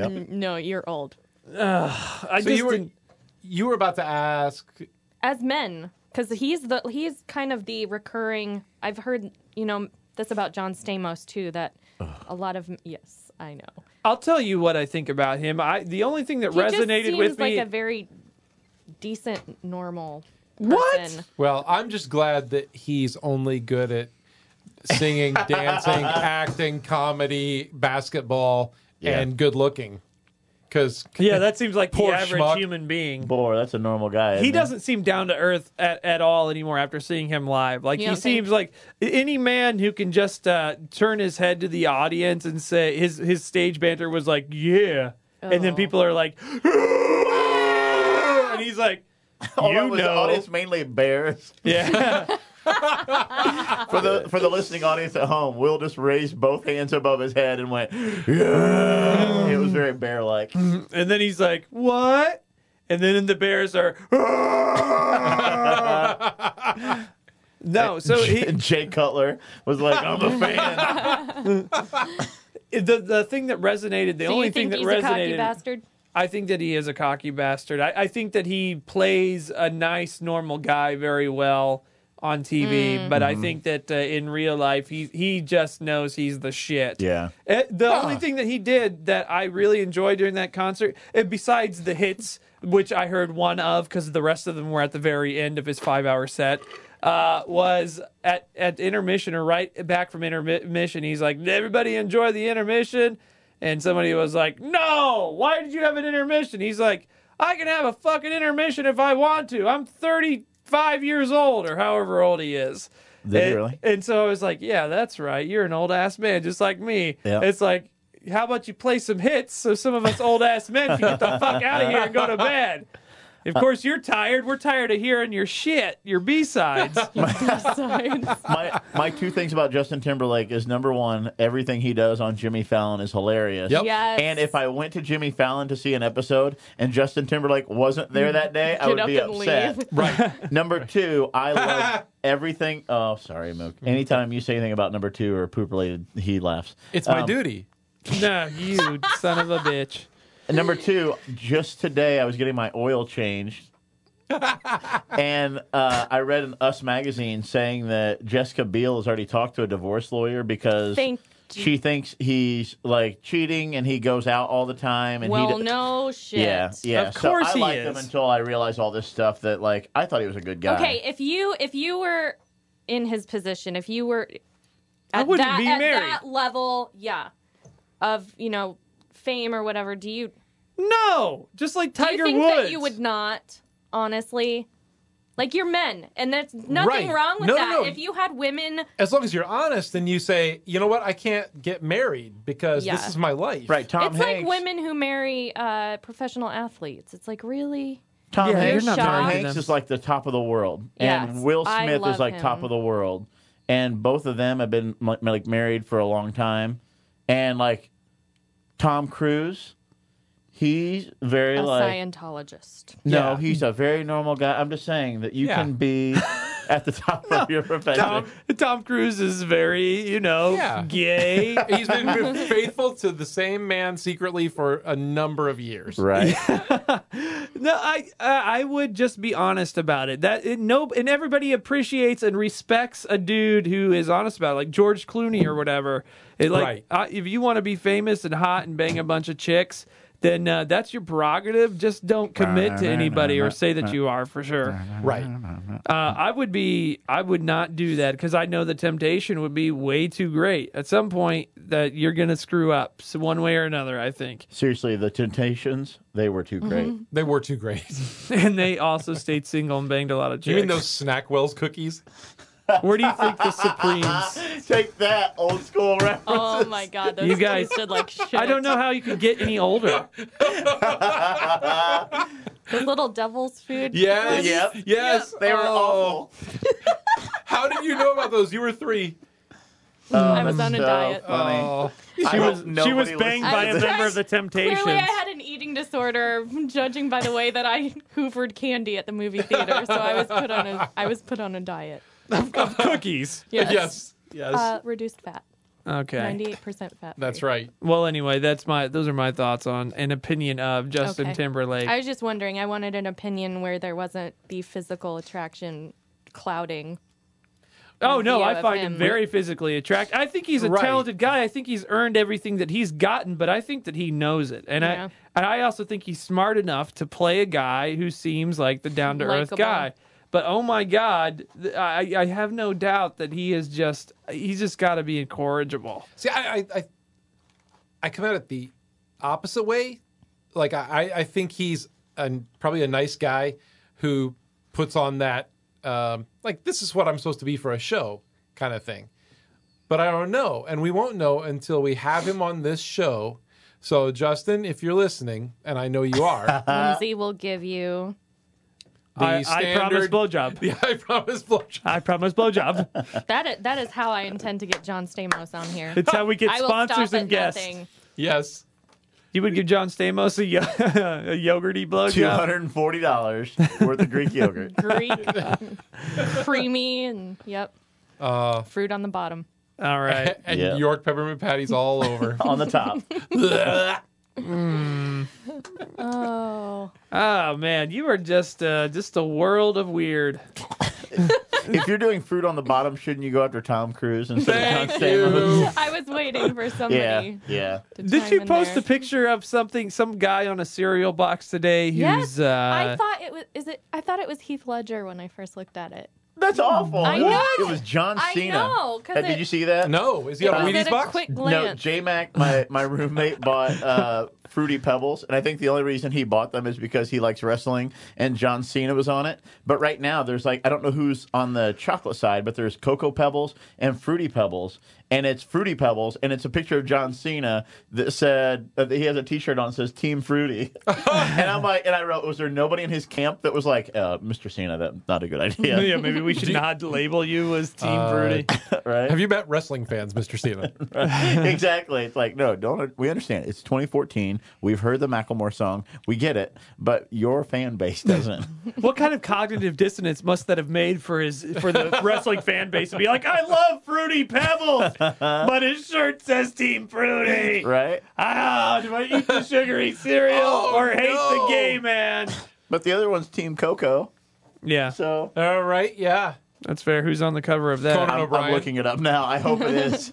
Speaker 1: No, you're old.
Speaker 2: I
Speaker 3: So
Speaker 2: just
Speaker 3: you were
Speaker 2: didn't-
Speaker 3: you were about to ask.
Speaker 1: As men, because he's the he's kind of the recurring. I've heard you know this about John Stamos too. That a lot of yes, I know.
Speaker 2: I'll tell you what I think about him. I the only thing that
Speaker 1: He just
Speaker 2: resonated
Speaker 1: seems
Speaker 2: with
Speaker 1: like
Speaker 2: me.
Speaker 1: a very decent, normal.
Speaker 2: What?
Speaker 1: person.
Speaker 3: Well, I'm just glad that he's only good at singing, dancing, acting, comedy, basketball,
Speaker 4: Yeah.
Speaker 3: and good looking. Because
Speaker 2: yeah, that seems like
Speaker 3: Poor
Speaker 2: the average
Speaker 3: schmuck.
Speaker 2: human being.
Speaker 4: Boy, that's a normal guy.
Speaker 2: He
Speaker 4: isn't
Speaker 2: doesn't seem down to earth at, at all anymore after seeing him live. Like
Speaker 1: You
Speaker 2: he
Speaker 1: don't think-
Speaker 2: seems like any man who can just uh, turn his head to the audience and say his his stage banter was like yeah, and then
Speaker 1: Oh.
Speaker 2: people are like, "Ah!" and he's like,
Speaker 4: All that
Speaker 2: you
Speaker 4: was the
Speaker 2: know,
Speaker 4: audience mainly embarrassed.
Speaker 2: yeah.
Speaker 4: For the for the listening audience at home, Will just raised both hands above his head and went. Yeah. It was very bear like.
Speaker 2: And then he's like, "What?" And then the bears are. "Ah!" no, so he,
Speaker 4: And Jay Cutler was like, "I'm a fan."
Speaker 2: the the thing that resonated, the
Speaker 1: Do
Speaker 2: only
Speaker 1: you think
Speaker 2: thing that
Speaker 1: he's a cocky
Speaker 2: resonated,
Speaker 1: bastard?
Speaker 2: I think that he is a cocky bastard. I, I think that he plays a nice, normal guy very well on TV, but I think that uh, in real life, he he just knows he's the shit.
Speaker 4: Yeah.
Speaker 2: Uh, the only thing that he did that I really enjoyed during that concert, uh, besides the hits, which I heard one of because the rest of them were at the very end of his five-hour set, uh, was at at intermission or right back from intermission. He's like, "Did "Everybody enjoy the intermission," and somebody was like, "No, why did you have an intermission?" He's like, "I can have a fucking intermission if I want to. I'm 35 years old or however old he is." Eh,
Speaker 4: Did he
Speaker 2: and,
Speaker 4: really?
Speaker 2: and so I was like, "Yeah, that's right. You're an old ass man, just like me."
Speaker 4: Yeah.
Speaker 2: It's like, how about you play some hits so some of us old ass men can get the fuck out of here and go to bed? Of course, you're tired. We're tired of hearing your shit, your B sides.
Speaker 1: Besides-
Speaker 4: my my two things about Justin Timberlake is number one, everything he does on Jimmy Fallon is hilarious.
Speaker 3: Yep.
Speaker 1: yes.
Speaker 4: And if I went to Jimmy Fallon to see an episode and Justin Timberlake wasn't there that day, I
Speaker 1: Get
Speaker 4: would
Speaker 1: up
Speaker 4: be
Speaker 1: and
Speaker 4: upset.
Speaker 1: leave.
Speaker 4: Right. number two, I love everything. Oh, sorry, Mook. Anytime you say anything about number two or poop related, he laughs.
Speaker 3: it's my
Speaker 4: Um,
Speaker 3: duty.
Speaker 2: no, you son of a bitch.
Speaker 4: And number two, just today I was getting my oil changed. and uh, I read in Us magazine saying that Jessica Biel has already talked to a divorce lawyer because
Speaker 1: Thank
Speaker 4: she thinks he's like cheating and he goes out all the time and
Speaker 1: well,
Speaker 4: he d-
Speaker 1: no shit.
Speaker 4: yeah yeah
Speaker 2: Of
Speaker 4: So
Speaker 2: course
Speaker 4: I
Speaker 2: he
Speaker 4: liked him
Speaker 2: is.
Speaker 4: until I realized all this stuff that like I thought he was a good guy
Speaker 1: Okay, if you if you were in his position, if you were at
Speaker 2: I wouldn't
Speaker 1: that,
Speaker 2: be
Speaker 1: at
Speaker 2: married.
Speaker 1: that level, yeah, of you know fame or whatever, do you
Speaker 2: No, just like
Speaker 1: do
Speaker 2: Tiger
Speaker 1: you think
Speaker 2: Woods.
Speaker 1: that you would not honestly? Like you're men, and that's nothing
Speaker 3: Right.
Speaker 1: wrong with
Speaker 3: No, no,
Speaker 1: that.
Speaker 3: no.
Speaker 1: If you had women,
Speaker 3: As long as you're honest and you say, you know what, I can't get married because
Speaker 1: Yeah.
Speaker 3: this is my life.
Speaker 4: right Tom
Speaker 1: it's like
Speaker 4: Hanks
Speaker 1: women who marry uh, professional athletes. It's like really,
Speaker 4: Tom
Speaker 2: Yeah,
Speaker 4: Hanks
Speaker 1: you're not
Speaker 4: Tom
Speaker 1: married to
Speaker 4: Hanks
Speaker 2: them.
Speaker 4: is like the top of the world
Speaker 1: Yes,
Speaker 4: and Will
Speaker 1: I
Speaker 4: Smith is
Speaker 1: love
Speaker 4: like top
Speaker 1: him.
Speaker 4: of the world and both of them have been like like, married for a long time and like Tom Cruise he's very
Speaker 1: a
Speaker 4: like
Speaker 1: Scientologist.
Speaker 4: No,
Speaker 2: Yeah.
Speaker 4: he's a very normal guy. I'm just saying that you
Speaker 3: Yeah.
Speaker 4: can be at the top of your profession.
Speaker 2: Tom, Tom Cruise is very, you know,
Speaker 3: Yeah.
Speaker 2: gay.
Speaker 3: He's been faithful to the same man secretly for a number of years.
Speaker 4: Right.
Speaker 2: No, I uh, I would just be honest about it. That it, no, and everybody appreciates and respects a dude who is honest about it, like George Clooney or whatever. It, like,
Speaker 3: Right.
Speaker 2: I, if you want to be famous and hot and bang a bunch of chicks, then uh, that's your prerogative. Just don't commit to anybody or say that you are for sure.
Speaker 3: Right.
Speaker 2: Uh, I would be, I would not do that because I know the temptation would be way too great. At some point, that you're gonna screw up, so one way or another. I think.
Speaker 4: Seriously, the Temptations, they were too great.
Speaker 3: They were too great.
Speaker 2: And they also stayed single and banged a lot of chicks.
Speaker 3: You mean those snack wells cookies?
Speaker 2: Where do you think the Supremes?
Speaker 1: Mm-hmm.
Speaker 4: Take that, old school reference.
Speaker 1: Oh my god, those
Speaker 2: You
Speaker 1: things
Speaker 2: guys-
Speaker 1: did like shit.
Speaker 2: I don't know how you could get any older.
Speaker 1: The little devil's food.
Speaker 3: Yes.
Speaker 4: Yep.
Speaker 3: Yes.
Speaker 4: They were
Speaker 3: Oh.
Speaker 4: awful.
Speaker 3: How did you know about those? You were three.
Speaker 1: I was on a
Speaker 4: Um, so
Speaker 1: diet.
Speaker 4: Funny.
Speaker 3: Oh.
Speaker 2: She was she was banged by
Speaker 1: to
Speaker 2: a
Speaker 1: this.
Speaker 2: member of the Temptations.
Speaker 1: Clearly, I had an eating disorder, judging by the way that I hoovered candy at the movie theater. So I was put on a I was put on a diet.
Speaker 2: Cookies.
Speaker 1: Yes.
Speaker 3: Yes. Yes.
Speaker 1: Uh, reduced fat,
Speaker 2: Okay.
Speaker 1: ninety eight percent fat.
Speaker 3: That's
Speaker 1: free.
Speaker 3: right.
Speaker 2: Well, anyway, that's my those are my thoughts on an opinion of Justin
Speaker 1: Okay.
Speaker 2: Timberlake.
Speaker 1: I was just wondering. I wanted an opinion where there wasn't the physical attraction clouding.
Speaker 2: oh no,
Speaker 1: View
Speaker 2: I
Speaker 1: of
Speaker 2: find him
Speaker 1: him.
Speaker 2: very physically attractive. I think he's a
Speaker 3: Right.
Speaker 2: talented guy. I think he's earned everything that he's gotten, but I think that he knows it. And
Speaker 1: Yeah.
Speaker 2: I and I also think he's smart enough to play a guy who seems like the down to earth
Speaker 1: Likeable.
Speaker 2: guy. But oh my God, th- I, I have no doubt that he is just he's just got to be incorrigible.
Speaker 3: See, I, I, I, I come out at the opposite way. Like, I, I I think he's an, probably a nice guy who puts on that, um, like, this is what I'm supposed to be for a show kind of thing. But I don't know. And we won't know until we have him on this show. So, Justin, if you're listening, and I know you are, the
Speaker 2: Uh,
Speaker 1: Lindsay will give you.
Speaker 2: I, I promise
Speaker 3: standard-
Speaker 2: blowjob.
Speaker 3: Yeah, I promise blowjob.
Speaker 2: I promise blowjob.
Speaker 1: That is, that is how I intend to get John Stamos on here.
Speaker 2: It's how we get
Speaker 1: I will
Speaker 2: sponsors
Speaker 1: stop
Speaker 2: and
Speaker 1: at
Speaker 2: guests.
Speaker 1: nothing.
Speaker 3: Yes.
Speaker 2: You would give John Stamos a, yo- a yogurty blowjob.
Speaker 4: $240 worth of Greek yogurt.
Speaker 1: Greek, creamy, and yep,
Speaker 2: Uh,
Speaker 1: fruit on the bottom.
Speaker 2: All right.
Speaker 3: And
Speaker 4: Yeah.
Speaker 3: York peppermint patties all over.
Speaker 4: On the top.
Speaker 1: Oh,
Speaker 2: Oh man, you are just uh, just a world of weird.
Speaker 4: if you're doing fruit on the bottom, shouldn't you go after Tom Cruise instead of John
Speaker 3: Thank
Speaker 4: Stamos?
Speaker 3: you.
Speaker 1: I was waiting for somebody.
Speaker 4: Yeah, yeah.
Speaker 1: To
Speaker 2: Did
Speaker 1: chime
Speaker 2: you
Speaker 1: in
Speaker 2: post
Speaker 1: there.
Speaker 2: a picture of something, some guy on a cereal box today who's
Speaker 1: Yes,
Speaker 2: uh
Speaker 1: I thought it was. Is it? I thought it was Heath Ledger when I first looked at it.
Speaker 4: That's awful.
Speaker 1: I
Speaker 4: It was-
Speaker 1: know.
Speaker 4: It was John
Speaker 1: I
Speaker 4: Cena.
Speaker 1: know, 'cause
Speaker 4: Uh, Did
Speaker 1: it-
Speaker 4: you see that?
Speaker 3: No, is he on
Speaker 1: I
Speaker 3: a
Speaker 1: was at
Speaker 3: Wheaties
Speaker 1: a
Speaker 3: box?
Speaker 1: quick
Speaker 4: No,
Speaker 1: glance.
Speaker 4: J Mac, my, my roommate bought uh, Fruity Pebbles, and I think the only reason he bought them is because he likes wrestling, and John Cena was on it. But right now, there's like I don't know who's on the chocolate side, but there's Cocoa Pebbles and Fruity Pebbles, and it's Fruity Pebbles, and it's a picture of John Cena that said uh, that he has a T-shirt on that says Team Fruity, and I'm like, and I wrote, was there nobody in his camp that was like, uh, Mr. Cena, that's not a good idea,
Speaker 2: yeah, maybe we should not label you Uh, as Team Fruity.
Speaker 4: right?
Speaker 3: Have you met wrestling fans, Mr. Steven?
Speaker 4: exactly. It's like, no, don't. We understand. It's 2014. We've heard the Macklemore song. We get it. But your fan base doesn't.
Speaker 2: What kind of cognitive dissonance must that have made for his for the wrestling fan base to be like, I love Fruity Pebbles, but his shirt says Team Fruity.
Speaker 4: right?
Speaker 2: Ah, do I eat the sugary cereal
Speaker 3: Oh,
Speaker 2: or hate
Speaker 3: no.
Speaker 2: the gay man?
Speaker 4: But the other one's Team Coco.
Speaker 2: Yeah,
Speaker 4: So
Speaker 3: All right, yeah.
Speaker 2: that's fair. Who's on the cover of
Speaker 3: Conan
Speaker 2: that?
Speaker 4: I'm, I'm
Speaker 3: O'Brien.
Speaker 4: looking it up now. I hope it is.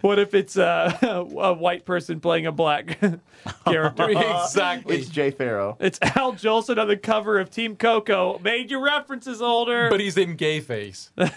Speaker 2: What if it's uh, a white person playing a black character?
Speaker 3: exactly.
Speaker 4: it's Jay Farrow.
Speaker 2: It's Al Jolson on the cover of Team Coco. Made your references older.
Speaker 3: but he's in gay face.
Speaker 4: Um,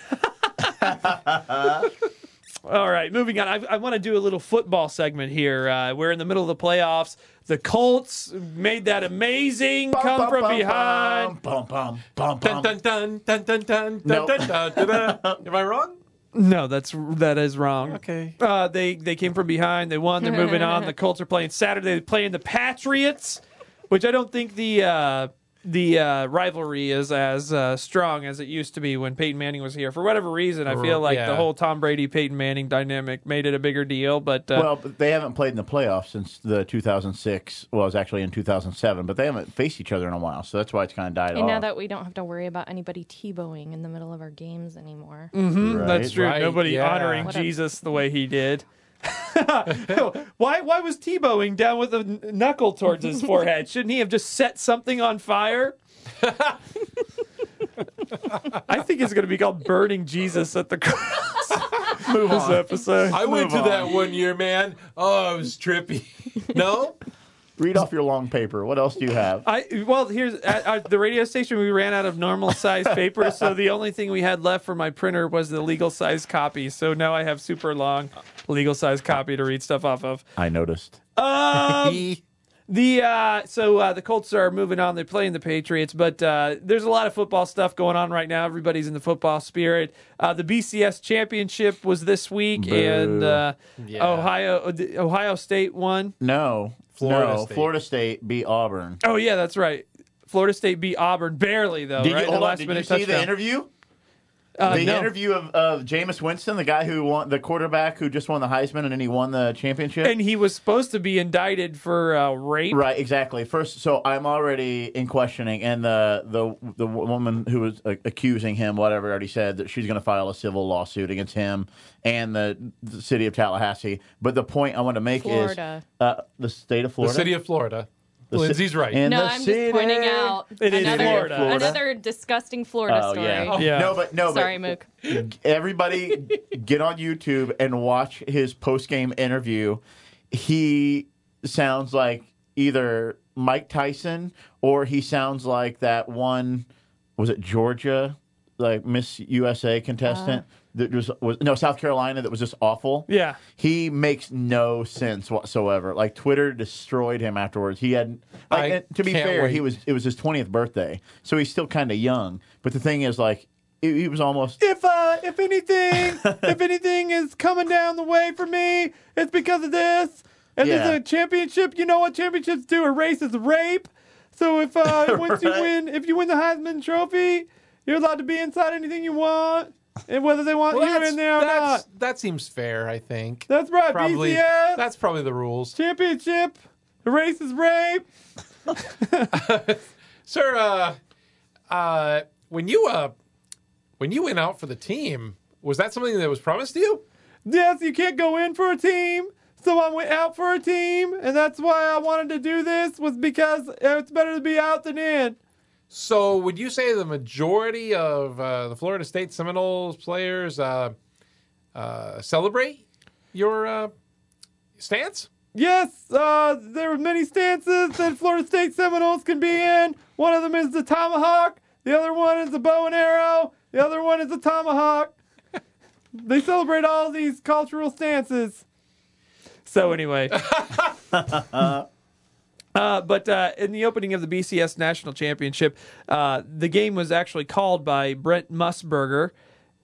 Speaker 2: All right, moving on. I, I want to do a little football segment here. Uh, we're in the middle of the playoffs. The Colts made that amazing come from behind.
Speaker 4: Bum, bum, bum, bum.
Speaker 3: Dun, dun, dun, dun, dun, dun,
Speaker 4: Nope.
Speaker 3: dun, dun, dun, dun, dun. Am I wrong?
Speaker 2: No, that's that is wrong.
Speaker 3: Okay.
Speaker 2: Uh, they they came from behind. They won. They're moving on. The Colts are playing Saturday. They're playing the Patriots, which I don't think the uh, the uh, rivalry is as uh, strong as it used to be when Peyton Manning was here. For whatever reason, I feel like the
Speaker 3: Yeah.
Speaker 2: whole Tom Brady Peyton Manning dynamic made it a bigger deal. But uh,
Speaker 4: Well, but they haven't played in the playoffs since the 2006. Well, it was actually in 2007, but they haven't faced each other in a while, so that's why it's kind of died
Speaker 1: And
Speaker 4: off.
Speaker 2: Oh.
Speaker 1: now that we don't have to worry about anybody T-bowing in the middle of our games anymore.
Speaker 2: Mm. that's true.
Speaker 3: right,
Speaker 2: Nobody
Speaker 3: yeah.
Speaker 2: honoring
Speaker 1: What a-
Speaker 2: Jesus the way he did. why why was Tebowing down with a kn- knuckle towards his forehead? Shouldn't he have just set something on fire? I think it's going to be called "Burning Jesus at the Cross." Move this episode.
Speaker 3: I went to
Speaker 4: Move
Speaker 3: that
Speaker 4: on.
Speaker 3: one year, man. Oh, it was trippy. no,
Speaker 4: Read off your long paper. What else do you have?
Speaker 2: I well here's at, at the radio station we ran out of normal size paper, so the only thing we had left for my printer was the legal size copy. So now I have super long legal size copy to read stuff off of. Um,
Speaker 4: I noticed.
Speaker 3: he
Speaker 2: The uh, so uh, the Colts are moving on. They're playing the Patriots, but uh, there's a lot of football stuff going on right now. Everybody's in the football spirit. Uh, the BCS championship was this week, and uh,
Speaker 3: Yeah.
Speaker 2: Ohio uh, Ohio State won.
Speaker 4: No.
Speaker 3: Florida
Speaker 4: no.
Speaker 3: State.
Speaker 4: Florida State beat Auburn.
Speaker 2: Oh yeah, that's right. Florida State beat Auburn barely though.
Speaker 4: Did
Speaker 2: right?
Speaker 4: you,
Speaker 2: The
Speaker 4: hold on,
Speaker 2: last
Speaker 4: did you
Speaker 2: minute
Speaker 4: see the
Speaker 2: touchdown.
Speaker 4: interview?
Speaker 2: Uh,
Speaker 4: the
Speaker 2: no.
Speaker 4: interview of, of Jameis Winston, the guy who won the quarterback who just won the Heisman and then he won the championship.
Speaker 2: and he was supposed to be indicted for uh, rape.
Speaker 4: Right, exactly. First, so I'm already in questioning, and the the the woman who was uh, accusing him, whatever, already said that she's going to file a civil lawsuit against him and the, the city of Tallahassee. But the point I want to make
Speaker 1: Florida.
Speaker 4: is uh, the state of
Speaker 3: the
Speaker 4: Florida,
Speaker 3: city of Florida.
Speaker 4: The ci-
Speaker 3: Lindsay's right.
Speaker 4: and
Speaker 1: No,
Speaker 4: the
Speaker 1: I'm
Speaker 4: city-
Speaker 1: just pointing out
Speaker 2: It is
Speaker 1: another,
Speaker 2: Florida.
Speaker 1: another disgusting Florida
Speaker 4: Oh
Speaker 1: story.
Speaker 4: yeah.
Speaker 2: Oh, Yeah.
Speaker 4: no, but no,
Speaker 1: Sorry,
Speaker 4: but
Speaker 1: Mook.
Speaker 4: everybody get on YouTube and watch his post game interview. He sounds like either Mike Tyson or he sounds like that one was it Georgia like Miss USA contestant
Speaker 3: Uh.
Speaker 4: that was, was no South Carolina that was just awful.
Speaker 2: Yeah.
Speaker 4: He makes no sense whatsoever. Like Twitter destroyed him afterwards. He had like,
Speaker 3: I
Speaker 4: and to be
Speaker 3: can't
Speaker 4: fair, he
Speaker 3: wait.
Speaker 4: was it was his 20th birthday. So he's still kind of young, but the thing is like he he was almost
Speaker 2: If uh, if anything, if anything is coming down the way for me, it's because of this. And
Speaker 4: Yeah.
Speaker 2: there's a championship. You know what championships do? A race is rape. So if uh, once you
Speaker 4: Right.
Speaker 2: win, if you win the Heisman Trophy, you're allowed to be inside anything you want, and whether they want
Speaker 3: Well,
Speaker 2: you
Speaker 3: that's-
Speaker 2: in there or
Speaker 3: that's-
Speaker 2: not.
Speaker 3: That seems fair, I think.
Speaker 2: That's right.
Speaker 3: probably
Speaker 2: BCS
Speaker 3: that's probably the rules.
Speaker 2: championship. The race is rape.
Speaker 3: Sir, uh, uh, when you uh, when you went out for the team, was that something that was promised to you?
Speaker 2: Yes, you can't go in for a team. So I went out for a team, and that's why I wanted to do this was because it's better to be out than in.
Speaker 3: So, would you say the majority of uh, the Florida State Seminoles players uh, uh, celebrate your uh, stance?
Speaker 2: Yes, uh, there are many stances that Florida State Seminoles can be in. One of them is the tomahawk. The other one is the bow and arrow. The other one is the tomahawk. they celebrate all these cultural stances. So anyway. Uh, but uh, in the opening of the BCS National Championship, uh, the game was actually called by Brent Musburger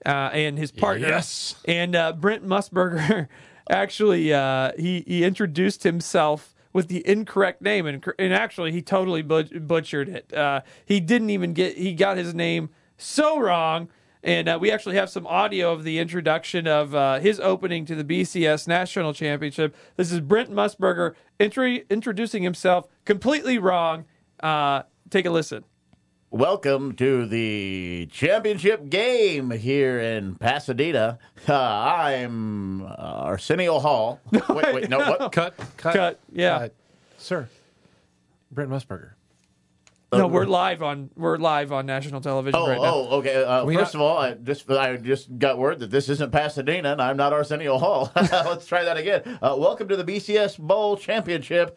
Speaker 2: uh, and his partner.
Speaker 3: Yes.
Speaker 2: And uh, Brent Musburger actually uh, he he introduced himself with the incorrect name, and and actually he totally but- butchered it. Uh, he didn't even get he got his name so wrong. And uh, we actually have some audio of the introduction of uh, his opening to the BCS National Championship. This is Brent Musburger intri- introducing himself completely wrong. Uh, take a listen.
Speaker 4: Welcome to the championship game here in Pasadena. Uh, I'm uh, Arsenio Hall. wait, wait, no, what?
Speaker 3: Cut, cut,
Speaker 2: Cut, yeah.
Speaker 3: sir. Brent Musburger.
Speaker 2: No, we're live on we're live on national television
Speaker 4: Uh-huh. Oh,
Speaker 2: right now.
Speaker 4: oh, okay. Uh,
Speaker 3: We
Speaker 4: first of
Speaker 3: not-
Speaker 4: all, I just I just got word that this isn't Pasadena, and I'm not Arsenio Hall. Let's try that again. Uh, welcome to the BCS Bowl Championship.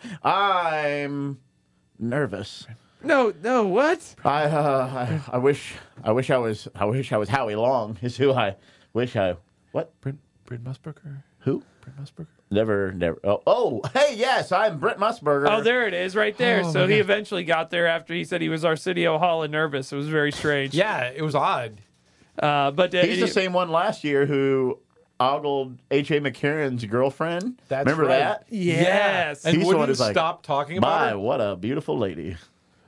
Speaker 4: I'm nervous.
Speaker 2: No, no, what?
Speaker 4: I, uh, I I wish I wish I was I wish I was Howie Long is who I wish I what
Speaker 3: Brent, Brent Musburger.
Speaker 4: who
Speaker 3: Brent Musburger.
Speaker 4: Never, never. Oh, oh, hey, yes, I'm Brent Musburger.
Speaker 2: Oh, there it is, right there.
Speaker 3: Oh,
Speaker 2: so
Speaker 3: my
Speaker 2: he
Speaker 3: God.
Speaker 2: eventually got there after he said he was Arsenio Hall and nervous. It was very strange.
Speaker 3: Yeah, it was odd.
Speaker 2: Uh, but uh,
Speaker 4: He's the same one last year who ogled AJ McCarron's girlfriend.
Speaker 3: That's
Speaker 4: Remember
Speaker 3: right.
Speaker 4: that?
Speaker 2: Yes.
Speaker 3: and
Speaker 4: He's the one
Speaker 3: wouldn't
Speaker 4: who's like,
Speaker 3: stop talking about
Speaker 4: My,
Speaker 3: it.
Speaker 4: what a beautiful lady.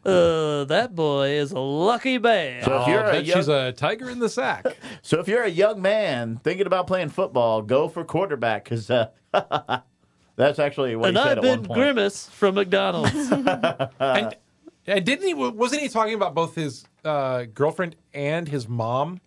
Speaker 2: Uh, that boy is a lucky man.
Speaker 4: So if you're
Speaker 3: I'll
Speaker 4: a
Speaker 3: Oh, bet
Speaker 4: young,
Speaker 3: she's a tiger in the sack.
Speaker 4: so if you're a young man thinking about playing football, go for quarterback because uh, that's actually what
Speaker 2: and
Speaker 4: he said
Speaker 2: I've
Speaker 4: at
Speaker 2: been
Speaker 4: one point.
Speaker 2: Grimace from McDonald's.
Speaker 3: and, and didn't he? Wasn't he talking about both his uh, girlfriend and his mom?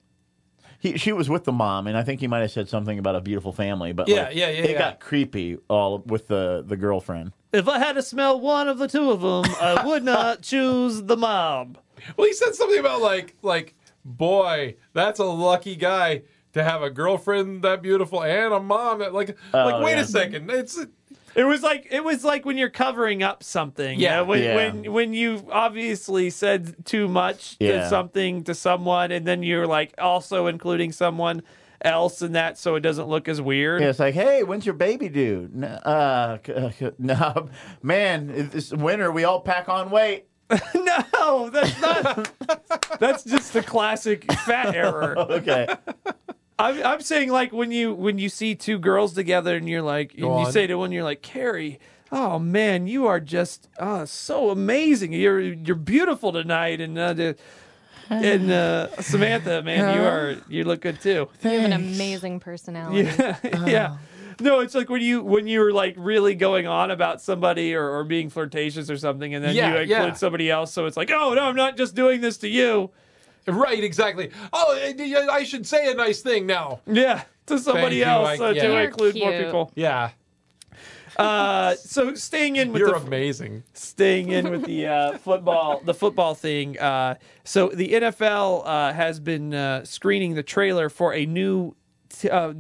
Speaker 4: he, she was with the mom, and I think he might have said something about a beautiful family. But
Speaker 3: Yeah,
Speaker 4: like,
Speaker 3: yeah, yeah,
Speaker 4: It
Speaker 3: yeah.
Speaker 4: got creepy all with the the girlfriend.
Speaker 2: If I had to smell one of the two of them, I would not choose the mob.
Speaker 3: Well, he said something about like like boy, that's a lucky guy to have a girlfriend that beautiful and a mom that like like wait
Speaker 4: yeah.
Speaker 3: a second, it's
Speaker 2: It was like it was like when you're covering up something.
Speaker 3: Yeah.
Speaker 2: when,
Speaker 4: Yeah.
Speaker 2: when when you obviously said too much to
Speaker 4: Yeah.
Speaker 2: something to someone, and then you're like also including someone else in that, so it doesn't look as weird.
Speaker 4: Yeah, it's like, hey, when's your baby due? N- Uh, c- uh, c- no, man, it- it's winter. We all pack on weight.
Speaker 2: no, that's not. that's just the classic fat error.
Speaker 4: Okay, Oh,
Speaker 2: I'm, I'm saying like when you when you see two girls together and you're like and you
Speaker 3: on.
Speaker 2: say to one you're like Carrie, oh man, you are just uh, so amazing. You're you're beautiful tonight and uh, the- and uh, Samantha, man, you are you look good too.
Speaker 1: You have an amazing personality.
Speaker 2: Yeah, yeah. No, it's like when you when you're like really going on about somebody or, or being flirtatious or something, and then
Speaker 3: Yeah,
Speaker 2: you include
Speaker 3: yeah.
Speaker 2: somebody else. So it's like, oh no, I'm not just doing this to you.
Speaker 3: right exactly. Oh, I- I should say a nice thing now.
Speaker 2: Yeah, to somebody
Speaker 3: you,
Speaker 2: else.
Speaker 3: like,
Speaker 2: so
Speaker 3: yeah.
Speaker 2: to
Speaker 1: You're
Speaker 2: include more
Speaker 1: cute.
Speaker 2: people.
Speaker 3: Yeah,
Speaker 2: Uh, so staying in with
Speaker 3: you're
Speaker 2: the
Speaker 3: amazing.
Speaker 2: staying in with the uh, football the football thing. Uh, so the NFL uh, has been uh, screening the trailer for a new. T- uh,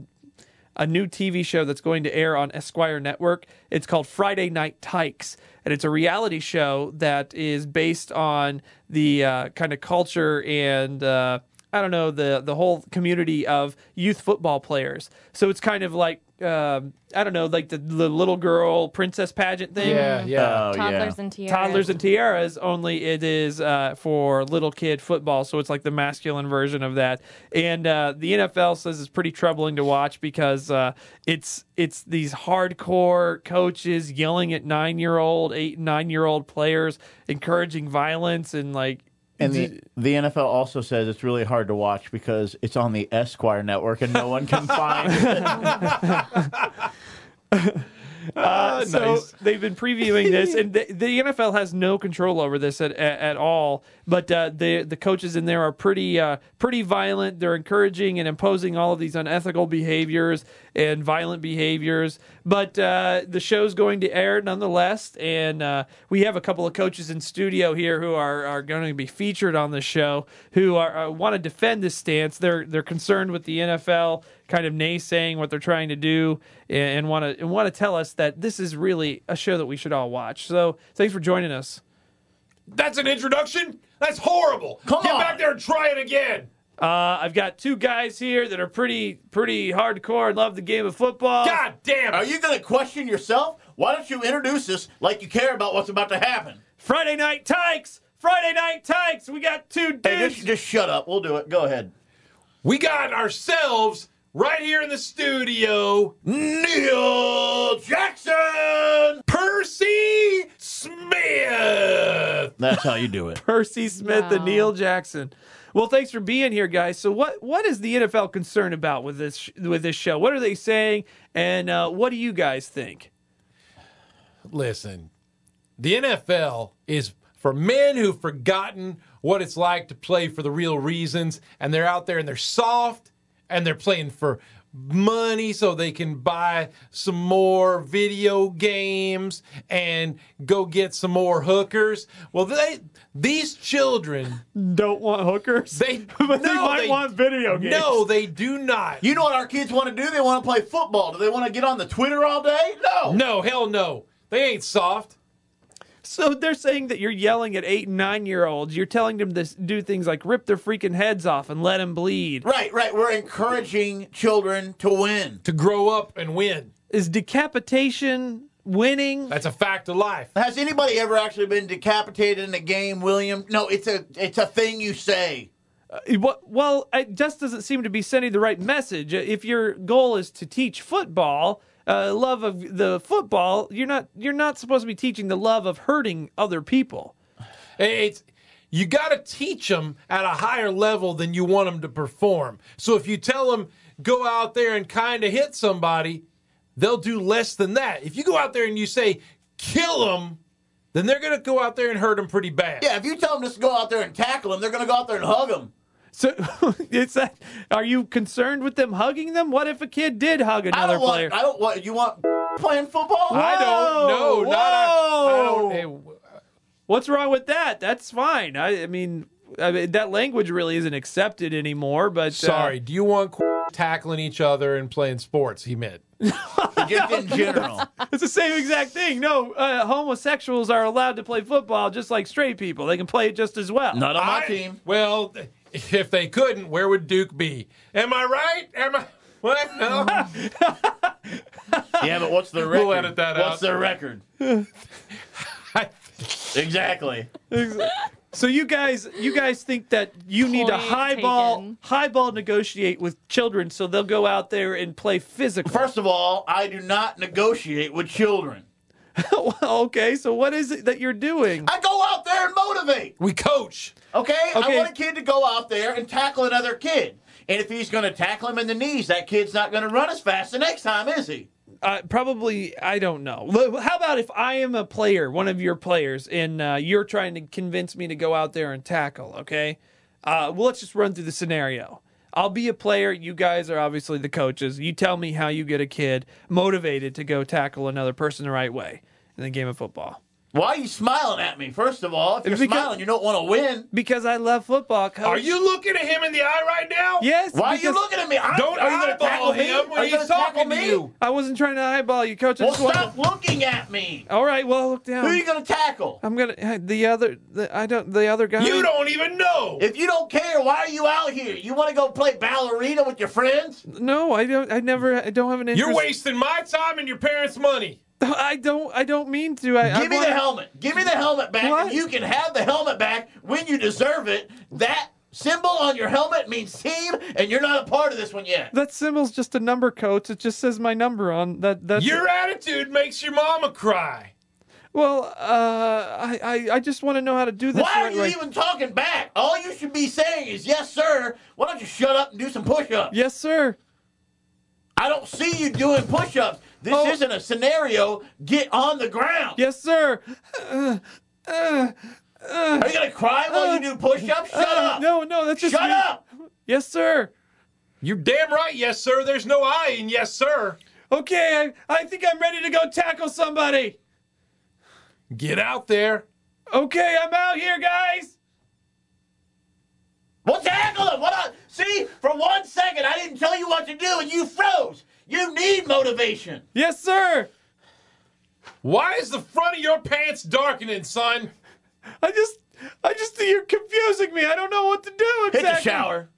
Speaker 2: a new TV show that's going to air on Esquire Network. It's called Friday Night Tykes, and it's a reality show that is based on the uh, kind of culture and uh, I don't know the the whole community of youth football players. So it's kind of like um, I don't know, like the, the little girl princess pageant thing
Speaker 3: Yeah, yeah.
Speaker 4: oh
Speaker 1: Toddlers
Speaker 4: yeah,
Speaker 1: and tiaras.
Speaker 2: toddlers and tiaras only it is uh, for little kid football so it's like the masculine version of that and uh, the nfl says it's pretty troubling to watch because uh, it's it's these hardcore coaches yelling at nine year old eight and nine year old players encouraging violence and like
Speaker 4: and the the NFL also says it's really hard to watch because it's on the Esquire network and no one can find it.
Speaker 2: Uh, so they've been previewing this, and the, the NFL has no control over this at, at, at all. But uh, the the coaches in there are pretty uh, pretty violent. They're encouraging and imposing all of these unethical behaviors and violent behaviors. But uh, the show's going to air nonetheless, and uh, we have a couple of coaches in studio here who are, are going to be featured on the show who are uh, want to defend this stance. They're they're concerned with the NFL kind of naysaying what they're trying to do and want to and want to tell us that this is really a show that we should all watch. So thanks for joining us.
Speaker 3: That's an introduction. That's horrible.
Speaker 4: Come
Speaker 3: Get
Speaker 4: on.
Speaker 3: back there and try it again.
Speaker 2: Uh, I've got two guys here that are pretty pretty hardcore and love the game of football.
Speaker 3: God damn.
Speaker 4: Are
Speaker 3: It.
Speaker 4: you going to question yourself? Why don't you introduce us like you care about what's about to happen?
Speaker 2: Friday night tykes. Friday night tykes. We got two dudes.
Speaker 4: Hey, just, just shut up. We'll do it. Go ahead.
Speaker 3: We got ourselves right here in the studio. Neil Jackson, Percy Smith.
Speaker 4: That's how you do it.
Speaker 2: Percy Smith and
Speaker 1: Wow.
Speaker 2: Neil Jackson. Well, thanks for being here, guys. So, what what is the NFL concerned about with this with this show? What are they saying, and uh, what do you guys think?
Speaker 3: listen, the NFL is for men who've forgotten what it's like to play for the real reasons, and they're out there and they're soft and they're playing for money so they can buy some more video games and go get some more hookers. Well, they these children,
Speaker 2: Don't want hookers.
Speaker 3: they,
Speaker 2: but they
Speaker 3: no,
Speaker 2: might want video games.
Speaker 3: No, they do not.
Speaker 4: You know what our kids want to do? They want to play football. Do they want to get on the Twitter all day? No.
Speaker 3: no, hell no. They ain't soft.
Speaker 2: So they're saying that you're yelling at eight and nine year olds. You're telling them to s- do things like rip their freaking heads off and let them bleed.
Speaker 4: Right, right. We're encouraging children to win.
Speaker 3: To grow up and win.
Speaker 2: Is decapitation winning?
Speaker 3: That's a fact of life.
Speaker 4: Has anybody ever actually been decapitated in a game, William? No, it's a it's a thing you say.
Speaker 2: Well- Well, it just doesn't seem to be sending the right message. Uh, If your goal is to teach football, uh, love of the football, you're not you're not supposed to be teaching the love of hurting other people.
Speaker 3: It's you got to teach them at a higher level than you want them to perform. So if you tell them go out there and kind of hit somebody, they'll do less than that. If you go out there and you say kill them, then they're going to go out there and hurt them pretty bad.
Speaker 4: Yeah, if you tell them just to go out there and tackle them, they're going to go out there and hug them.
Speaker 2: So it's that. Are you concerned with them hugging them? What if a kid did hug
Speaker 4: I
Speaker 2: another
Speaker 4: don't
Speaker 2: player?
Speaker 4: want. I don't want. You want playing football?
Speaker 3: I don't know. Not I I don't. eh, Hey, w-
Speaker 2: What's wrong with that? That's fine. I, I mean, I mean, that language really isn't accepted anymore. But uh,
Speaker 3: sorry. Do you want tackling each other and playing sports? He meant.
Speaker 4: Just in general.
Speaker 2: it's the same exact thing. No, uh, homosexuals are allowed to play football just like straight people. They can play it just as well.
Speaker 4: Not on my
Speaker 3: I-
Speaker 4: team.
Speaker 3: Well, if they couldn't, where would Duke be? Am I right? Am I? What? No.
Speaker 4: Yeah, but what's the record?
Speaker 3: We'll edit that
Speaker 4: what's
Speaker 3: out.
Speaker 4: the record? exactly.
Speaker 2: So you guys, you guys think that you need to
Speaker 1: Point
Speaker 2: highball,
Speaker 1: taken.
Speaker 2: highball negotiate with children so they'll go out there and play physical.
Speaker 4: First of all, I do not negotiate with children.
Speaker 2: okay, so what is it that you're doing?
Speaker 4: I go out there and motivate.
Speaker 3: we coach.
Speaker 4: Okay?
Speaker 2: Okay.
Speaker 4: I want a kid to go out there and tackle another kid. And if he's going to tackle him in the knees, that kid's not going to run as fast the next time, is he?
Speaker 2: Uh, probably, I don't know. L- How about if I am a player, one of your players, and uh, you're trying to convince me to go out there and tackle, okay? Uh, well, let's just run through the scenario. I'll be a player. You guys are obviously the coaches. You tell me how you get a kid motivated to go tackle another person the right way in the game of football.
Speaker 4: Why are you smiling at me? First of all, if you're
Speaker 2: Because-
Speaker 4: smiling, you don't want to win.
Speaker 2: Because I love football, coach.
Speaker 3: Are you looking at him in the eye right now?
Speaker 2: Yes.
Speaker 4: Why are you
Speaker 2: because
Speaker 4: looking at me? I,
Speaker 3: Don't
Speaker 4: are you gonna
Speaker 3: eyeball
Speaker 4: tackle me?
Speaker 3: him
Speaker 4: Are
Speaker 3: when
Speaker 4: you
Speaker 3: he's
Speaker 4: gonna tackle
Speaker 3: talking to
Speaker 4: me?
Speaker 3: you.
Speaker 2: I wasn't trying to eyeball you, coach. I
Speaker 4: Well,
Speaker 2: just wanted-
Speaker 4: stop looking at me.
Speaker 2: All right. Well, look down.
Speaker 4: Who are you going to tackle?
Speaker 2: I'm gonna the other. The, I don't. The other guy.
Speaker 3: You don't even know.
Speaker 4: If you don't care, why are you out here? You want to go play ballerina with your friends?
Speaker 2: No, I don't. I never. I don't have an interest.
Speaker 3: You're wasting my time and your parents' money.
Speaker 2: I don't. I don't mean to. I, I
Speaker 4: Give me
Speaker 2: wanna-
Speaker 4: the helmet. Give me the helmet back.
Speaker 2: What?
Speaker 4: And you can have the helmet back when you deserve it. That symbol on your helmet means team, and you're not a part of this one yet.
Speaker 2: That symbol's just a number, coach. It just says my number on that. That's
Speaker 3: Your attitude makes your mama cry.
Speaker 2: well. Uh, I, I I just want to know how to do this.
Speaker 4: Why are
Speaker 2: right
Speaker 4: you
Speaker 2: way.
Speaker 4: even talking back? All you should be saying is, yes, sir. Why don't you shut up and do some push ups?
Speaker 2: Yes, sir.
Speaker 4: I don't see you doing push ups. This
Speaker 2: Oh.
Speaker 4: isn't a scenario. Get on the ground.
Speaker 2: Yes, sir. Uh,
Speaker 4: Are you going to cry while you do push ups? Shut up.
Speaker 2: uh, No, no. That's just
Speaker 4: Shut
Speaker 2: me.
Speaker 4: up.
Speaker 2: Yes, sir.
Speaker 3: You're damn right, yes, sir. There's no I in yes, sir.
Speaker 2: Okay, I, I think I'm ready to go tackle somebody.
Speaker 3: Get out there.
Speaker 2: Okay, I'm out here, guys.
Speaker 4: Well, tackle him. What? a- See, for one second, I didn't tell you what to do, and you froze. You need motivation.
Speaker 2: Yes, sir.
Speaker 3: Why is the front of your pants darkening, son?
Speaker 2: I just, I just, you're confusing me. I don't know what to do
Speaker 4: Hit
Speaker 2: exactly.
Speaker 4: the shower.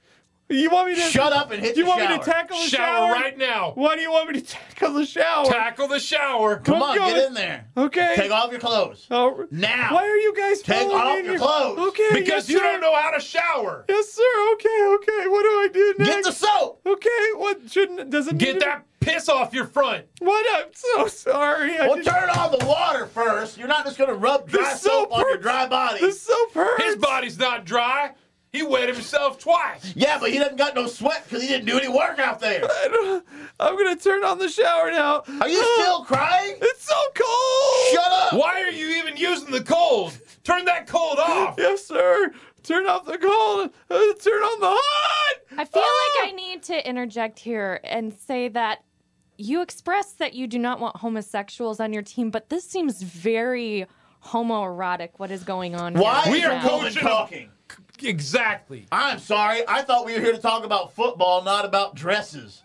Speaker 2: You want me to
Speaker 4: Shut up and hit
Speaker 2: You
Speaker 4: the
Speaker 2: want
Speaker 4: shower.
Speaker 2: me to tackle the shower?
Speaker 3: Shower right now.
Speaker 2: Why do you want me to tackle the shower?
Speaker 3: Tackle the shower.
Speaker 4: Come on,
Speaker 2: Go-
Speaker 4: get in there.
Speaker 2: okay.
Speaker 4: Take off your clothes.
Speaker 2: Oh,
Speaker 4: Now.
Speaker 2: Why are you guys
Speaker 4: Take
Speaker 2: following
Speaker 4: off
Speaker 2: me in
Speaker 4: your
Speaker 2: here?
Speaker 4: clothes.
Speaker 2: Okay.
Speaker 3: Because
Speaker 2: yes,
Speaker 3: you
Speaker 2: sir.
Speaker 3: don't know how to shower.
Speaker 2: Yes, sir. Okay. Okay. What do I do next?
Speaker 4: Get the soap.
Speaker 2: okay. What shouldn't? Doesn't
Speaker 3: Get that piss off your front.
Speaker 2: What? I'm so sorry. I
Speaker 4: Well,
Speaker 2: didn't-
Speaker 4: turn on the water first. You're not just going to rub dry
Speaker 2: The
Speaker 4: soap,
Speaker 2: soap
Speaker 4: on your
Speaker 2: hurts.
Speaker 4: dry body.
Speaker 2: This soap hurts.
Speaker 3: His body's not dry. He wet himself twice.
Speaker 4: Yeah, but he doesn't got no sweat because he didn't do any work out there.
Speaker 2: I don't- I'm gonna turn on the shower now.
Speaker 4: Are you
Speaker 2: Ah,
Speaker 4: still crying?
Speaker 2: It's so cold.
Speaker 4: Shut up.
Speaker 3: Why are you even using the cold? Turn that cold off.
Speaker 2: Yes, sir. Turn off the cold. Uh, turn on the hot. Ah!
Speaker 1: I feel like I need to interject here and say that you expressed that you do not want homosexuals on your team, but this seems very homoerotic what is going on
Speaker 4: Why
Speaker 1: here.
Speaker 3: We
Speaker 4: is
Speaker 3: are
Speaker 1: now.
Speaker 4: woman
Speaker 3: coaching-
Speaker 4: talking?
Speaker 3: Exactly.
Speaker 4: I'm sorry. I thought we were here to talk about football, not about dresses.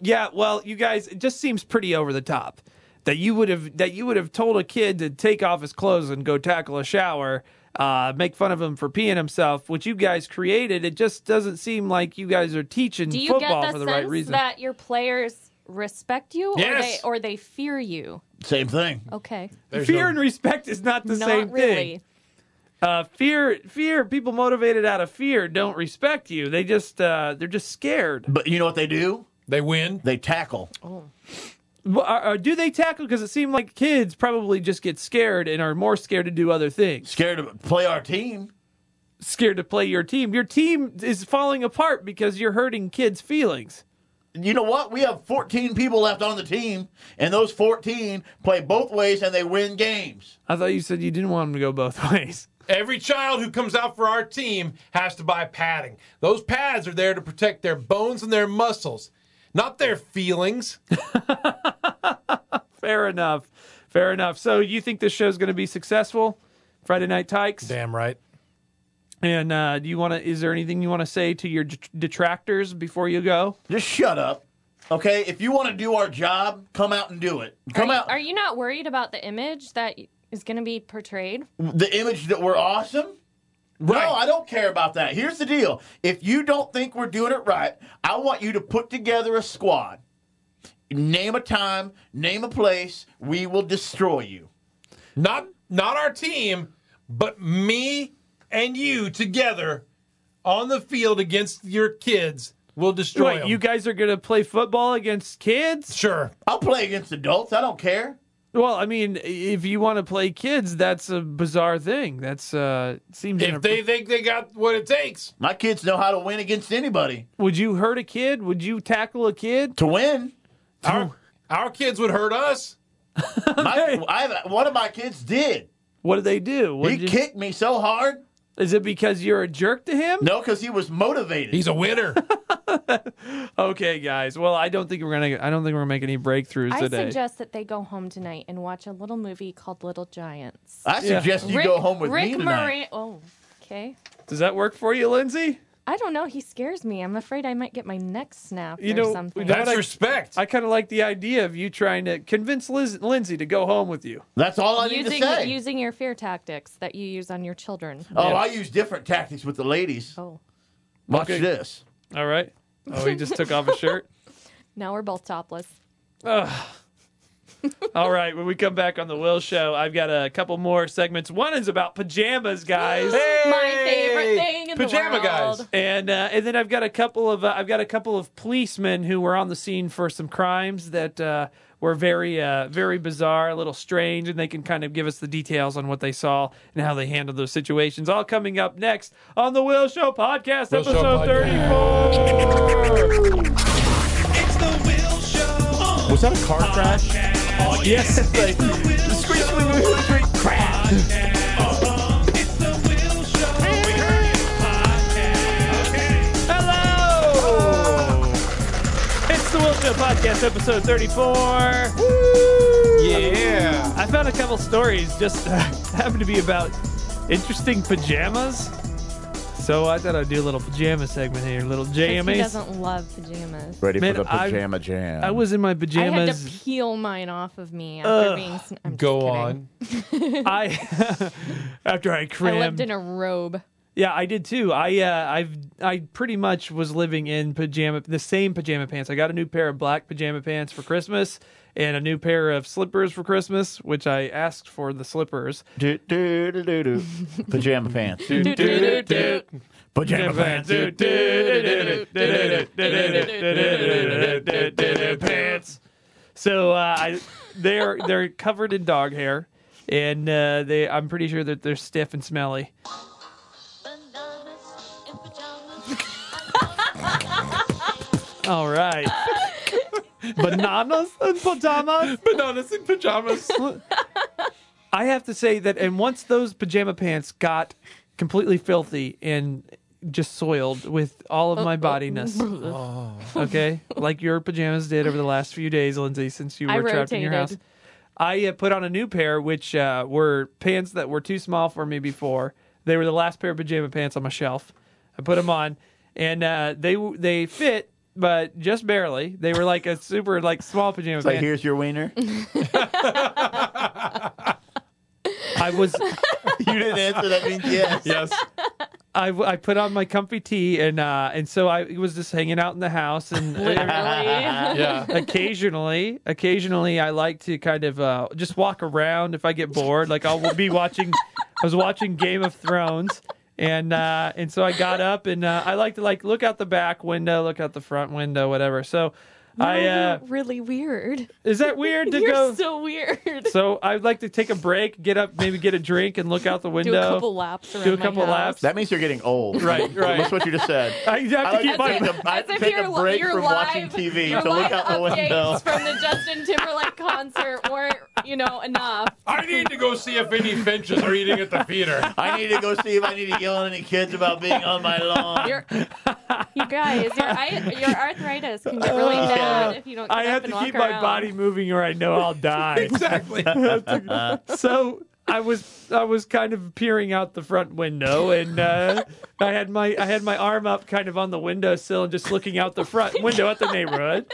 Speaker 2: Yeah, well, you guys, it just seems pretty over the top that you would have that you would have told a kid to take off his clothes and go tackle a shower, uh, make fun of him for peeing himself, which you guys created. It just doesn't seem like you guys are teaching
Speaker 1: Do you
Speaker 2: football
Speaker 1: get
Speaker 2: for
Speaker 1: the,
Speaker 2: the
Speaker 1: sense
Speaker 2: right reason.
Speaker 1: that your players respect you
Speaker 3: Yes.
Speaker 1: or they or they fear you?
Speaker 4: Same thing.
Speaker 1: Okay.
Speaker 3: There's
Speaker 2: fear
Speaker 3: no-
Speaker 2: and respect is not the
Speaker 1: not
Speaker 2: same
Speaker 1: really.
Speaker 2: thing. Uh, fear, fear. People motivated out of fear don't respect you. They just uh, they're just scared.
Speaker 4: But you know what they do?
Speaker 3: They win.
Speaker 4: They tackle.
Speaker 2: Well, Are, are, uh, do they tackle? Because it seemed like kids probably just get scared and are more scared to do other things.
Speaker 4: Scared to play our team.
Speaker 2: scared to play your team. Your team is falling apart because you're hurting kids' feelings.
Speaker 4: You know what? We have 14 people left on the team, and those 14 play both ways and they win games.
Speaker 2: I thought you said you didn't want them to go both ways.
Speaker 3: Every child who comes out for our team has to buy padding. Those pads are there to protect their bones and their muscles, not their feelings.
Speaker 2: Fair enough. Fair enough. So you think this show's going to be successful? Friday Night Tykes.
Speaker 3: Damn right.
Speaker 2: And uh, do you want to? Is there anything you want to say to your det- detractors before you go?
Speaker 4: Just shut up. Okay, if you want to do our job, come out and do it. Come out.
Speaker 1: Are you not worried about the image that is going to be portrayed?
Speaker 4: the image that we're awesome? No, I don't care about that. Here's the deal. If you don't think we're doing it right, I want you to put together a squad. Name a time, name a place, we will destroy you.
Speaker 3: Not not our team, but me and you together on the field against your kids will destroy
Speaker 2: Wait,
Speaker 3: 'em.
Speaker 2: you guys are going to play football against kids?
Speaker 3: sure.
Speaker 4: I'll play against adults, I don't care.
Speaker 2: Well, I mean, if you want to play kids, that's a bizarre thing. That's uh seems.
Speaker 3: If they think they got what it takes,
Speaker 4: My kids know how to win against anybody.
Speaker 2: would you hurt a kid? Would you tackle a kid?
Speaker 4: To win,
Speaker 3: our, our kids would hurt us.
Speaker 4: my, I, one of my kids did.
Speaker 2: What do they do? What
Speaker 4: he
Speaker 2: did you-
Speaker 4: kicked me so hard.
Speaker 2: Is it because you're a jerk to him?
Speaker 4: No, because he was motivated.
Speaker 3: He's a winner.
Speaker 2: Okay, guys. Well, I don't think we're gonna. I don't think we're gonna make any breakthroughs
Speaker 1: I
Speaker 2: today.
Speaker 1: suggest that they go home tonight and watch a little movie called Little Giants.
Speaker 4: I
Speaker 2: Yeah.
Speaker 4: suggest you go home with
Speaker 1: Rick
Speaker 4: me tonight.
Speaker 1: Moran- oh, okay.
Speaker 2: Does that work for you, Lindsay?
Speaker 1: I don't know. He scares me. I'm afraid I might get my neck snapped
Speaker 2: You
Speaker 1: or
Speaker 2: know,
Speaker 1: something.
Speaker 2: that-
Speaker 3: That's
Speaker 2: I-
Speaker 3: respect.
Speaker 2: I kind of like the idea of you trying to convince Liz- Lindsay to go home with you.
Speaker 4: That's all I need
Speaker 1: using,
Speaker 4: to say.
Speaker 1: using your fear tactics that you use on your children.
Speaker 4: oh,
Speaker 2: Yeah.
Speaker 4: I use different tactics with the ladies.
Speaker 1: Oh,
Speaker 4: Watch
Speaker 2: Okay.
Speaker 4: this.
Speaker 2: All right. Oh, he just took off his shirt.
Speaker 1: now we're both topless.
Speaker 2: All right. When we come back on the Will Show, I've got a couple more segments. One is about pajamas, guys.
Speaker 1: My favorite thing in
Speaker 3: Pajama
Speaker 1: the world.
Speaker 3: guys.
Speaker 2: And uh, and then I've got a couple of uh, I've got a couple of policemen who were on the scene for some crimes that uh, were very uh, very bizarre, a little strange, and they can kind of give us the details on what they saw and how they handled those situations. All coming up next on the Will Show podcast,
Speaker 3: Will Show
Speaker 2: episode thirty four.
Speaker 5: It's the Will Show.
Speaker 4: Was that a car crash?
Speaker 5: Oh, yes. It's the Will Show. Podcast. It's the Will Show. Podcast. Okay.
Speaker 2: Hello. It's the Will Show podcast, episode thirty four.
Speaker 3: yeah.
Speaker 2: I found a couple stories just uh, happened to be about interesting pajamas. So I thought I'd do a little pajama segment here, little
Speaker 1: 'Cause He
Speaker 2: jammies.
Speaker 1: doesn't love pajamas.
Speaker 4: Ready
Speaker 2: Man, the I- pajama
Speaker 4: jam.
Speaker 2: I was in my
Speaker 1: I had to
Speaker 2: pajamas.
Speaker 1: peel mine off of me after
Speaker 2: Ugh.
Speaker 1: being. Sn- I'm
Speaker 3: Go
Speaker 1: just kidding.
Speaker 3: on.
Speaker 2: I after I
Speaker 1: I lived
Speaker 2: crammed.
Speaker 1: in a robe.
Speaker 2: yeah, I did too. I uh, I've I pretty much was living in pajama the same pajama pants. I got a new pair of black pajama pants for Christmas and a new pair of slippers for Christmas, which I asked for the slippers.
Speaker 4: Do, do, do, do, do. Pajama pants.
Speaker 1: Do, do, do, do.
Speaker 4: Pajama pants. Do, do, do, do, do, do.
Speaker 2: pants. So uh, I, they're they're covered in dog hair, and uh, they I'm pretty sure that they're stiff and smelly.
Speaker 6: Bananas in pajamas.
Speaker 2: All right, bananas and pajamas.
Speaker 3: Bananas in pajamas.
Speaker 2: I have to say that, and once those pajama pants got completely filthy and just soiled with all of my bodiness, okay, like your pajamas did over the last few days, Lindsay, since you were
Speaker 1: I
Speaker 2: trapped in your house.
Speaker 1: rotated.
Speaker 2: I uh, put on a new pair, which uh, were pants that were too small for me before. They were the last pair of pajama pants on my shelf. I put them on, and uh, they w- they fit, but just barely. They were like a super like small pajama
Speaker 4: Like,
Speaker 2: pant.
Speaker 4: here's your wiener. You
Speaker 2: I was
Speaker 4: didn't answer. That means yes.
Speaker 3: yes.
Speaker 2: I, w- I put on my comfy tee, and uh, and so I was just hanging out in the house and.
Speaker 1: Literally.
Speaker 3: Yeah.
Speaker 2: occasionally occasionally i like to kind of uh, just walk around if i get bored like i'll be watching i was watching game of thrones and uh, and so i got up and uh, i like to like look out the back window look out the front window whatever so i uh,
Speaker 1: really weird.
Speaker 2: is that weird to
Speaker 1: You're
Speaker 2: go
Speaker 1: so weird.
Speaker 2: so i'd like to take a break get up maybe get a drink and look out the window
Speaker 1: Do a couple laps around
Speaker 2: do a
Speaker 1: my
Speaker 2: couple
Speaker 1: house.
Speaker 2: laps
Speaker 4: That means you're getting old.
Speaker 2: Right, right.
Speaker 4: That's what you just said.
Speaker 2: i have to
Speaker 4: I like
Speaker 2: keep
Speaker 4: to
Speaker 2: my
Speaker 4: take a- I have to
Speaker 1: if
Speaker 4: take a
Speaker 1: your-
Speaker 4: break
Speaker 1: your
Speaker 4: from watching
Speaker 1: live-
Speaker 4: TV
Speaker 1: your
Speaker 4: to look
Speaker 1: live
Speaker 4: out the
Speaker 1: updates
Speaker 4: window.
Speaker 1: From the Justin Timberlake concert weren't you know, enough.
Speaker 3: I need to go see if any finches are eating at the feeder.
Speaker 4: I need to go see if I need to yell at any kids about being on my lawn.
Speaker 1: Your, you guys, your, I- your arthritis can get really bad if you don't. Get
Speaker 2: I
Speaker 1: up
Speaker 2: have to
Speaker 1: and walk
Speaker 2: keep my
Speaker 1: around.
Speaker 2: body moving or I know I'll die.
Speaker 3: exactly.
Speaker 2: so I was I was kind of peering out the front window, and uh, I had my I had my arm up, kind of on the windowsill, and just looking out the front window at the neighborhood.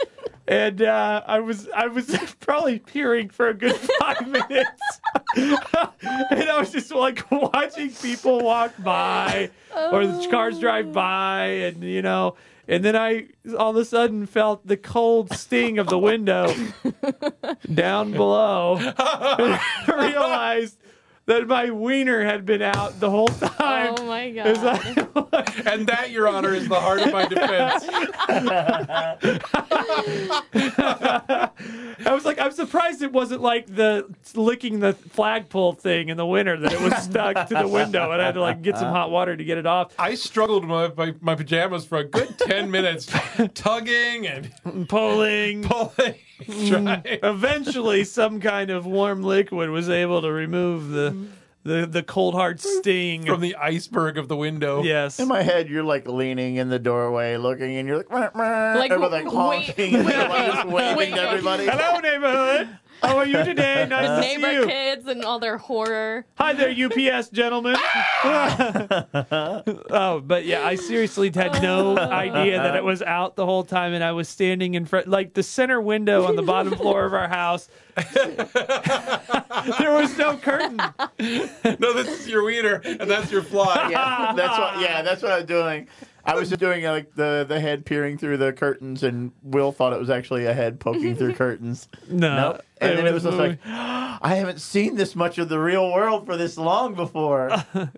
Speaker 2: And uh, I was I was probably peering for a good five minutes, and I was just like watching people walk by or the cars drive by, and you know. And then I all of a sudden felt the cold sting of the window down below. I realized that my wiener had been out the whole time.
Speaker 1: Oh my
Speaker 2: It was
Speaker 1: god!
Speaker 2: like-
Speaker 3: And that, Your Honor, is the heart of my defense.
Speaker 2: I was like, I'm surprised it wasn't like the licking the flagpole thing in the winter that it was stuck to the window and I had to like get some hot water to get it off.
Speaker 3: I struggled with my, my, my pajamas for a good 10 minutes, tugging and
Speaker 2: And pulling.
Speaker 3: pulling. trying.
Speaker 2: Eventually, some kind of warm liquid was able to remove the the, the cold hard sting.
Speaker 3: From the iceberg of the window.
Speaker 2: yes.
Speaker 4: In my head, you're like leaning in the doorway, looking, and you're like, "Meh, meh,"
Speaker 1: Like,
Speaker 4: and we're, like
Speaker 1: wait,
Speaker 4: honking, and
Speaker 1: wait,
Speaker 4: everybody's just waving
Speaker 1: wait.
Speaker 4: to everybody.
Speaker 2: Hello, neighborhood. How are you today? Nice to see
Speaker 1: Neighbor
Speaker 2: you.
Speaker 1: kids and all their horror.
Speaker 2: Hi there, UPS gentlemen. oh, but yeah, I seriously had no idea that it was out the whole time, and I was standing in front, like the center window on the bottom floor of our house. there was no curtain.
Speaker 3: No, this is your wiener, and that's your fly.
Speaker 4: yeah, that's what. Yeah, that's what I was doing. I was just doing like the the head peering through the curtains, and Will thought it was actually a head poking through curtains.
Speaker 2: No,
Speaker 4: Nope. And then it was just like, I haven't seen this much of the real world for this long before.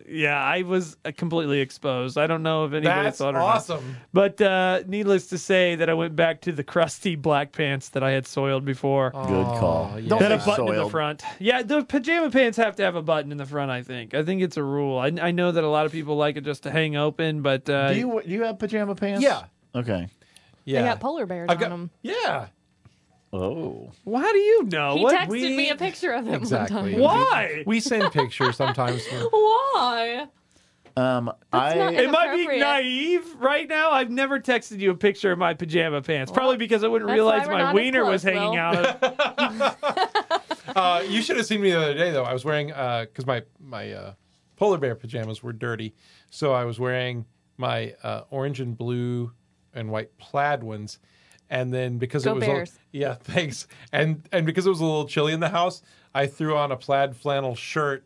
Speaker 2: yeah, I was uh, completely exposed. I don't know if anybody
Speaker 3: That's
Speaker 2: thought or not.
Speaker 3: awesome.
Speaker 2: But uh, needless to say, that I went back to the crusty black pants that I had soiled before.
Speaker 4: Good call.
Speaker 3: yeah.
Speaker 4: Don't
Speaker 2: That a
Speaker 4: say
Speaker 2: button in the
Speaker 4: soiled.
Speaker 2: front. Yeah, the pajama pants have to have a button in the front. I think. I think it's a rule. I, I know that a lot of people like it just to hang open, but uh,
Speaker 4: Do you do you have pajama pants?
Speaker 3: Yeah.
Speaker 4: Okay.
Speaker 3: Yeah.
Speaker 1: They got polar bears
Speaker 3: I've
Speaker 1: on
Speaker 3: got-
Speaker 1: them.
Speaker 3: Yeah.
Speaker 4: Oh.
Speaker 2: well, how do you know?
Speaker 1: He
Speaker 2: what
Speaker 1: texted
Speaker 2: we-
Speaker 1: me a picture of them one
Speaker 3: Exactly.
Speaker 1: time.
Speaker 2: Why?
Speaker 3: We send pictures sometimes. for-
Speaker 1: Why?
Speaker 4: Um.
Speaker 1: not-
Speaker 4: I.
Speaker 2: Am I being
Speaker 1: Inappropriate.
Speaker 2: naive right now? I've never texted you a picture of my pajama pants. Probably because I wouldn't
Speaker 1: That's
Speaker 2: realize
Speaker 1: why we're
Speaker 2: my
Speaker 1: not as
Speaker 2: wiener was
Speaker 1: close,
Speaker 2: hanging
Speaker 1: Will.
Speaker 2: out. Of...
Speaker 3: Uh, you should have seen me the other day, though. I was wearing because my my uh, polar bear pajamas were dirty, so I was wearing my uh, orange and blue and white plaid ones. And then because
Speaker 1: Go
Speaker 3: it was
Speaker 1: Bears.
Speaker 3: A, yeah, thanks. And and because it was a little chilly in the house, I threw on a plaid flannel shirt.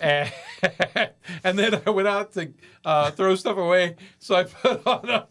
Speaker 3: and, and then I went out to uh, throw stuff away, so I put on a,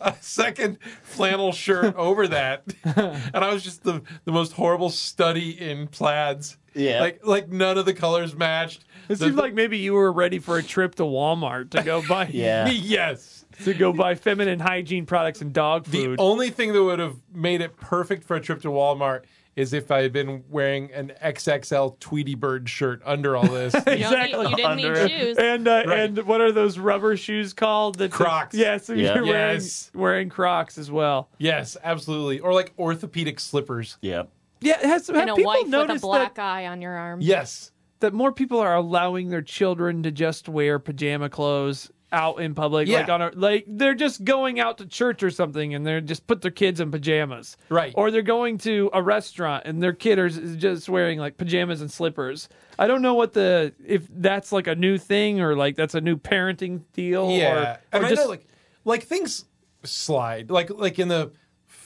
Speaker 3: a second flannel shirt over that, and I was just the the most horrible study in plaids.
Speaker 4: Yeah.
Speaker 3: like like none of the colors matched.
Speaker 2: It
Speaker 3: The-
Speaker 2: seems like maybe you were ready for a trip to Walmart to go buy
Speaker 4: Yeah.
Speaker 3: yes.
Speaker 2: to go buy feminine hygiene products and dog
Speaker 3: The
Speaker 2: food.
Speaker 3: only thing that would have made it perfect for a trip to Walmart is if I had been wearing an XXL Tweety Bird shirt under all this.
Speaker 1: You, don't need- you didn't
Speaker 4: Under it.
Speaker 1: need shoes.
Speaker 2: And uh,
Speaker 3: Right.
Speaker 2: and what are those rubber shoes called? That
Speaker 3: Crocs.
Speaker 2: yeah, so
Speaker 4: Yeah.
Speaker 2: you're wearing
Speaker 3: Yes.
Speaker 2: wearing Crocs as well.
Speaker 3: yes, absolutely. Or like orthopedic slippers.
Speaker 4: Yeah.
Speaker 2: Yeah, has, have
Speaker 1: and a
Speaker 2: people
Speaker 1: wife with a
Speaker 2: noticed
Speaker 1: black
Speaker 2: that,
Speaker 1: eye on your arm.
Speaker 3: Yes.
Speaker 2: that more people are allowing their children to just wear pajama clothes out in public,
Speaker 3: Yeah.
Speaker 2: like on a like they're just going out to church or something, and they're just put their kids in pajamas,
Speaker 3: Right.
Speaker 2: Or they're going to a restaurant and their kid is- is just wearing like pajamas and slippers. I don't know what the if that's like a new thing or like that's a new parenting deal. or,
Speaker 3: Yeah,
Speaker 2: or
Speaker 3: and I
Speaker 2: just,
Speaker 3: know like like things slide. Like like in the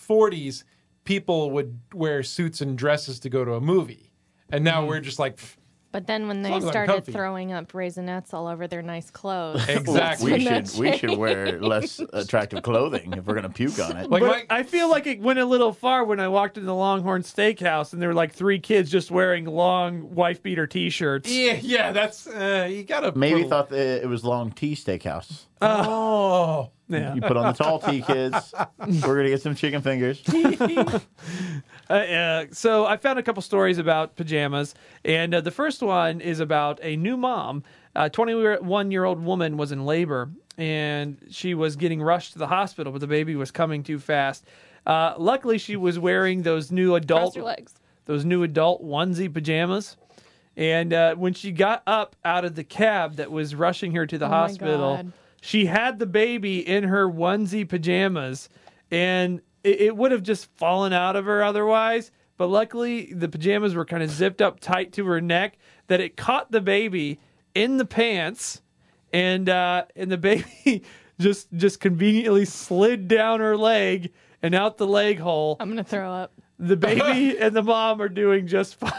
Speaker 3: '40s, people would wear suits and dresses to go to a movie, and now we're just like pff,
Speaker 1: But then when they
Speaker 3: long as I'm
Speaker 1: started
Speaker 3: comfy.
Speaker 1: throwing up raisinets all over their nice clothes,
Speaker 3: exactly.
Speaker 4: We
Speaker 1: That
Speaker 4: should we should wear less attractive clothing if we're gonna puke on it.
Speaker 3: like
Speaker 2: But
Speaker 3: my,
Speaker 2: I feel like it went a little far when I walked into the Longhorn Steakhouse and there were like three kids just wearing long wife beater T-shirts.
Speaker 3: yeah, yeah, that's uh, you gotta put
Speaker 4: Maybe
Speaker 3: a-
Speaker 4: thought that it was long tea steakhouse.
Speaker 3: Oh,
Speaker 2: Yeah.
Speaker 4: You put on the tall tea, kids. We're gonna get some chicken fingers.
Speaker 2: Uh, uh, so I found a couple stories about pajamas, and uh, the first one is about a new mom. A 21-year-old woman was in labor, and she was getting rushed to the hospital, but the baby was coming too fast. Uh, luckily, she was wearing those new
Speaker 1: cross
Speaker 2: adult
Speaker 1: your legs.
Speaker 2: those new adult onesie pajamas. And uh, when she got up out of the cab that was rushing her to the
Speaker 1: Oh my
Speaker 2: hospital,
Speaker 1: God.
Speaker 2: she had the baby in her onesie pajamas, and it, it would have just fallen out of her otherwise. But luckily, the pajamas were kind of zipped up tight to her neck that it caught the baby in the pants, and uh, and the baby just just conveniently slid down her leg and out the leg hole.
Speaker 1: I'm gonna throw up.
Speaker 2: The baby and the mom are doing just fine.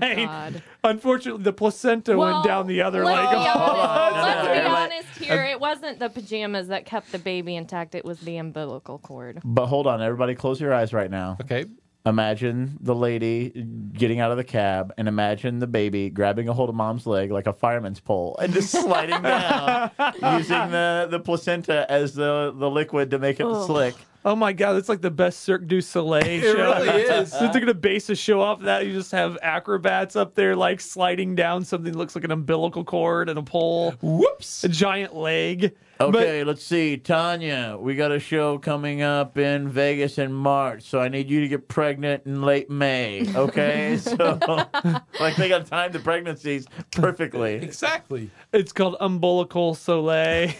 Speaker 1: God.
Speaker 2: Unfortunately, the placenta
Speaker 1: Well,
Speaker 2: went down the other
Speaker 1: let's
Speaker 2: leg.
Speaker 1: Be honest.
Speaker 4: no,
Speaker 1: Let's be
Speaker 4: no.
Speaker 1: honest here. It wasn't the pajamas that kept the baby intact. It was the umbilical cord.
Speaker 4: But hold on, everybody, close your eyes right now.
Speaker 3: Okay.
Speaker 4: Imagine the lady getting out of the cab, and imagine the baby grabbing a hold of mom's leg like a fireman's pole and just sliding down, using the, the placenta as the, the liquid to make it
Speaker 1: Ugh.
Speaker 4: slick.
Speaker 2: Oh my god, that's like the best Cirque du Soleil show.
Speaker 3: really is.
Speaker 2: If they're gonna base a show off of that. You just have acrobats up there, like sliding down something that looks like an umbilical cord and a pole,
Speaker 3: Whoops.
Speaker 2: a giant leg.
Speaker 4: Okay, let's see. Tanya, we got a show coming up in Vegas in March, so I need you to get pregnant in late May. Okay? so, like, they got timed the pregnancies perfectly.
Speaker 3: Exactly.
Speaker 2: But it's called Umbilical Soleil.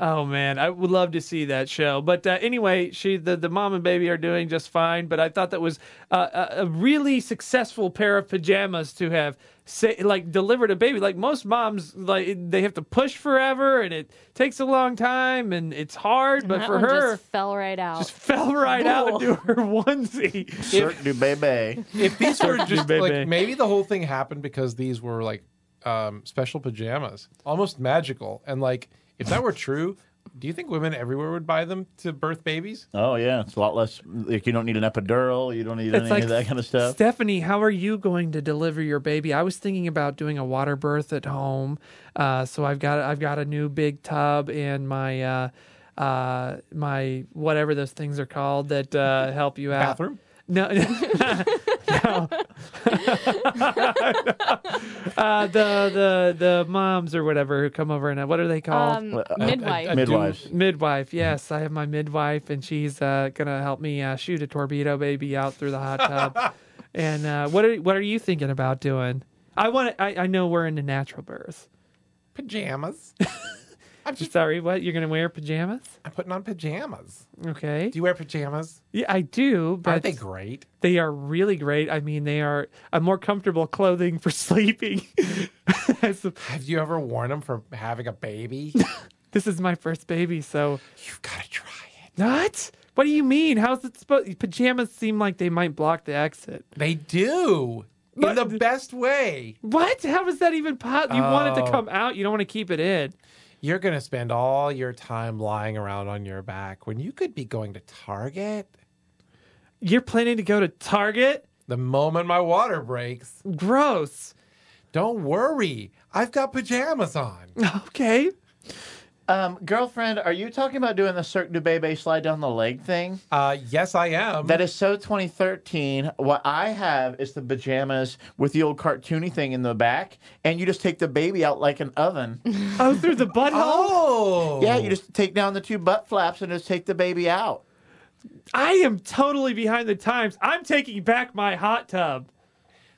Speaker 2: oh man, I would love to see that show. But uh, anyway, she the, the mom and baby are doing just fine. But I thought that was uh, a, a really successful pair of pajamas to have say, like delivered a baby. Like most moms, like they have to push forever, and it takes a long time, and it's hard.
Speaker 1: And
Speaker 2: but
Speaker 1: that
Speaker 2: for
Speaker 1: one
Speaker 2: her.
Speaker 1: just fell right out.
Speaker 2: just fell right out into her onesie.
Speaker 4: Cirque du Bebe.
Speaker 3: If these were just
Speaker 2: baby.
Speaker 3: like maybe the whole thing happened because these were like um, special pajamas, almost magical. And like if that were true, do you think women everywhere would buy them to birth babies?
Speaker 4: Oh, yeah. It's a lot less. Like, you don't need an epidural. You don't need any of that kind of stuff.
Speaker 2: Stephanie, how are you going to deliver your baby? I was thinking about doing a water birth at home. Uh, so I've got I've got a new big tub and my uh, uh, my whatever those things are called that uh, help you out.
Speaker 3: Bathroom?
Speaker 2: No. No. uh, the the the moms or whatever who come over and what are they called?
Speaker 1: um,
Speaker 4: Well, I-
Speaker 1: midwife.
Speaker 3: I-
Speaker 4: Midwives.
Speaker 2: Midwife, yes, I have my midwife, and she's uh, gonna help me uh, shoot a torpedo baby out through the hot tub. and uh, what are what are you thinking about doing? I want. I, I know we're into natural birth.
Speaker 3: Pajamas. I'm just
Speaker 2: Sorry, what? You're gonna wear pajamas?
Speaker 3: I'm putting on pajamas.
Speaker 2: Okay.
Speaker 3: Do you wear pajamas?
Speaker 2: yeah, I do, but
Speaker 3: Aren't they great?
Speaker 2: they are really great. I mean, they are a more comfortable clothing for sleeping. As the-
Speaker 3: Have you ever worn them for having a baby?
Speaker 2: this is my first baby, so
Speaker 3: You've got to try it.
Speaker 2: what? What do you mean? How's it supposed? Pajamas seem like they might block the exit.
Speaker 3: They do in the
Speaker 2: But-
Speaker 3: best way.
Speaker 2: What? How is that even possible? You want it to
Speaker 3: Oh.
Speaker 2: come out. You don't want to keep it in.
Speaker 3: You're going to spend all your time lying around on your back when you could be going to Target.
Speaker 2: You're planning to go to Target?
Speaker 3: The moment my water breaks,
Speaker 2: Gross.
Speaker 3: don't worry. I've got pajamas on.
Speaker 2: Okay.
Speaker 4: Um, girlfriend, are you talking about doing the Cirque du Bebe slide down the leg thing?
Speaker 3: Uh, yes, I am.
Speaker 4: That is so 2013. What I have is the pajamas with the old cartoony thing in the back, and you just take the baby out like an oven.
Speaker 2: Oh, through the butthole?
Speaker 3: Oh.
Speaker 4: Yeah, you just take down the two butt flaps and just take the baby out.
Speaker 2: I am totally behind the times. I'm taking back my hot tub.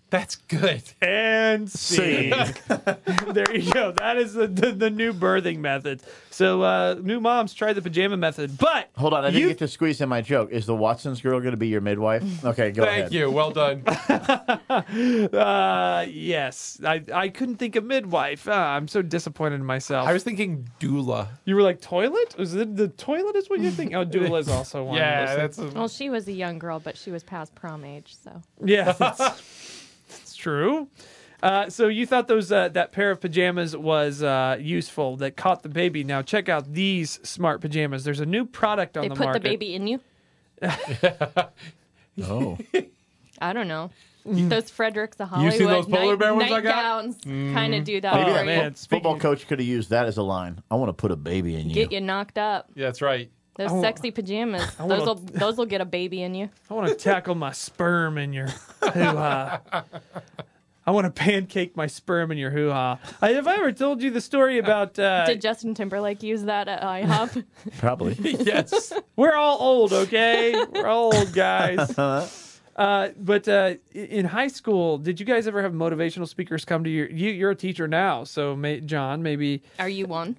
Speaker 3: That's good.
Speaker 2: And see. there you go. That is the, the, the new birthing method. So, uh, new moms try the pajama method. But
Speaker 4: Hold on, I didn't
Speaker 2: You-
Speaker 4: get to squeeze in my joke. Is the Watson's girl going to be your midwife? Okay, go
Speaker 3: Thank
Speaker 4: ahead.
Speaker 3: you. Well done.
Speaker 2: uh, yes, I, I couldn't think of midwife. Uh, I'm so disappointed in myself.
Speaker 3: I was thinking doula.
Speaker 2: You were like toilet? Is it the toilet? Is what you're thinking? Oh, doula is also one.
Speaker 3: Yeah,
Speaker 2: Listen.
Speaker 3: that's a,
Speaker 1: well, she was a young girl, but she was past prom age, so
Speaker 2: yeah, that's, that's true. Uh, so you thought those uh, that pair of pajamas was uh, useful that caught the baby. Now check out these smart pajamas. There's a new product on
Speaker 1: they
Speaker 2: the
Speaker 1: put
Speaker 2: market.
Speaker 1: the baby in you.
Speaker 4: Oh.
Speaker 1: I don't know. Those Fredericks of Hollywood
Speaker 3: seen those polar
Speaker 1: night-
Speaker 3: bear ones I got?
Speaker 1: nightgowns kind of do that.
Speaker 2: Mm-hmm. Maybe
Speaker 1: for
Speaker 4: Oh,
Speaker 2: that
Speaker 1: you.
Speaker 2: man-
Speaker 4: Fo-
Speaker 2: speaking
Speaker 4: Football
Speaker 2: of-
Speaker 4: coach could have used that as a line. I want to put a baby in you.
Speaker 1: Get you knocked up.
Speaker 3: yeah, that's right.
Speaker 1: Those
Speaker 2: wa-
Speaker 1: sexy pajamas.
Speaker 2: wanna-
Speaker 1: Those will those will get a baby in you.
Speaker 2: I want to tackle my sperm in your hoo ha. I want to pancake my sperm in your hoo ha. Have I ever told you the story about? Uh,
Speaker 1: Did Justin Timberlake use that at IHOP?
Speaker 4: Probably.
Speaker 3: Yes.
Speaker 4: Uh-huh.
Speaker 2: We're all old, okay? We're all old guys. Uh, but uh, i- in high school, did you guys ever have motivational speakers come to your? You, you're a teacher now, so may, John, maybe.
Speaker 1: Are you one?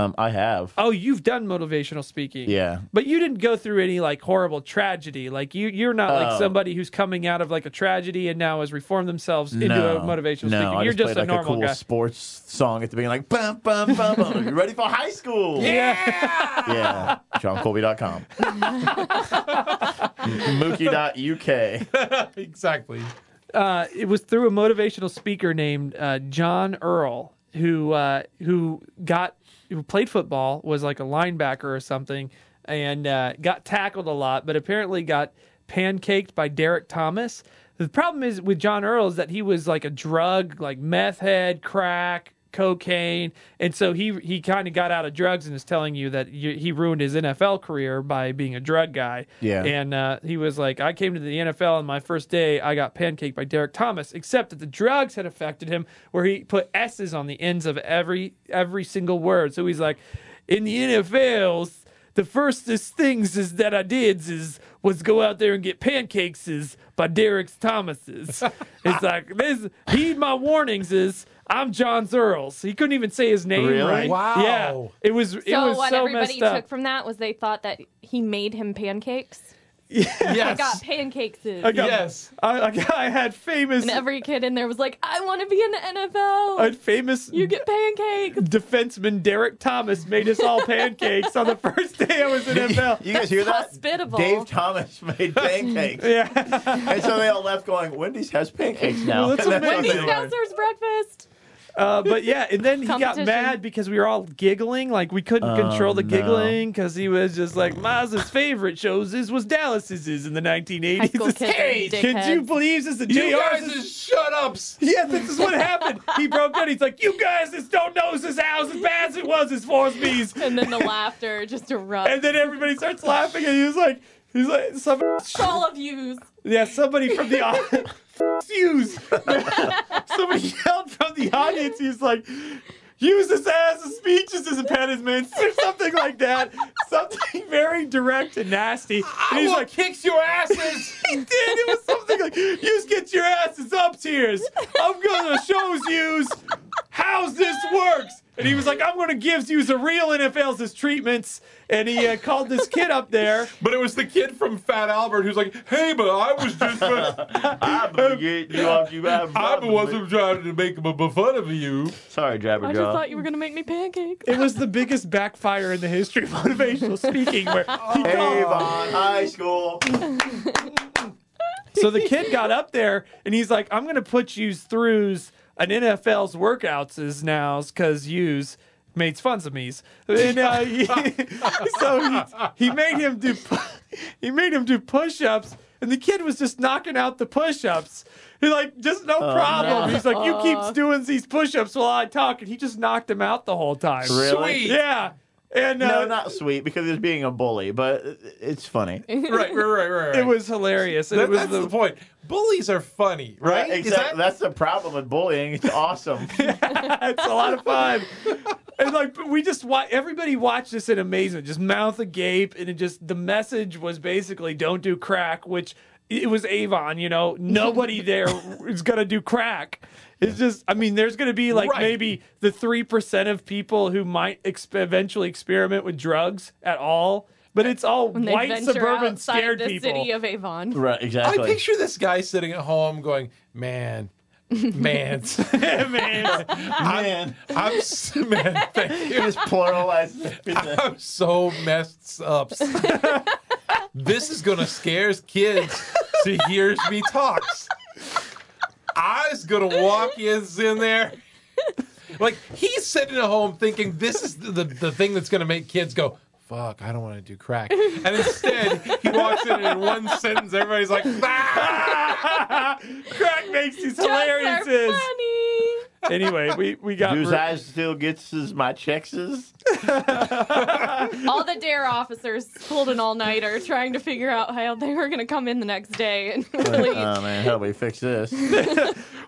Speaker 4: Um, I have.
Speaker 2: Oh, you've done motivational speaking.
Speaker 4: Yeah.
Speaker 2: But you didn't go through any like horrible tragedy. Like you, you're not like
Speaker 4: Oh.
Speaker 2: somebody who's coming out of like a tragedy and now has reformed themselves into a motivational
Speaker 4: no,
Speaker 2: speaking.
Speaker 4: I
Speaker 2: you're
Speaker 4: just,
Speaker 2: just,
Speaker 4: played
Speaker 2: a
Speaker 4: like a
Speaker 2: normal
Speaker 4: cool
Speaker 2: guy.
Speaker 4: sports song at the beginning, like bum bum bum bum. You ready for high school?
Speaker 2: yeah.
Speaker 4: yeah. JohnColby.com. Mookie.uk.
Speaker 3: exactly.
Speaker 2: uh, it was through a motivational speaker named uh, John Earl who uh, who got who played football was like a linebacker or something and uh, got tackled a lot, but apparently got pancaked by Derek Thomas. The problem is with John Earl is that he was like a drug, like meth head, crack, cocaine, and so he he kind of got out of drugs and is telling you that you, he ruined his NFL career by being a drug guy.
Speaker 4: Yeah.
Speaker 2: and and uh, he was like, I came to the NFL, and my first day, I got pancaked by Derek Thomas, except that the drugs had affected him, where he put S's on the ends of every every single word. So he's like, in the NFL, the first is things is that I did is was go out there and get pancakes is by Derek Thomas's. it's like this. Heed my warnings is. I'm John's Earls. He couldn't even say his name
Speaker 4: Really?
Speaker 2: right.
Speaker 3: Wow.
Speaker 2: Yeah. It was it
Speaker 1: So
Speaker 2: was
Speaker 1: what
Speaker 2: so
Speaker 1: everybody
Speaker 2: messed up.
Speaker 1: took from that was they thought that he made him pancakes. I
Speaker 3: Yes.
Speaker 1: got pancakes.
Speaker 2: I got-
Speaker 3: Yes.
Speaker 2: I, I I had famous
Speaker 1: and every kid in there was like, I want to be in the NFL.
Speaker 2: a famous
Speaker 1: you get pancakes.
Speaker 2: defenseman Derek Thomas made us all pancakes on the first day I was in NFL.
Speaker 4: You guys hear that?
Speaker 1: Hospitable.
Speaker 4: Dave Thomas made pancakes.
Speaker 2: Yeah,
Speaker 4: and so they all left going, Wendy's has pancakes now.
Speaker 2: Well, that's
Speaker 4: And what
Speaker 2: amazing.
Speaker 1: Wendy's
Speaker 4: they were.
Speaker 1: downstairs breakfast.
Speaker 2: uh, but yeah, and then he got
Speaker 1: Competition.
Speaker 2: mad because we were all giggling, like we couldn't control the
Speaker 4: no.
Speaker 2: giggling because he was just like Maz's favorite shows is was Dallas's is in the 1980s.
Speaker 1: High school kids,
Speaker 2: hey,
Speaker 1: dickheads.
Speaker 2: could you believe this? The
Speaker 3: You
Speaker 2: JRs
Speaker 3: guys
Speaker 2: is
Speaker 3: just shut ups.
Speaker 2: Yeah, this is what happened. He broke down. He's like, "You guys just don't know this is how as bad as it was as far as me's."
Speaker 1: And then the laughter just erupts.
Speaker 2: And then everybody starts laughing, and he's like, "He's like, some
Speaker 1: all of yous.
Speaker 2: Yeah, somebody from the audience. Use. somebody yelled from the audience. He's like, use this as a speech as his impediment or something like that. Something very direct and nasty. And he's like,
Speaker 3: kicks your asses.
Speaker 2: he did. It was something like, "Yous get your asses up, tears. I'm gonna shows yous how's this works." And he was like, "I'm gonna gives yous a real NFL's his treatments." And he uh, called this kid up there.
Speaker 3: but it was the kid from Fat Albert who's like, hey, but I was just.
Speaker 4: I'm gonna get you off you. I'm,
Speaker 3: I'm the one who tried to make b- fun of you.
Speaker 4: Sorry,
Speaker 1: I
Speaker 4: Jabberjaw.
Speaker 1: just thought you were going to make me pancakes.
Speaker 2: It was the biggest backfire in the history of motivational speaking. Where he called-
Speaker 4: Avon High School.
Speaker 2: so the kid got up there and he's like, "I'm gonna put you throughs an NFL's workouts is nows because yous made fun of me's." And uh, he, so he, he made him do pu- he made him do push-ups, and the kid was just knocking out the push-ups. He's like, just
Speaker 4: Oh,
Speaker 2: no problem. He's like, you keeps doing these push-ups while I talk, and he just knocked him out the whole time.
Speaker 4: Really?
Speaker 3: Sweet.
Speaker 2: Yeah. And uh,
Speaker 4: No, not sweet because he was being a bully, but it's funny.
Speaker 3: Right, right, right, right. right.
Speaker 2: it was hilarious. And
Speaker 3: That-
Speaker 2: it was
Speaker 3: that's the, point. Bullies are funny, right? Is
Speaker 4: Exactly.
Speaker 3: that-
Speaker 4: That's the problem with bullying. It's awesome.
Speaker 2: it's a lot of fun. And like we just wa everybody watched this in amazement, just mouth agape, and it just the message was basically don't do crack, which it was Avon, you know, nobody there is gonna do crack. It's just, I mean, there's gonna be like
Speaker 3: Right.
Speaker 2: maybe the three percent of people who might exp- eventually experiment with drugs at all, but it's all
Speaker 1: When they
Speaker 2: white
Speaker 1: venture
Speaker 2: suburban
Speaker 1: outside
Speaker 2: scared
Speaker 1: the
Speaker 2: people.
Speaker 1: city of Avon.
Speaker 4: right,
Speaker 3: I
Speaker 4: exactly.
Speaker 3: picture this guy sitting at home going, man, man,
Speaker 2: Man,
Speaker 3: man, I'm, s- man, thank you.
Speaker 4: Just pluralized. everything.
Speaker 3: I'm so messed up. this is gonna scare kids to hear me talks. I was gonna walk in, in there. Like he's sitting at home thinking this is the, the, the thing that's gonna make kids go, fuck, I don't wanna do crack. And instead he walks in and in one sentence everybody's like, ah!
Speaker 2: crack makes these
Speaker 1: Jokes are
Speaker 2: hilariouses.
Speaker 1: funny.
Speaker 2: Anyway, we we got
Speaker 4: Whose
Speaker 2: re-
Speaker 4: eyes still gets is my checkses.
Speaker 1: All the dare officers pulled an all nighter trying to figure out how they were going to come in the next day and really
Speaker 4: Oh man, how do we fix this?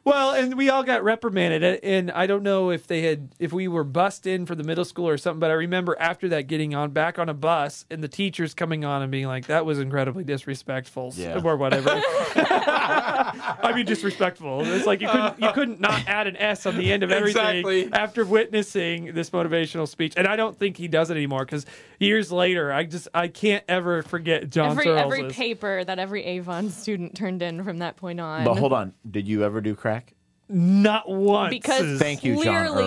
Speaker 2: Well, and we all got reprimanded, a- and I don't know if they had if we were bussed in for the middle school or something. But I remember after that getting on back on a bus and the teachers coming on and being like, "That was incredibly disrespectful,"
Speaker 4: Yeah.
Speaker 2: or whatever. I mean, disrespectful. It's like you couldn't you couldn't not add an S on the end of everything
Speaker 3: Exactly.
Speaker 2: after witnessing this motivational speech. And I don't think he does it anymore because years later, I just I can't ever forget John
Speaker 1: every
Speaker 2: Searles'
Speaker 1: every paper that every Avon student turned in from that point on.
Speaker 4: But hold on, did you ever do crack?
Speaker 2: not once
Speaker 1: because
Speaker 4: Thank you, John
Speaker 1: clearly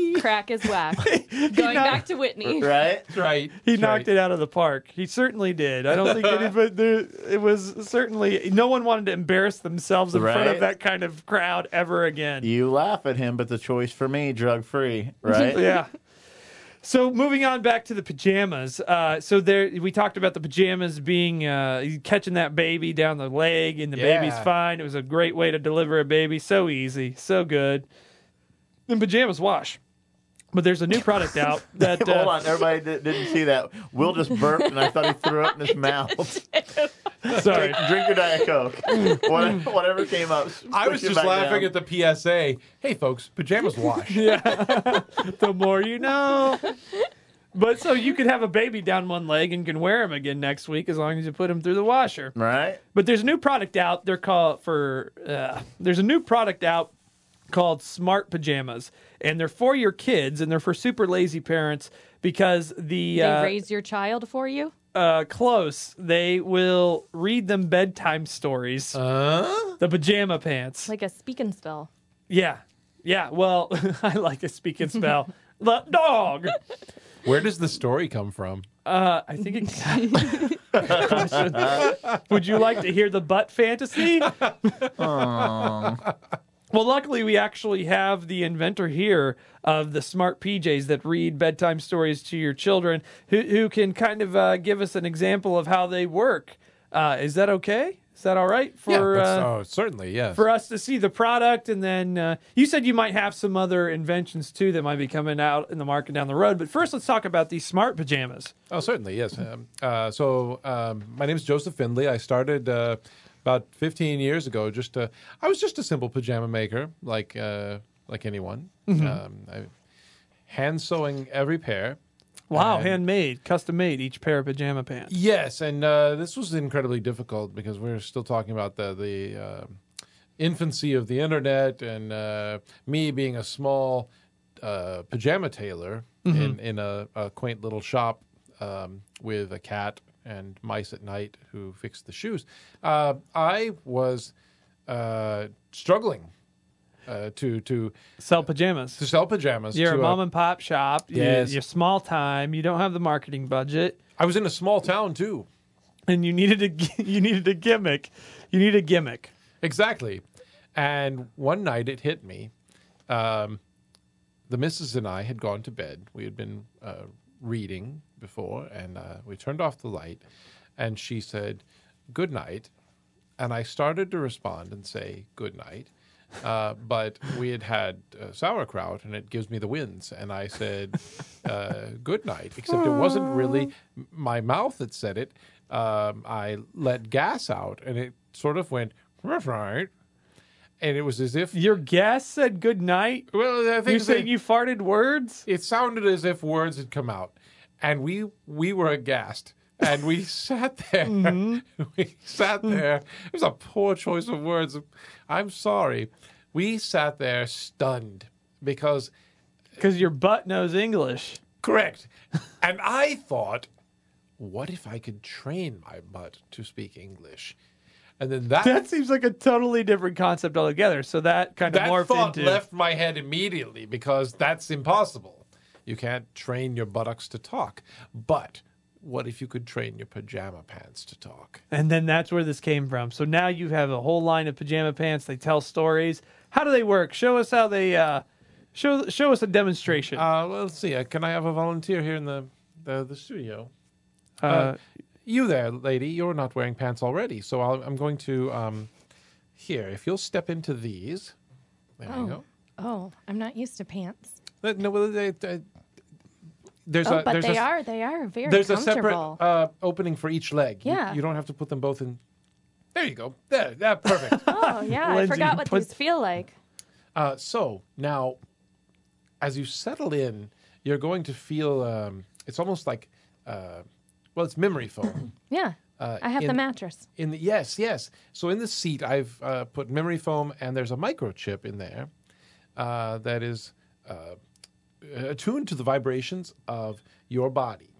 Speaker 4: Earls.
Speaker 1: crack is whack. Going back to Whitney.
Speaker 4: Right?
Speaker 3: That's right.
Speaker 2: He knocked it out of the park. He certainly did. I don't think anybody. There, it was certainly no one wanted to embarrass themselves in front
Speaker 4: Right.
Speaker 2: of that kind of crowd ever again.
Speaker 4: You laugh at him, but the choice for me, drug free, right?
Speaker 2: yeah. So moving on back to the pajamas. Uh, so there, we talked about the pajamas being uh, catching that baby down the leg, and the baby's
Speaker 3: Yeah.
Speaker 2: fine. It was a great way to deliver a baby. So easy, so good. And pajamas wash. But there's a new product out that uh,
Speaker 4: Hold on, everybody did, didn't see that. Will just burped, and I thought he threw up in his mouth.
Speaker 2: Sorry.
Speaker 4: Drink your diet coke. What- Whatever came up.
Speaker 3: I was just laughing at the PSA. Hey, folks, pajamas wash.
Speaker 2: the more you know. But so you could have a baby down one leg and can wear them again next week as long as you put them through the washer.
Speaker 4: the right.
Speaker 2: But there's a new product out. They're called for. Uh, there's a new product out called Smart Pajamas, and they're for your kids and they're for super lazy parents because the
Speaker 1: They
Speaker 2: uh,
Speaker 1: raise your child for you.
Speaker 2: uh, close they will read them bedtime stories.
Speaker 3: Uh. Huh?
Speaker 2: the pajama pants.
Speaker 1: Like a speak and spell.
Speaker 2: yeah, yeah. Well, I like a speak and spell. the dog.
Speaker 3: Where does the story come from?
Speaker 2: Uh, I think it. Question. Would you like to hear the butt fantasy? well, luckily we actually have the inventor here of the smart PJs that read bedtime stories to your children, who who can kind of uh, give us an example of how they work. Uh, is that okay? Is that all right for
Speaker 3: yeah,
Speaker 2: uh,
Speaker 3: that's- oh, certainly, yes.
Speaker 2: for us to see the product? And then uh, you said you might have some other inventions too that might be coming out in the market down the road. But first, let's talk about these smart pajamas.
Speaker 3: Oh, certainly, yes. Um, uh, so, um, my name is Joseph Findley. I started uh, about 15 years ago. Just uh, I was just a simple pajama maker, like uh, like anyone.
Speaker 2: Mm-hmm.
Speaker 3: Um, I, hand sewing every pair.
Speaker 2: Wow,
Speaker 3: And-
Speaker 2: handmade, custom made each pair of pajama pants.
Speaker 3: Yes, and uh, this was incredibly difficult because we're still talking about the the uh, infancy of the internet and uh, me being a small uh, pajama tailor
Speaker 2: Mm-hmm.
Speaker 3: in in a, a quaint little shop um, with a cat and mice at night who fixed the shoes. Uh, I was uh, struggling uh, to to
Speaker 2: Sell pajamas.
Speaker 3: to sell pajamas.
Speaker 2: You're a
Speaker 3: to
Speaker 2: mom and pop shop. you-
Speaker 3: Yes.
Speaker 2: You're small time. You don't have the marketing budget,
Speaker 3: I was in a small town too.
Speaker 2: and you needed a gi- you needed a gimmick. You need a gimmick.
Speaker 3: Exactly. And one night it hit me. Um, the missus and I had gone to bed. We had been uh, reading before, and uh, we turned off the light. And she said, Good night. And I started to respond and say, Good night. Uh, but we had had uh, sauerkraut and it gives me the winds. And I said, uh, Good night. Except it wasn't really m- my mouth that said it. Um, I let gas out and it sort of went, "Ruff, right. And it was as if,
Speaker 2: Your guest said good night.
Speaker 3: well, I think
Speaker 2: You're
Speaker 3: that-
Speaker 2: saying you farted words.
Speaker 3: it sounded as if words had come out, and we we were aghast, and we sat there. We sat there. It was a poor choice of words. I'm sorry. We sat there stunned because
Speaker 2: Because your butt knows English.
Speaker 3: correct, and I thought, what if I could train my butt to speak English? And then that
Speaker 2: That seems like a totally different concept altogether. So that kind of
Speaker 3: that
Speaker 2: morphed
Speaker 3: thought
Speaker 2: into
Speaker 3: left my head immediately because that's impossible. You can't train your buttocks to talk. But what if you could train your pajama pants to talk?
Speaker 2: And then that's where this came from. So now you have a whole line of pajama pants. They tell stories. How do they work? Show us how they. Uh, show show us a demonstration. Uh,
Speaker 3: Uh, well, let's see. Uh, can I have a volunteer here in the the, the studio?
Speaker 2: Uh,
Speaker 3: You there, lady? You're not wearing pants already, so I'll, I'm going to um, here. If you'll step into these, there you go.
Speaker 1: Oh, I'm not used to pants.
Speaker 3: Uh, No, well, they, they, there's
Speaker 1: Oh,
Speaker 3: a,
Speaker 1: but
Speaker 3: there's
Speaker 1: they
Speaker 3: a,
Speaker 1: are. They are very
Speaker 3: There's a
Speaker 1: comfortable.
Speaker 3: separate uh, opening for each leg. You-
Speaker 1: Yeah.
Speaker 3: You, don't have to put them both in. There you go. There, that perfect.
Speaker 1: Oh yeah, I
Speaker 2: Lindsay,
Speaker 1: forgot what
Speaker 2: put-
Speaker 1: these feel like.
Speaker 3: Uh, so now, as you settle in, you're going to feel um, it's almost like, uh, well, it's memory foam.
Speaker 1: Yeah,
Speaker 3: Uh,
Speaker 1: I have the
Speaker 3: in-
Speaker 1: mattress.
Speaker 3: In the, yes, yes. So in the seat, I've uh, put memory foam, and there's a microchip in there uh, that is uh, attuned to the vibrations of your body,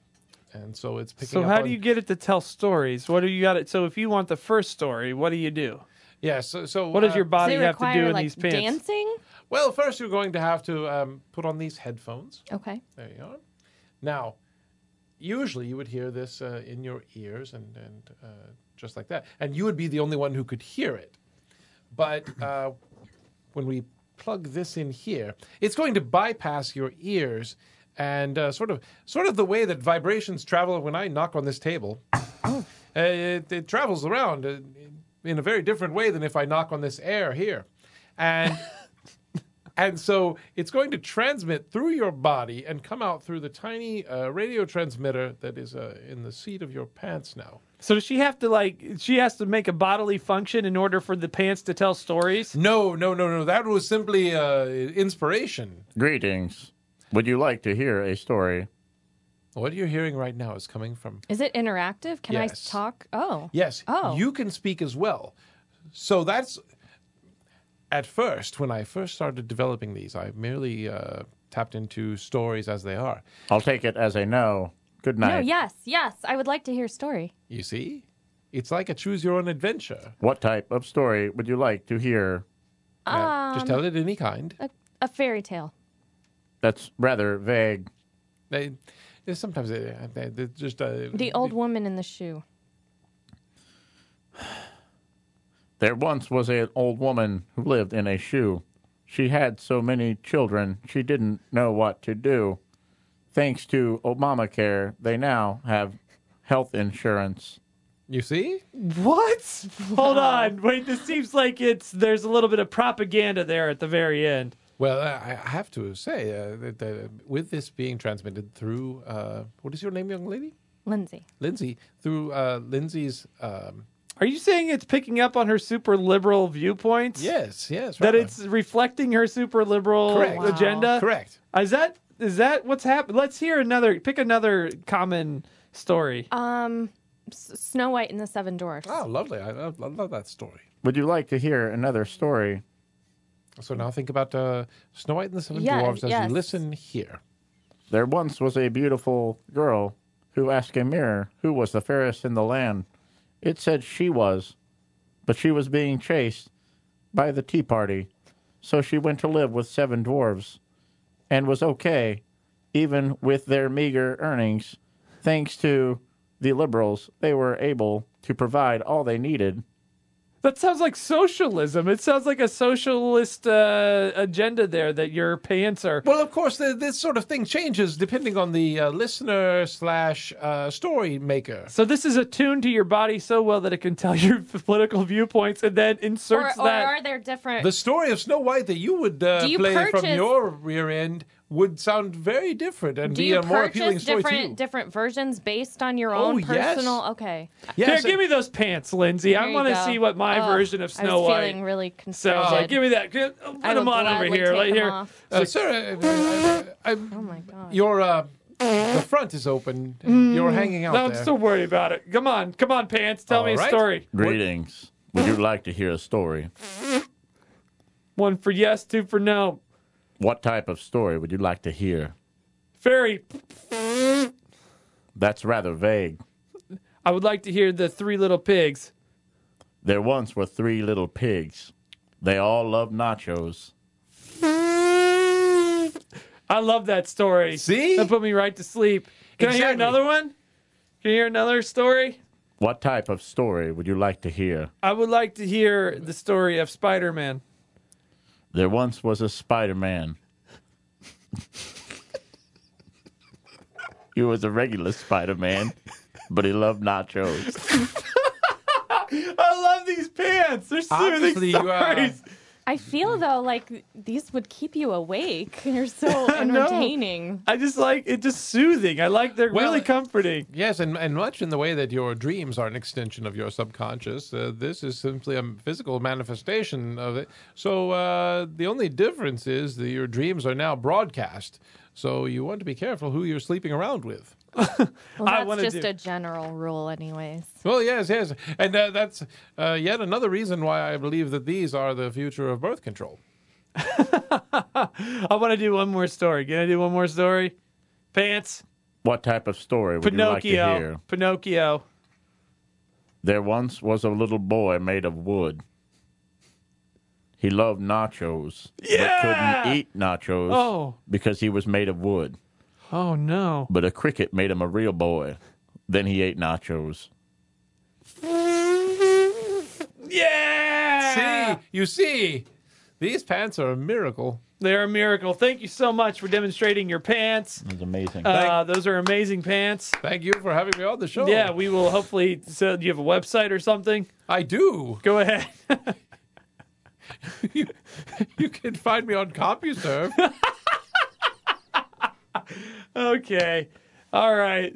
Speaker 3: and so it's picking.
Speaker 2: So
Speaker 3: up
Speaker 2: how
Speaker 3: on,
Speaker 2: do you get it to tell stories? What do you got it? So if you want the first story, what do you do?
Speaker 3: Yeah. So, so
Speaker 2: What does
Speaker 3: uh,
Speaker 2: your
Speaker 1: Does
Speaker 2: body
Speaker 1: it
Speaker 2: have to do
Speaker 1: require
Speaker 2: in
Speaker 1: like
Speaker 2: these pants?
Speaker 1: dancing?
Speaker 3: Well, first you're going to have to um, put on these headphones.
Speaker 1: Okay.
Speaker 3: There you are. Now, usually you would hear this uh, in your ears and, and uh, just like that. And you would be the only one who could hear it. But uh, when we plug this in here, it's going to bypass your ears and uh, sort of sort of the way that vibrations travel when I knock on this table. uh, it, it travels around uh, in a very different way than if I knock on this air here. And and so it's going to transmit through your body and come out through the tiny uh, radio transmitter that is uh, in the seat of your pants now.
Speaker 2: So does she have to like? She has to make a bodily function in order for the pants to tell stories.
Speaker 3: No, no, no, no. That was simply uh, inspiration.
Speaker 4: Greetings. Would you like to hear a story?
Speaker 3: What you're hearing right now is coming from.
Speaker 1: Is it interactive? Can
Speaker 3: Yes.
Speaker 1: I talk? Oh.
Speaker 3: Yes,
Speaker 1: Oh.
Speaker 3: you can speak as well. So that's. At first, when I first started developing these, I merely uh, tapped into stories as they are.
Speaker 4: I'll take it as a no. Good night.
Speaker 1: No. Yes. Yes. I would like to hear story.
Speaker 3: You see? It's like a choose your own adventure.
Speaker 4: What type of story would you like to hear?
Speaker 3: Yeah, Uh, Just tell it any kind.
Speaker 1: A, a fairy tale.
Speaker 4: That's rather vague.
Speaker 3: They, they sometimes they, they, they just uh,
Speaker 1: The
Speaker 2: Mm-hmm.
Speaker 1: old woman in the shoe.
Speaker 4: There once was an old woman who lived in a shoe. She had so many children, she didn't know what to do. Thanks to Obamacare, they now have health insurance.
Speaker 3: You see?
Speaker 2: What? Hold on. Wait. This seems like it's there's a little bit of propaganda there at the very end.
Speaker 3: Well, I I have to say uh, that, that uh, with this being transmitted through uh, what is your name, young lady?
Speaker 1: Lindsay.
Speaker 3: Lindsay through uh, Lindsay's. Um,
Speaker 2: Are you saying it's picking up on her super liberal viewpoints?
Speaker 3: yes, yes.
Speaker 2: That
Speaker 3: right.
Speaker 2: it's uh, reflecting her super liberal
Speaker 3: Correct. Wow.
Speaker 2: agenda.
Speaker 3: correct.
Speaker 2: Is that is that what's happened? Let's hear another. Pick another common story.
Speaker 1: Um, S- Snow White and the Seven Dwarfs.
Speaker 3: Oh, lovely! I, love- I love that story.
Speaker 4: Would you like to hear another story?
Speaker 3: So now think about uh, Snow White and the Seven
Speaker 1: Yeah,
Speaker 3: Dwarfs as
Speaker 1: yes.
Speaker 3: you listen here.
Speaker 4: There once was a beautiful girl who asked a mirror who was the fairest in the land. It said she was, but she was being chased by the Tea Party. So she went to live with seven dwarves and was okay, even with their meager earnings. Thanks to the liberals, they were able to provide all they needed.
Speaker 2: That sounds like socialism. It sounds like a socialist uh, agenda there that your pants are.
Speaker 3: Well, of course, the, this sort of thing changes depending on the uh, listener slash uh, story maker.
Speaker 2: So this is attuned to your body so well that it can tell your political viewpoints and then
Speaker 1: Or,
Speaker 2: inserts
Speaker 1: or
Speaker 2: that.
Speaker 1: are there different?
Speaker 3: The story of Snow White that you would uh,
Speaker 1: Do you
Speaker 3: play from
Speaker 1: purchase-
Speaker 3: your rear end would sound very different and
Speaker 1: do
Speaker 3: be
Speaker 1: you
Speaker 3: a more appealing
Speaker 1: purchase
Speaker 3: story
Speaker 1: different
Speaker 3: to you.
Speaker 1: different versions based on your
Speaker 3: Oh,
Speaker 1: own
Speaker 3: yes.
Speaker 1: personal? Okay.
Speaker 2: Here,
Speaker 3: Yes, uh,
Speaker 2: give me those pants, Lindsay.
Speaker 1: There
Speaker 2: I
Speaker 1: you
Speaker 2: want to
Speaker 1: go.
Speaker 2: see what my
Speaker 1: Oh,
Speaker 2: version of
Speaker 1: I
Speaker 2: Snow
Speaker 1: was
Speaker 2: White.
Speaker 1: feeling really
Speaker 2: so
Speaker 1: conservative.
Speaker 2: uh, give me that. Give- uh,
Speaker 1: Oh,
Speaker 2: Put
Speaker 1: I
Speaker 2: them
Speaker 1: will
Speaker 2: on over
Speaker 1: gladly
Speaker 2: here.
Speaker 1: take
Speaker 2: Right
Speaker 1: them
Speaker 2: here.
Speaker 1: off.
Speaker 3: uh, sir, uh, I, I, I,
Speaker 1: Oh my god. Mm.
Speaker 3: your uh, the front is open. You're hanging out
Speaker 2: No, I'm
Speaker 3: there.
Speaker 2: still worried about it. Come on, come on, pants. Tell me
Speaker 3: All
Speaker 2: a
Speaker 3: right.
Speaker 2: story.
Speaker 4: Greetings. Would you like to hear a story?
Speaker 2: One for yes, two for no.
Speaker 4: What type of story would you like to hear?
Speaker 2: Fairy.
Speaker 4: That's rather vague.
Speaker 2: I would like to hear the Three Little Pigs.
Speaker 4: There once were three little pigs. They all loved nachos.
Speaker 2: I love that story.
Speaker 3: See?
Speaker 2: That put me right to sleep. Can I hear
Speaker 3: Exactly.
Speaker 2: another one? Can you hear another story?
Speaker 4: What type of story would you like to hear?
Speaker 2: I would like to hear the story of Spider Man.
Speaker 4: There once was a Spider Man. he was a regular Spider Man, but he loved nachos.
Speaker 2: I love these pants. They're soothing
Speaker 3: Obviously, you, uh,
Speaker 2: stories.
Speaker 1: I feel though like these would keep you awake. They're so
Speaker 2: know.
Speaker 1: entertaining.
Speaker 2: I just like it's just soothing. I like they're
Speaker 3: Well,
Speaker 2: really comforting.
Speaker 3: Yes, and, and much in the way that your dreams are an extension of your subconscious, uh, this is simply a physical manifestation of it. So uh, the only difference is that your dreams are now broadcast. So you want to be careful who you're sleeping around with.
Speaker 1: Well,
Speaker 2: I
Speaker 1: that's
Speaker 2: wanna
Speaker 1: just
Speaker 2: do-
Speaker 1: a general rule, anyways.
Speaker 3: Well, yes, yes. And uh, that's uh, yet another reason why I believe that these are the future of birth control.
Speaker 2: I want to do one more story. Can I do one more story? Pants.
Speaker 6: What type of story would you
Speaker 2: Pinocchio.
Speaker 6: like to hear?
Speaker 2: Pinocchio.
Speaker 6: There once was a little boy made of wood. He loved nachos, but
Speaker 2: Yeah!
Speaker 6: couldn't eat nachos
Speaker 2: Oh.
Speaker 6: because he was made of wood.
Speaker 2: Oh no.
Speaker 6: But a cricket made him a real boy. Then he ate nachos.
Speaker 2: Yeah.
Speaker 3: See, you see, these pants are a miracle.
Speaker 2: They're a miracle. Thank you so much for demonstrating your pants.
Speaker 4: Mm,
Speaker 6: It was amazing.
Speaker 2: Uh, those are amazing pants.
Speaker 3: Thank you for having me on the show.
Speaker 2: Yeah, we will hopefully. So, do you have a website or something?
Speaker 3: I do.
Speaker 2: Go ahead.
Speaker 3: you, you can find me on CompuServe.
Speaker 2: okay. All right.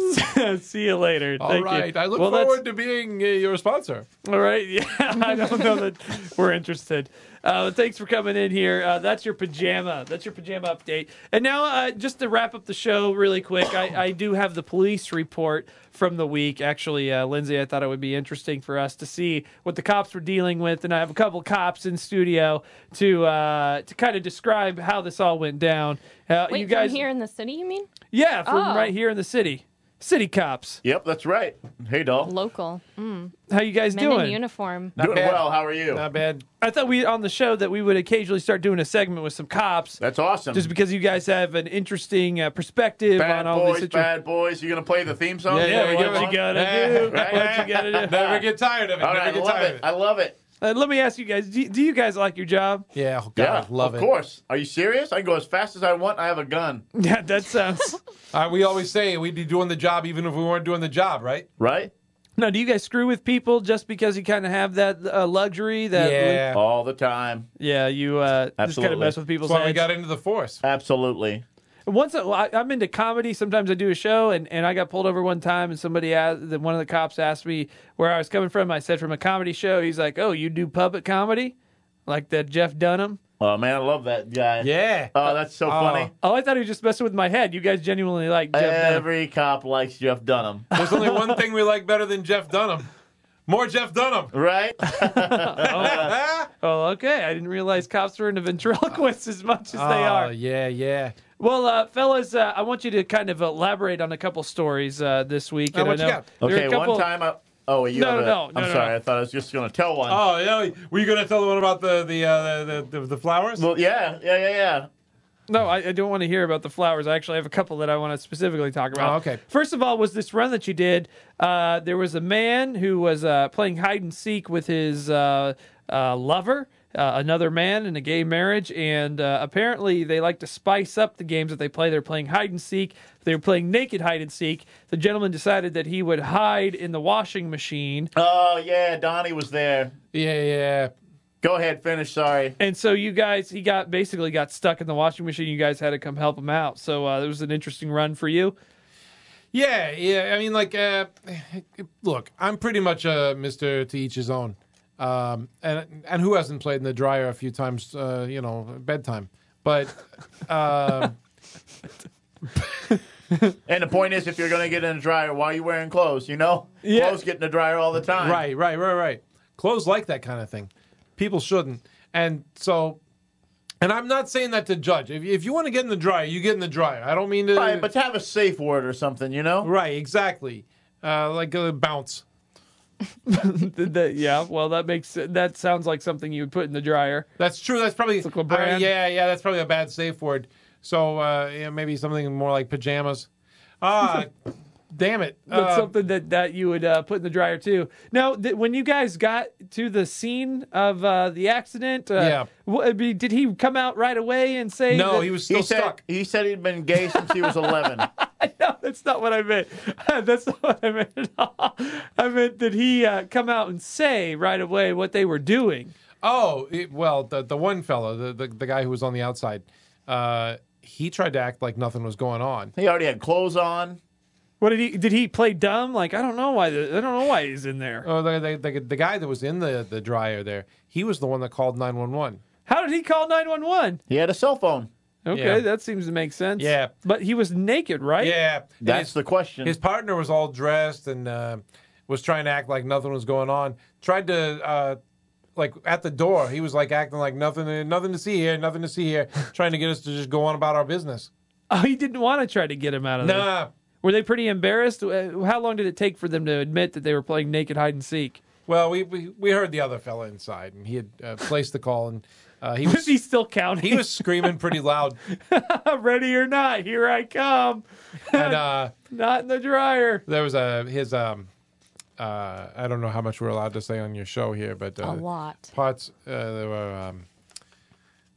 Speaker 2: See you later.
Speaker 3: All right,
Speaker 2: Thank you.
Speaker 3: I look
Speaker 2: Well, that's-
Speaker 3: forward to being uh, your sponsor.
Speaker 2: All right. Yeah, I don't know that we're interested. Uh, but thanks for coming in here. Uh, that's your pajama. That's your pajama update. And now, uh, just to wrap up the show really quick, I, I do have the police report from the week. Actually, uh, Lindsay, I thought it would be interesting for us to see what the cops were dealing with, and I have a couple cops in studio to uh, to kind of describe how this all went down. Uh,
Speaker 1: Wait,
Speaker 2: you guys,
Speaker 1: from here in the city, you mean?
Speaker 2: yeah, from
Speaker 1: Oh.
Speaker 2: right here in the city, city cops.
Speaker 6: yep, that's right.
Speaker 4: Hey, doll.
Speaker 1: Local Mm,
Speaker 2: How you guys
Speaker 1: men
Speaker 2: doing?
Speaker 1: in uniform.
Speaker 6: Doing
Speaker 3: bad.
Speaker 6: well. How are you?
Speaker 3: Not bad.
Speaker 2: I thought we on the show that we would occasionally start doing a segment with some cops.
Speaker 6: That's awesome.
Speaker 2: just because you guys have an interesting uh, perspective
Speaker 6: bad
Speaker 2: on all
Speaker 6: boys,
Speaker 2: these situations.
Speaker 6: bad boys. You gonna play the theme song?
Speaker 3: we
Speaker 2: Yeah,
Speaker 6: Is that
Speaker 3: give
Speaker 2: what
Speaker 6: what
Speaker 3: it-
Speaker 2: you
Speaker 6: want?
Speaker 2: gotta do? What you gotta do?
Speaker 3: Never get tired of it.
Speaker 6: All
Speaker 3: Never
Speaker 6: right, I
Speaker 3: get
Speaker 6: love
Speaker 3: tired
Speaker 6: it.
Speaker 3: of
Speaker 6: I love it.
Speaker 2: Uh, let me ask you guys: do, do you guys like your job?
Speaker 3: Yeah, oh, God,
Speaker 6: Yeah,
Speaker 3: love
Speaker 6: of
Speaker 3: it.
Speaker 6: course. Are you serious? I can go as fast as I want. I have a gun.
Speaker 2: Yeah, that sounds.
Speaker 3: Uh, we always say we'd be doing the job even if we weren't doing the job, right?
Speaker 6: Right?
Speaker 2: no, do you guys screw with people just because you kind of have that uh, luxury? That
Speaker 3: yeah.
Speaker 6: All the time.
Speaker 2: yeah, you uh, just kind
Speaker 6: Absolutely.
Speaker 2: of mess with people's
Speaker 3: That's why we
Speaker 2: heads.
Speaker 3: got into the force.
Speaker 6: Absolutely.
Speaker 2: Once a, I, I'm into comedy, sometimes I do a show, and, and I got pulled over one time, and somebody asked, the- one of the cops asked me where I was coming from. I said from a comedy show. He's like, "Oh, you do puppet comedy, like that Jeff Dunham."
Speaker 6: Oh man, I love that guy.
Speaker 3: Yeah.
Speaker 6: Oh, that's so funny.
Speaker 2: Oh, I thought he was just messing with my head. You guys genuinely like Jeff Dunham.
Speaker 6: Every cop likes Jeff Dunham,
Speaker 3: There's only one thing we like better than Jeff Dunham. More Jeff Dunham.
Speaker 6: right?
Speaker 2: Oh, okay. I didn't realize cops were into ventriloquists as much as they are.
Speaker 3: Oh, yeah, yeah.
Speaker 2: Well, uh, fellas, uh, I want you to kind of elaborate on a couple stories uh, this week.
Speaker 3: Oh,
Speaker 2: and I
Speaker 3: what you
Speaker 2: know
Speaker 3: got?
Speaker 2: there are a
Speaker 6: Okay,
Speaker 2: couple-
Speaker 6: one time I. Oh, you
Speaker 2: No,
Speaker 6: have a,
Speaker 2: no, no,
Speaker 6: I'm
Speaker 2: no,
Speaker 6: sorry.
Speaker 2: no.
Speaker 6: I thought I was just gonna tell one.
Speaker 3: Oh, yeah. Were you going to tell the one about the the uh, the, the, the flowers?
Speaker 6: Well, yeah, yeah, yeah, yeah.
Speaker 2: No, I, I don't want to hear about the flowers. I actually have a couple that I want to specifically talk about.
Speaker 3: Oh, okay.
Speaker 2: First of all, was this run that you did? Uh, there was a man who was uh, playing hide and seek with his uh, uh, lover, uh, another man in a gay marriage, and uh, apparently they like to spice up the games that they play. They're playing hide and seek. They were playing naked hide and seek. The gentleman decided that he would hide in the washing machine,
Speaker 6: Oh yeah, Donnie was there.
Speaker 3: yeah, yeah.
Speaker 6: Go ahead, finish. Sorry.
Speaker 2: and so you guys, he got basically got stuck in the washing machine. You guys had to come help him out. So uh, it was an interesting run for you.
Speaker 3: Yeah, yeah. I mean, like, uh, look, I'm pretty much a Mister to each his own, um, and and who hasn't played in the dryer a few times, uh, you know, bedtime. But uh,
Speaker 6: And the point is, if you're gonna get in a dryer, why are you wearing clothes? You know,
Speaker 2: Yeah.
Speaker 6: clothes get in the dryer all the time.
Speaker 3: right, right, right, right. Clothes like that kind of thing. People shouldn't, and so. And I'm not saying that to judge. If, if you want to get in the dryer, you get in the dryer. I don't mean to.
Speaker 6: Right, but have a safe word or something. You know.
Speaker 3: Right, exactly. Uh, like a bounce.
Speaker 2: Th- that- yeah, well, that makes that sounds like something you would put in the dryer.
Speaker 3: That's true. That's probably
Speaker 2: Like a
Speaker 3: I-
Speaker 2: brand.
Speaker 3: yeah, yeah. That's probably a bad safe word. So uh, yeah, maybe something more like pajamas. Ah, damn it.
Speaker 2: That's
Speaker 3: Uh,
Speaker 2: something that that you would uh, put in the dryer too. Now, th- when you guys got to the scene of uh, the accident, uh,
Speaker 3: Yeah.
Speaker 2: wh- I mean, did he come out right away and say?
Speaker 3: no,
Speaker 2: that-
Speaker 3: he was
Speaker 6: He
Speaker 3: still
Speaker 6: said
Speaker 3: stuck.
Speaker 6: he said he'd been gay since he was 11.
Speaker 2: No, that's not what I meant. that's not what I meant at all. I meant did he uh, come out and say right away what they were doing?
Speaker 3: Oh, it- well, the the one fellow, the, the the guy who was on the outside, uh, he tried to act like nothing was going on.
Speaker 4: He already had clothes on.
Speaker 2: What did he did he play dumb? Like I don't know why the, I don't know why he's in there.
Speaker 3: Oh, the, the, the, the guy that was in the, the dryer there, he was the one that called 911.
Speaker 2: How did he call nine one one?
Speaker 4: He had a cell phone.
Speaker 2: Okay,
Speaker 3: Yeah.
Speaker 2: that seems to make sense.
Speaker 3: Yeah.
Speaker 2: but he was naked, right?
Speaker 3: Yeah. and
Speaker 4: That's
Speaker 3: his,
Speaker 4: the question.
Speaker 3: His partner was all dressed and uh, was trying to act like nothing was going on. Tried to, uh, like, at the door, he was like acting like nothing, uh, nothing to see here, nothing to see here, trying to get us to just go on about our business.
Speaker 2: Oh, he didn't want to try to get him out of there.
Speaker 3: Nah.
Speaker 2: Were they pretty embarrassed? Uh, How long did it take for them to admit that they were playing naked hide and seek?
Speaker 3: Well, we, we, we heard the other fella inside, and he had uh, placed the call, and uh, he
Speaker 2: Was
Speaker 3: was
Speaker 2: he still counting?
Speaker 3: he was screaming pretty loud,
Speaker 2: ready or not. Here I come.
Speaker 3: and uh,
Speaker 2: Not in the dryer.
Speaker 3: there was a his um uh, I don't know how much we're allowed to say on your show here, but uh,
Speaker 1: A lot.
Speaker 3: parts uh, there were um,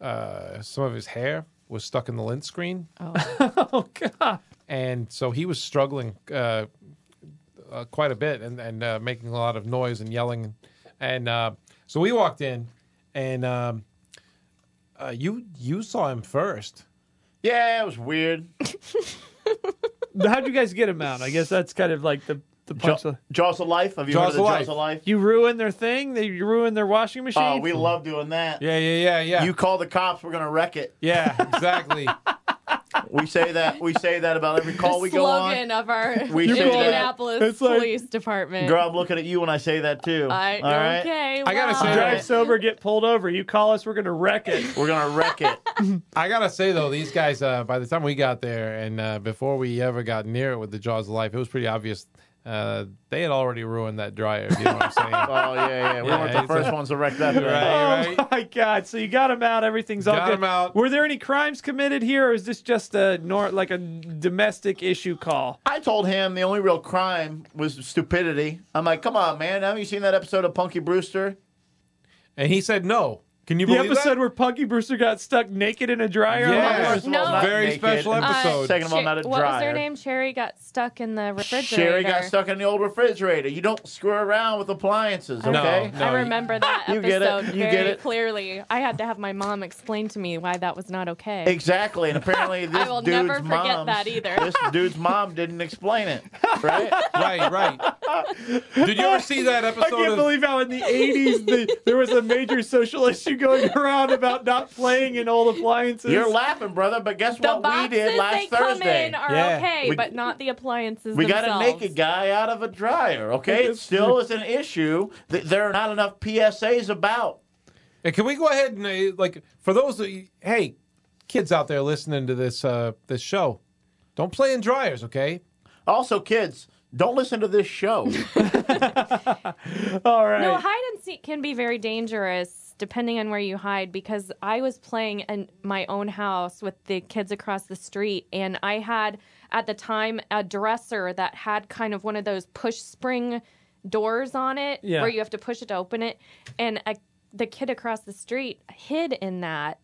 Speaker 3: uh, some of his hair was stuck in the lint screen,
Speaker 2: Oh God.
Speaker 3: and so he was struggling uh, uh, quite a bit and and uh, making a lot of noise and yelling, and uh, so we walked in, and um, uh, you you saw him first.
Speaker 4: yeah, it was weird.
Speaker 2: How'd you guys get him out? I guess that's kind of like the the
Speaker 4: Ja-
Speaker 2: punchline.
Speaker 4: Jaws of Life. Have you heard
Speaker 3: Jaws
Speaker 4: of the
Speaker 3: of
Speaker 4: Jaws
Speaker 3: Life.
Speaker 4: of Life?
Speaker 2: You ruin their thing. They you ruin their washing machine.
Speaker 4: Oh, we love doing that.
Speaker 3: Yeah, yeah, yeah, yeah.
Speaker 4: You call the cops, we're gonna wreck it.
Speaker 3: yeah, exactly.
Speaker 4: We say that. We say that about every call we go on.
Speaker 1: slogan of our
Speaker 4: We say that.
Speaker 1: Indianapolis
Speaker 2: It's like-
Speaker 1: Police Department.
Speaker 4: Girl, I'm looking at you when I say that too.
Speaker 1: I,
Speaker 4: All right,
Speaker 1: Okay.
Speaker 3: I gotta
Speaker 1: wow.
Speaker 3: say
Speaker 2: Drive
Speaker 4: Right.
Speaker 2: sober, get pulled over. You call us, we're gonna wreck it.
Speaker 4: we're gonna wreck it.
Speaker 3: I gotta say though, these guys. Uh, by the time we got there, and uh, before we ever got near it with the Jaws of Life, it was pretty obvious uh, they had already ruined that dryer. If you know what I'm saying? right,
Speaker 4: Oh yeah, yeah. We
Speaker 3: Yeah,
Speaker 4: weren't the
Speaker 3: it's
Speaker 4: first
Speaker 3: a-
Speaker 4: ones to wreck that. thing.
Speaker 3: right.
Speaker 2: Oh my God! So you got him out. Everything's all
Speaker 3: Got
Speaker 2: good.
Speaker 3: him out.
Speaker 2: Were there any crimes committed here, or is this just a nor like a domestic issue call?
Speaker 4: I told him the only real crime was stupidity. I'm like, come on, man. Haven't you seen that episode of Punky Brewster?
Speaker 3: And he said no. Can you
Speaker 2: The
Speaker 3: believe
Speaker 2: episode
Speaker 3: that?
Speaker 2: where Punky Brewster got stuck naked in a dryer.
Speaker 3: Yeah.
Speaker 4: First of
Speaker 1: No.
Speaker 4: all, not
Speaker 3: Very
Speaker 4: naked.
Speaker 3: special
Speaker 4: And
Speaker 3: episode.
Speaker 4: Second of all, not a
Speaker 1: Sher- what was
Speaker 4: dryer.
Speaker 1: her name? Sherry got stuck in the refrigerator.
Speaker 4: Sherry got stuck in the old refrigerator. You don't screw around with appliances,
Speaker 3: No.
Speaker 4: okay?
Speaker 3: No,
Speaker 1: I
Speaker 3: you-
Speaker 1: remember that
Speaker 4: You
Speaker 1: episode
Speaker 4: get it. You
Speaker 1: very
Speaker 4: get it.
Speaker 1: clearly. I had to have my mom explain to me why that was not okay.
Speaker 4: Exactly. And apparently, this
Speaker 1: will
Speaker 4: dude's
Speaker 1: never forget
Speaker 4: mom's-
Speaker 1: that either.
Speaker 4: This dude's mom didn't explain it, right?
Speaker 3: right, right. Did you ever see that
Speaker 2: I
Speaker 3: episode?
Speaker 2: can't
Speaker 3: of...
Speaker 2: believe how in the 80s the, there was a major social issue going around about not playing in old appliances.
Speaker 4: You're laughing, brother. But guess
Speaker 1: the
Speaker 4: what we
Speaker 1: boxes
Speaker 4: did
Speaker 1: they
Speaker 4: last
Speaker 1: come
Speaker 4: Thursday?
Speaker 1: in are
Speaker 3: Yeah.
Speaker 1: okay,
Speaker 4: We-
Speaker 1: but not the appliances.
Speaker 4: We got
Speaker 1: themselves.
Speaker 4: a naked guy out of a dryer, okay? It
Speaker 2: That's
Speaker 4: still is an issue. Th- There are not enough PSAs about.
Speaker 3: Hey, Can we go ahead and uh, like for those that you- hey kids out there listening to this uh, this show, don't play in dryers, okay?
Speaker 4: Also, kids, don't listen to this show.
Speaker 2: All right.
Speaker 1: No, hide and seek can be very dangerous depending on where you hide because I was playing in my own house with the kids across the street and I had at the time a dresser that had kind of one of those push spring doors on it
Speaker 2: Yeah.
Speaker 1: where you have to push it to open it and a, the kid across the street hid in that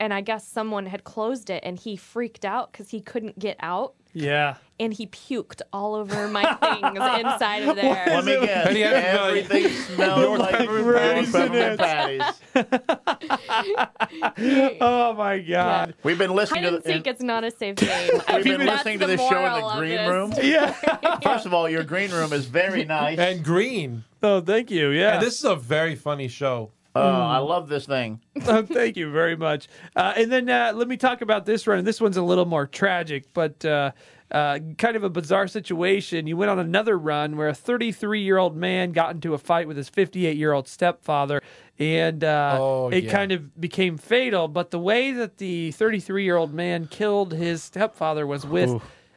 Speaker 1: and I guess someone had closed it and he freaked out cuz he couldn't get out
Speaker 2: yeah.
Speaker 1: and he puked all over my things inside of there.
Speaker 4: Let me guess.
Speaker 3: And he had to be like,
Speaker 4: Everything smells
Speaker 3: York
Speaker 4: like
Speaker 3: peppermint
Speaker 4: York
Speaker 2: patties in
Speaker 4: peppermint
Speaker 2: it.
Speaker 4: patties.
Speaker 2: Oh my God.
Speaker 4: We've been listening
Speaker 1: Hide
Speaker 4: to
Speaker 1: and
Speaker 4: the.
Speaker 1: seek is not a safe game. I think
Speaker 4: We've been
Speaker 1: that's
Speaker 4: listening
Speaker 1: the
Speaker 4: to this show in
Speaker 1: moral
Speaker 4: the
Speaker 1: of
Speaker 4: green
Speaker 1: this.
Speaker 4: room.
Speaker 2: Yeah.
Speaker 4: First of all, your green room is very nice.
Speaker 3: And Mm. green.
Speaker 2: Oh, thank you. Yeah.
Speaker 3: And this is a very funny show.
Speaker 4: Oh, I love this thing.
Speaker 2: oh, thank you very much. Uh, and then uh, let me talk about this run. This one's a little more tragic, but uh, uh, kind of a bizarre situation. You went on another run where a 33 year old man got into a fight with his 58 year old stepfather, and uh,
Speaker 3: Oh,
Speaker 2: it
Speaker 3: yeah.
Speaker 2: kind of became fatal. But the way that the 33 year old man killed his stepfather was with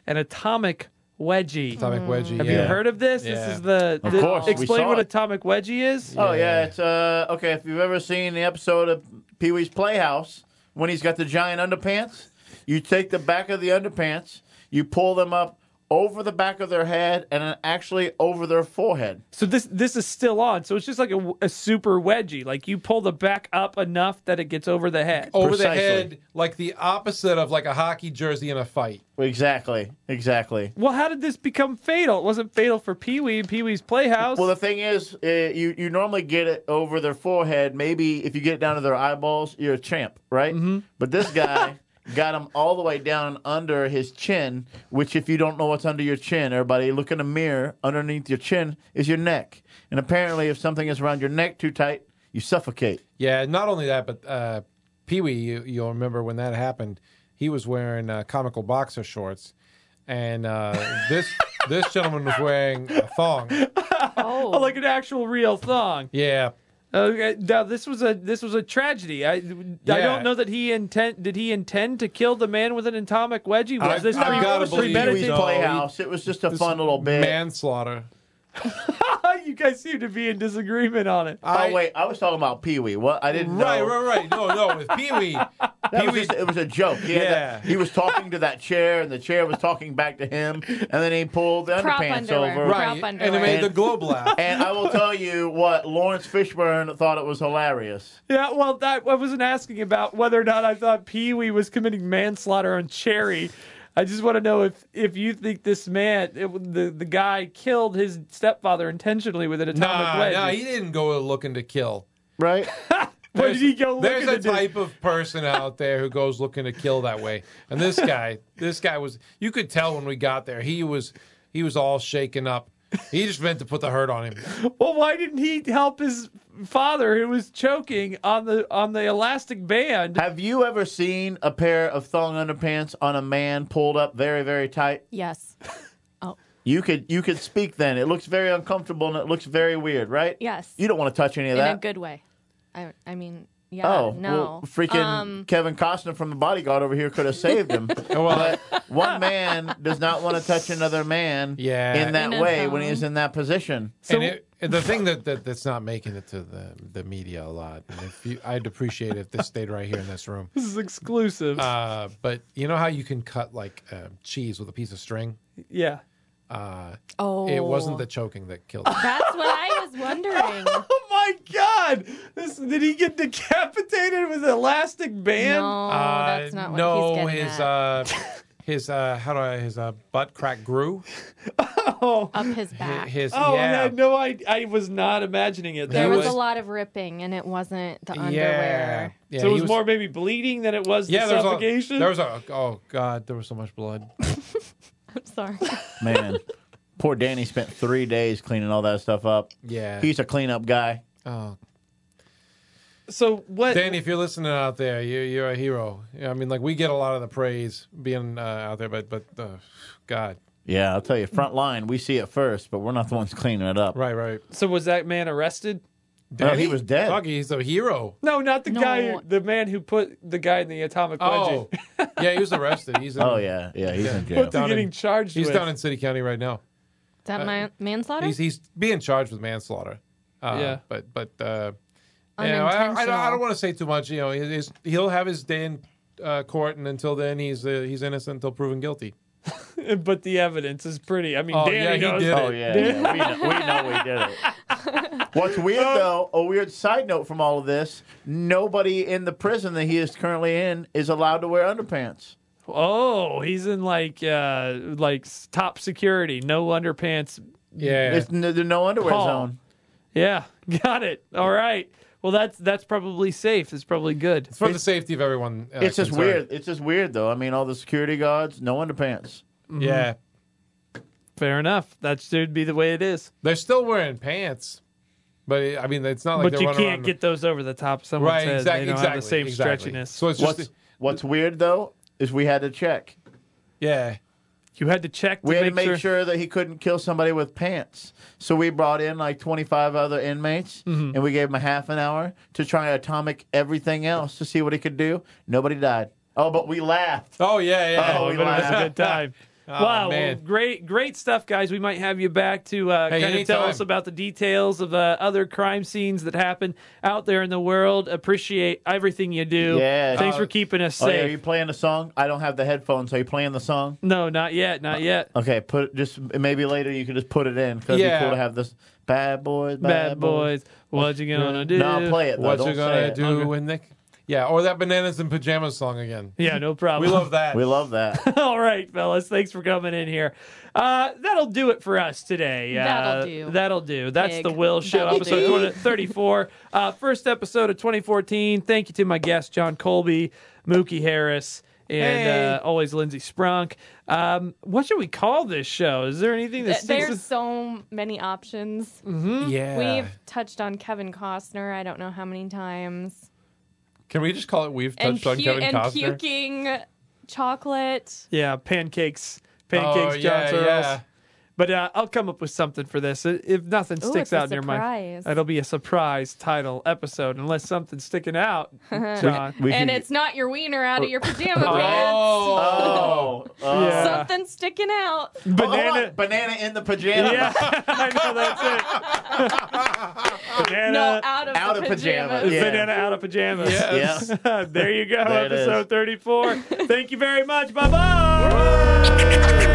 Speaker 2: an atomic wedgie.
Speaker 3: Atomic wedgie.
Speaker 2: Mm. Have
Speaker 3: yeah.
Speaker 2: you heard of this? This
Speaker 3: Yeah.
Speaker 2: is the.
Speaker 6: Of
Speaker 2: the-
Speaker 6: course, we
Speaker 2: Explain
Speaker 4: saw
Speaker 2: what
Speaker 4: it.
Speaker 2: atomic wedgie is.
Speaker 4: Oh yeah, it's uh okay. If you've ever seen the episode of Pee Wee's Playhouse when he's got the giant underpants, you take the back of the underpants, you pull them up over the back of their head and then actually over their forehead.
Speaker 2: So this this is still on. So it's just like a, a super wedgie. Like you pull the back up enough that it gets over the head.
Speaker 3: over the
Speaker 4: Precisely.
Speaker 3: head, like the opposite of like a hockey jersey in a fight.
Speaker 4: Exactly. Exactly.
Speaker 2: Well, how did this become fatal? It wasn't fatal for Pee Wee and Pee Wee's Playhouse.
Speaker 4: Well, the thing is, uh, you you normally get it over their forehead. Maybe if you get it down to their eyeballs, you're a champ, right? But this guy got him all the way down under his chin. Which, if you don't know what's under your chin, everybody look in the mirror. Underneath your chin is your neck, and apparently, if something is around your neck too tight, you suffocate.
Speaker 3: Yeah, not only that, but uh, Pee Wee, you, you'll remember when that happened, he was wearing uh, comical boxer shorts, and uh, this this gentleman was wearing a thong.
Speaker 2: Oh,
Speaker 1: Oh,
Speaker 2: like an actual real thong.
Speaker 3: Yeah,
Speaker 2: Okay, now this was a this was a tragedy. I I
Speaker 3: Yeah.
Speaker 2: don't know that he intent did he intend to kill the man with an atomic wedgie. Was
Speaker 3: I've-
Speaker 2: this
Speaker 3: I've gotta
Speaker 2: was
Speaker 3: believe
Speaker 4: Pee
Speaker 3: Benedict-
Speaker 4: Wee's
Speaker 2: premeditated?
Speaker 3: No,
Speaker 4: Playhouse. It was just a fun little bit.
Speaker 3: manslaughter.
Speaker 2: you guys seem to be in disagreement on it.
Speaker 4: oh wait, I was talking about Pee Wee. What I didn't
Speaker 3: Right,
Speaker 4: know.
Speaker 3: right, right. No, no, with Pee Wee,
Speaker 4: That was just- it was a joke. He, had that-
Speaker 2: Yeah.
Speaker 4: he was talking to that chair, and the chair was talking back to him, and then he pulled the
Speaker 1: Prop
Speaker 4: underpants
Speaker 1: underwear.
Speaker 4: over.
Speaker 1: Right.
Speaker 3: right,
Speaker 1: Prop
Speaker 3: and it
Speaker 1: underwear.
Speaker 3: made the globe laugh.
Speaker 4: And I will tell you what Lawrence Fishburne thought it was hilarious.
Speaker 2: Yeah, well, that, I wasn't asking about whether or not I thought Pee Wee was committing manslaughter on Cherry. I just want to know if if you think this man, it, the the guy, killed his stepfather intentionally with an atomic
Speaker 3: Nah,
Speaker 2: wedge.
Speaker 3: nah, he didn't go looking to kill.
Speaker 4: Right?
Speaker 2: What did he go
Speaker 3: There's
Speaker 2: looking
Speaker 3: a
Speaker 2: to do?
Speaker 3: type of person out there who goes looking to kill that way. And this guy, this guy was you could tell when we got there, he was he was all shaken up. He just meant to put the hurt on him.
Speaker 2: Well, why didn't he help his father, who was choking on the on the elastic band?
Speaker 4: Have you ever seen a pair of thong underpants on a man pulled up very, very tight?
Speaker 1: yes.
Speaker 4: You could you could speak then. It looks very uncomfortable and it looks very weird, right?
Speaker 1: Yes.
Speaker 4: You don't want to touch any
Speaker 1: In
Speaker 4: of that.
Speaker 1: a good way. I, I mean, yeah. no.
Speaker 4: Oh
Speaker 1: Um,
Speaker 4: well, freaking Kevin Costner from The Bodyguard over here could have saved him. but one man does not want to touch another man
Speaker 3: Yeah.
Speaker 4: in that
Speaker 1: In a
Speaker 4: way when
Speaker 1: thong.
Speaker 4: he's in that position.
Speaker 2: So-
Speaker 3: and it, and the thing that, that that's not making it to the, the media a lot. And if you, I'd appreciate it if this stayed right here in this room.
Speaker 2: This is exclusive.
Speaker 3: Uh, but you know how you can cut like um, cheese with a piece of string? Uh,
Speaker 2: yeah.
Speaker 1: oh.
Speaker 3: It wasn't the choking that killed him.
Speaker 1: That's what I was wondering.
Speaker 2: Oh my God! This, did he get decapitated with an elastic band?
Speaker 1: no, Oh,
Speaker 4: Uh,
Speaker 1: that's not what
Speaker 3: Uh, no,
Speaker 1: he's getting
Speaker 3: his
Speaker 1: at.
Speaker 3: uh, his uh, how do I his uh, butt crack grew.
Speaker 1: Up his back.
Speaker 3: His
Speaker 2: Oh, I
Speaker 3: yeah.
Speaker 2: had no idea. I was not imagining it.
Speaker 1: there
Speaker 2: That
Speaker 1: was,
Speaker 2: was,
Speaker 1: a lot of ripping, and it wasn't the
Speaker 3: Yeah.
Speaker 1: underwear.
Speaker 3: yeah.
Speaker 2: so it
Speaker 3: he
Speaker 2: was, more maybe bleeding than it was the
Speaker 3: there was a-
Speaker 2: suffocation.
Speaker 3: There was a oh god, there was so much blood.
Speaker 1: I'm sorry.
Speaker 4: Man, poor Danny spent three days cleaning all that stuff up.
Speaker 3: Yeah.
Speaker 4: He's a cleanup guy.
Speaker 3: oh.
Speaker 2: so what?
Speaker 3: Danny, if you're listening out there, you you're a hero. Yeah, I mean, like we get a lot of the praise being uh, out there, but but uh, God,
Speaker 4: Yeah, I'll tell you, front line, we see it first, but we're not the ones cleaning it up.
Speaker 3: right, right.
Speaker 2: so was that man arrested?
Speaker 4: No, he was dead.
Speaker 3: Fuck, he's a hero.
Speaker 2: No, not the
Speaker 1: No.
Speaker 2: guy. who- The man who put the guy in the atomic
Speaker 3: Oh,
Speaker 2: wedgie.
Speaker 3: yeah, he was arrested. He's in,
Speaker 4: Oh yeah, yeah, he's in jail.
Speaker 2: What's he
Speaker 3: Down in-
Speaker 2: getting charged
Speaker 3: he's
Speaker 2: with?
Speaker 3: down in City County right now.
Speaker 1: Is
Speaker 4: Uh,
Speaker 1: that man- manslaughter?
Speaker 3: He's he's being charged with manslaughter. Uh,
Speaker 2: Yeah.
Speaker 3: but but uh, you know, I, I, don't- I don't
Speaker 1: Unintentional.
Speaker 3: want to say too much. You know, he- he's, he'll have his day in uh, court, and until then, he's uh, he's innocent until proven guilty.
Speaker 2: but the evidence is pretty. I mean,
Speaker 3: Oh,
Speaker 2: Danny
Speaker 3: yeah, he
Speaker 2: knows.
Speaker 3: did
Speaker 4: Oh yeah, yeah, we, know, we know we did it. What's weird though, a weird side note from all of this: nobody in the prison that he is currently in is allowed to wear underpants.
Speaker 2: Oh, he's in like uh like s- top security, no underpants.
Speaker 3: Yeah,
Speaker 4: There's no, there's no underwear
Speaker 2: Paul.
Speaker 4: zone.
Speaker 2: Yeah, got it. All right. Well, that's that's probably safe. It's probably good.
Speaker 3: for the safety of everyone. uh,
Speaker 4: It's just
Speaker 3: concerned.
Speaker 4: weird. It's just weird though. I mean, all the security guards, no underpants.
Speaker 3: Yeah,
Speaker 2: Mm-hmm. Fair enough. That should be the way it is.
Speaker 3: they're still wearing pants, but it, I mean, it's not like
Speaker 2: but
Speaker 3: they're
Speaker 2: you
Speaker 3: running
Speaker 2: can't
Speaker 3: around-
Speaker 2: get those over the top. Someone
Speaker 3: right.
Speaker 2: said
Speaker 3: Exactly.
Speaker 2: they don't
Speaker 3: exactly.
Speaker 2: have the same
Speaker 3: exactly.
Speaker 2: stretchiness.
Speaker 3: So it's just
Speaker 4: What's What's weird though is we had to check.
Speaker 3: yeah.
Speaker 2: you had to check to
Speaker 4: We had
Speaker 2: make,
Speaker 4: to make sure. that he couldn't kill somebody with pants. So we brought in like 25 other inmates and we gave him a half an hour to try atomic everything else to see what he could do. Nobody died. Oh, but we laughed.
Speaker 3: Oh yeah, yeah.
Speaker 4: Oh,
Speaker 2: Oh,
Speaker 4: we
Speaker 2: but it was a
Speaker 4: laughed.
Speaker 2: good time. wow,
Speaker 3: Oh, man.
Speaker 2: well, great, great stuff, guys. We might have you back to uh,
Speaker 3: Hey,
Speaker 2: kind of tell
Speaker 3: anytime.
Speaker 2: us about the details of uh, other crime scenes that happen out there in the world. Appreciate everything you do.
Speaker 4: Yeah.
Speaker 2: thanks
Speaker 3: Uh,
Speaker 2: for keeping us
Speaker 4: Oh,
Speaker 2: safe.
Speaker 4: yeah, are you playing the song? I don't have the headphones. Are you playing the song?
Speaker 2: No, not yet, not yet.
Speaker 4: Okay, put just maybe later you can just put it in because
Speaker 3: Yeah.
Speaker 4: it'd be cool to have this. Bad boys, bad,
Speaker 2: Bad boys, what you gonna do?
Speaker 4: No, play it. Though.
Speaker 3: What
Speaker 4: don't
Speaker 3: you
Speaker 4: say
Speaker 3: gonna
Speaker 4: it.
Speaker 3: do when they? Yeah, or that bananas and pajamas song again.
Speaker 2: Yeah, no
Speaker 3: We
Speaker 2: problem.
Speaker 3: love that.
Speaker 4: We love that.
Speaker 2: All right, fellas. Thanks for coming in here. Uh, that'll do it for us today. Uh,
Speaker 1: That'll do.
Speaker 2: That'll do. That's
Speaker 1: Pig.
Speaker 2: the Will Show,
Speaker 1: That'll
Speaker 2: episode
Speaker 1: do.
Speaker 2: 20 34. Uh, first episode of 2014. Thank you to my guests, John Colby, Mookie Harris, and
Speaker 3: Hey.
Speaker 2: uh, always Lindsay Sprunk. Um, what should we call this show? Is there anything that
Speaker 1: Th-
Speaker 2: sticks
Speaker 1: There's
Speaker 2: with-
Speaker 1: so many options.
Speaker 3: Yeah.
Speaker 1: Hmm? We've touched on Kevin Costner. I don't know how many times.
Speaker 3: Can we just call it? We've
Speaker 1: And,
Speaker 3: touched on
Speaker 1: pu-
Speaker 3: Kevin
Speaker 1: and
Speaker 3: Costner.
Speaker 1: puking chocolate.
Speaker 2: Yeah, pancakes.
Speaker 3: oh,
Speaker 2: Pancakes, John
Speaker 3: yeah,
Speaker 2: Searles.
Speaker 3: yeah.
Speaker 2: But uh, I'll come up with something for this. I- If nothing
Speaker 1: Ooh,
Speaker 2: sticks
Speaker 1: it's a
Speaker 2: out near my,
Speaker 1: surprise.
Speaker 2: that'll be a surprise title episode unless something's sticking out, John.
Speaker 4: We
Speaker 1: and
Speaker 4: can-
Speaker 1: it's not your wiener out of your pajama pants.
Speaker 3: Oh.
Speaker 4: Oh, oh.
Speaker 2: Yeah.
Speaker 1: Something's sticking out.
Speaker 4: Oh, hold on.
Speaker 2: banana.
Speaker 4: banana in the pajama.
Speaker 2: Yeah, I know that's it. banana,
Speaker 1: no, out of,
Speaker 4: out
Speaker 1: the
Speaker 4: of pajama.
Speaker 1: pajamas.
Speaker 4: Yeah.
Speaker 2: banana out of pajamas.
Speaker 4: Yeah.
Speaker 2: there you go.
Speaker 4: There it is.
Speaker 2: episode thirty-four. Thank you very much. Bye bye.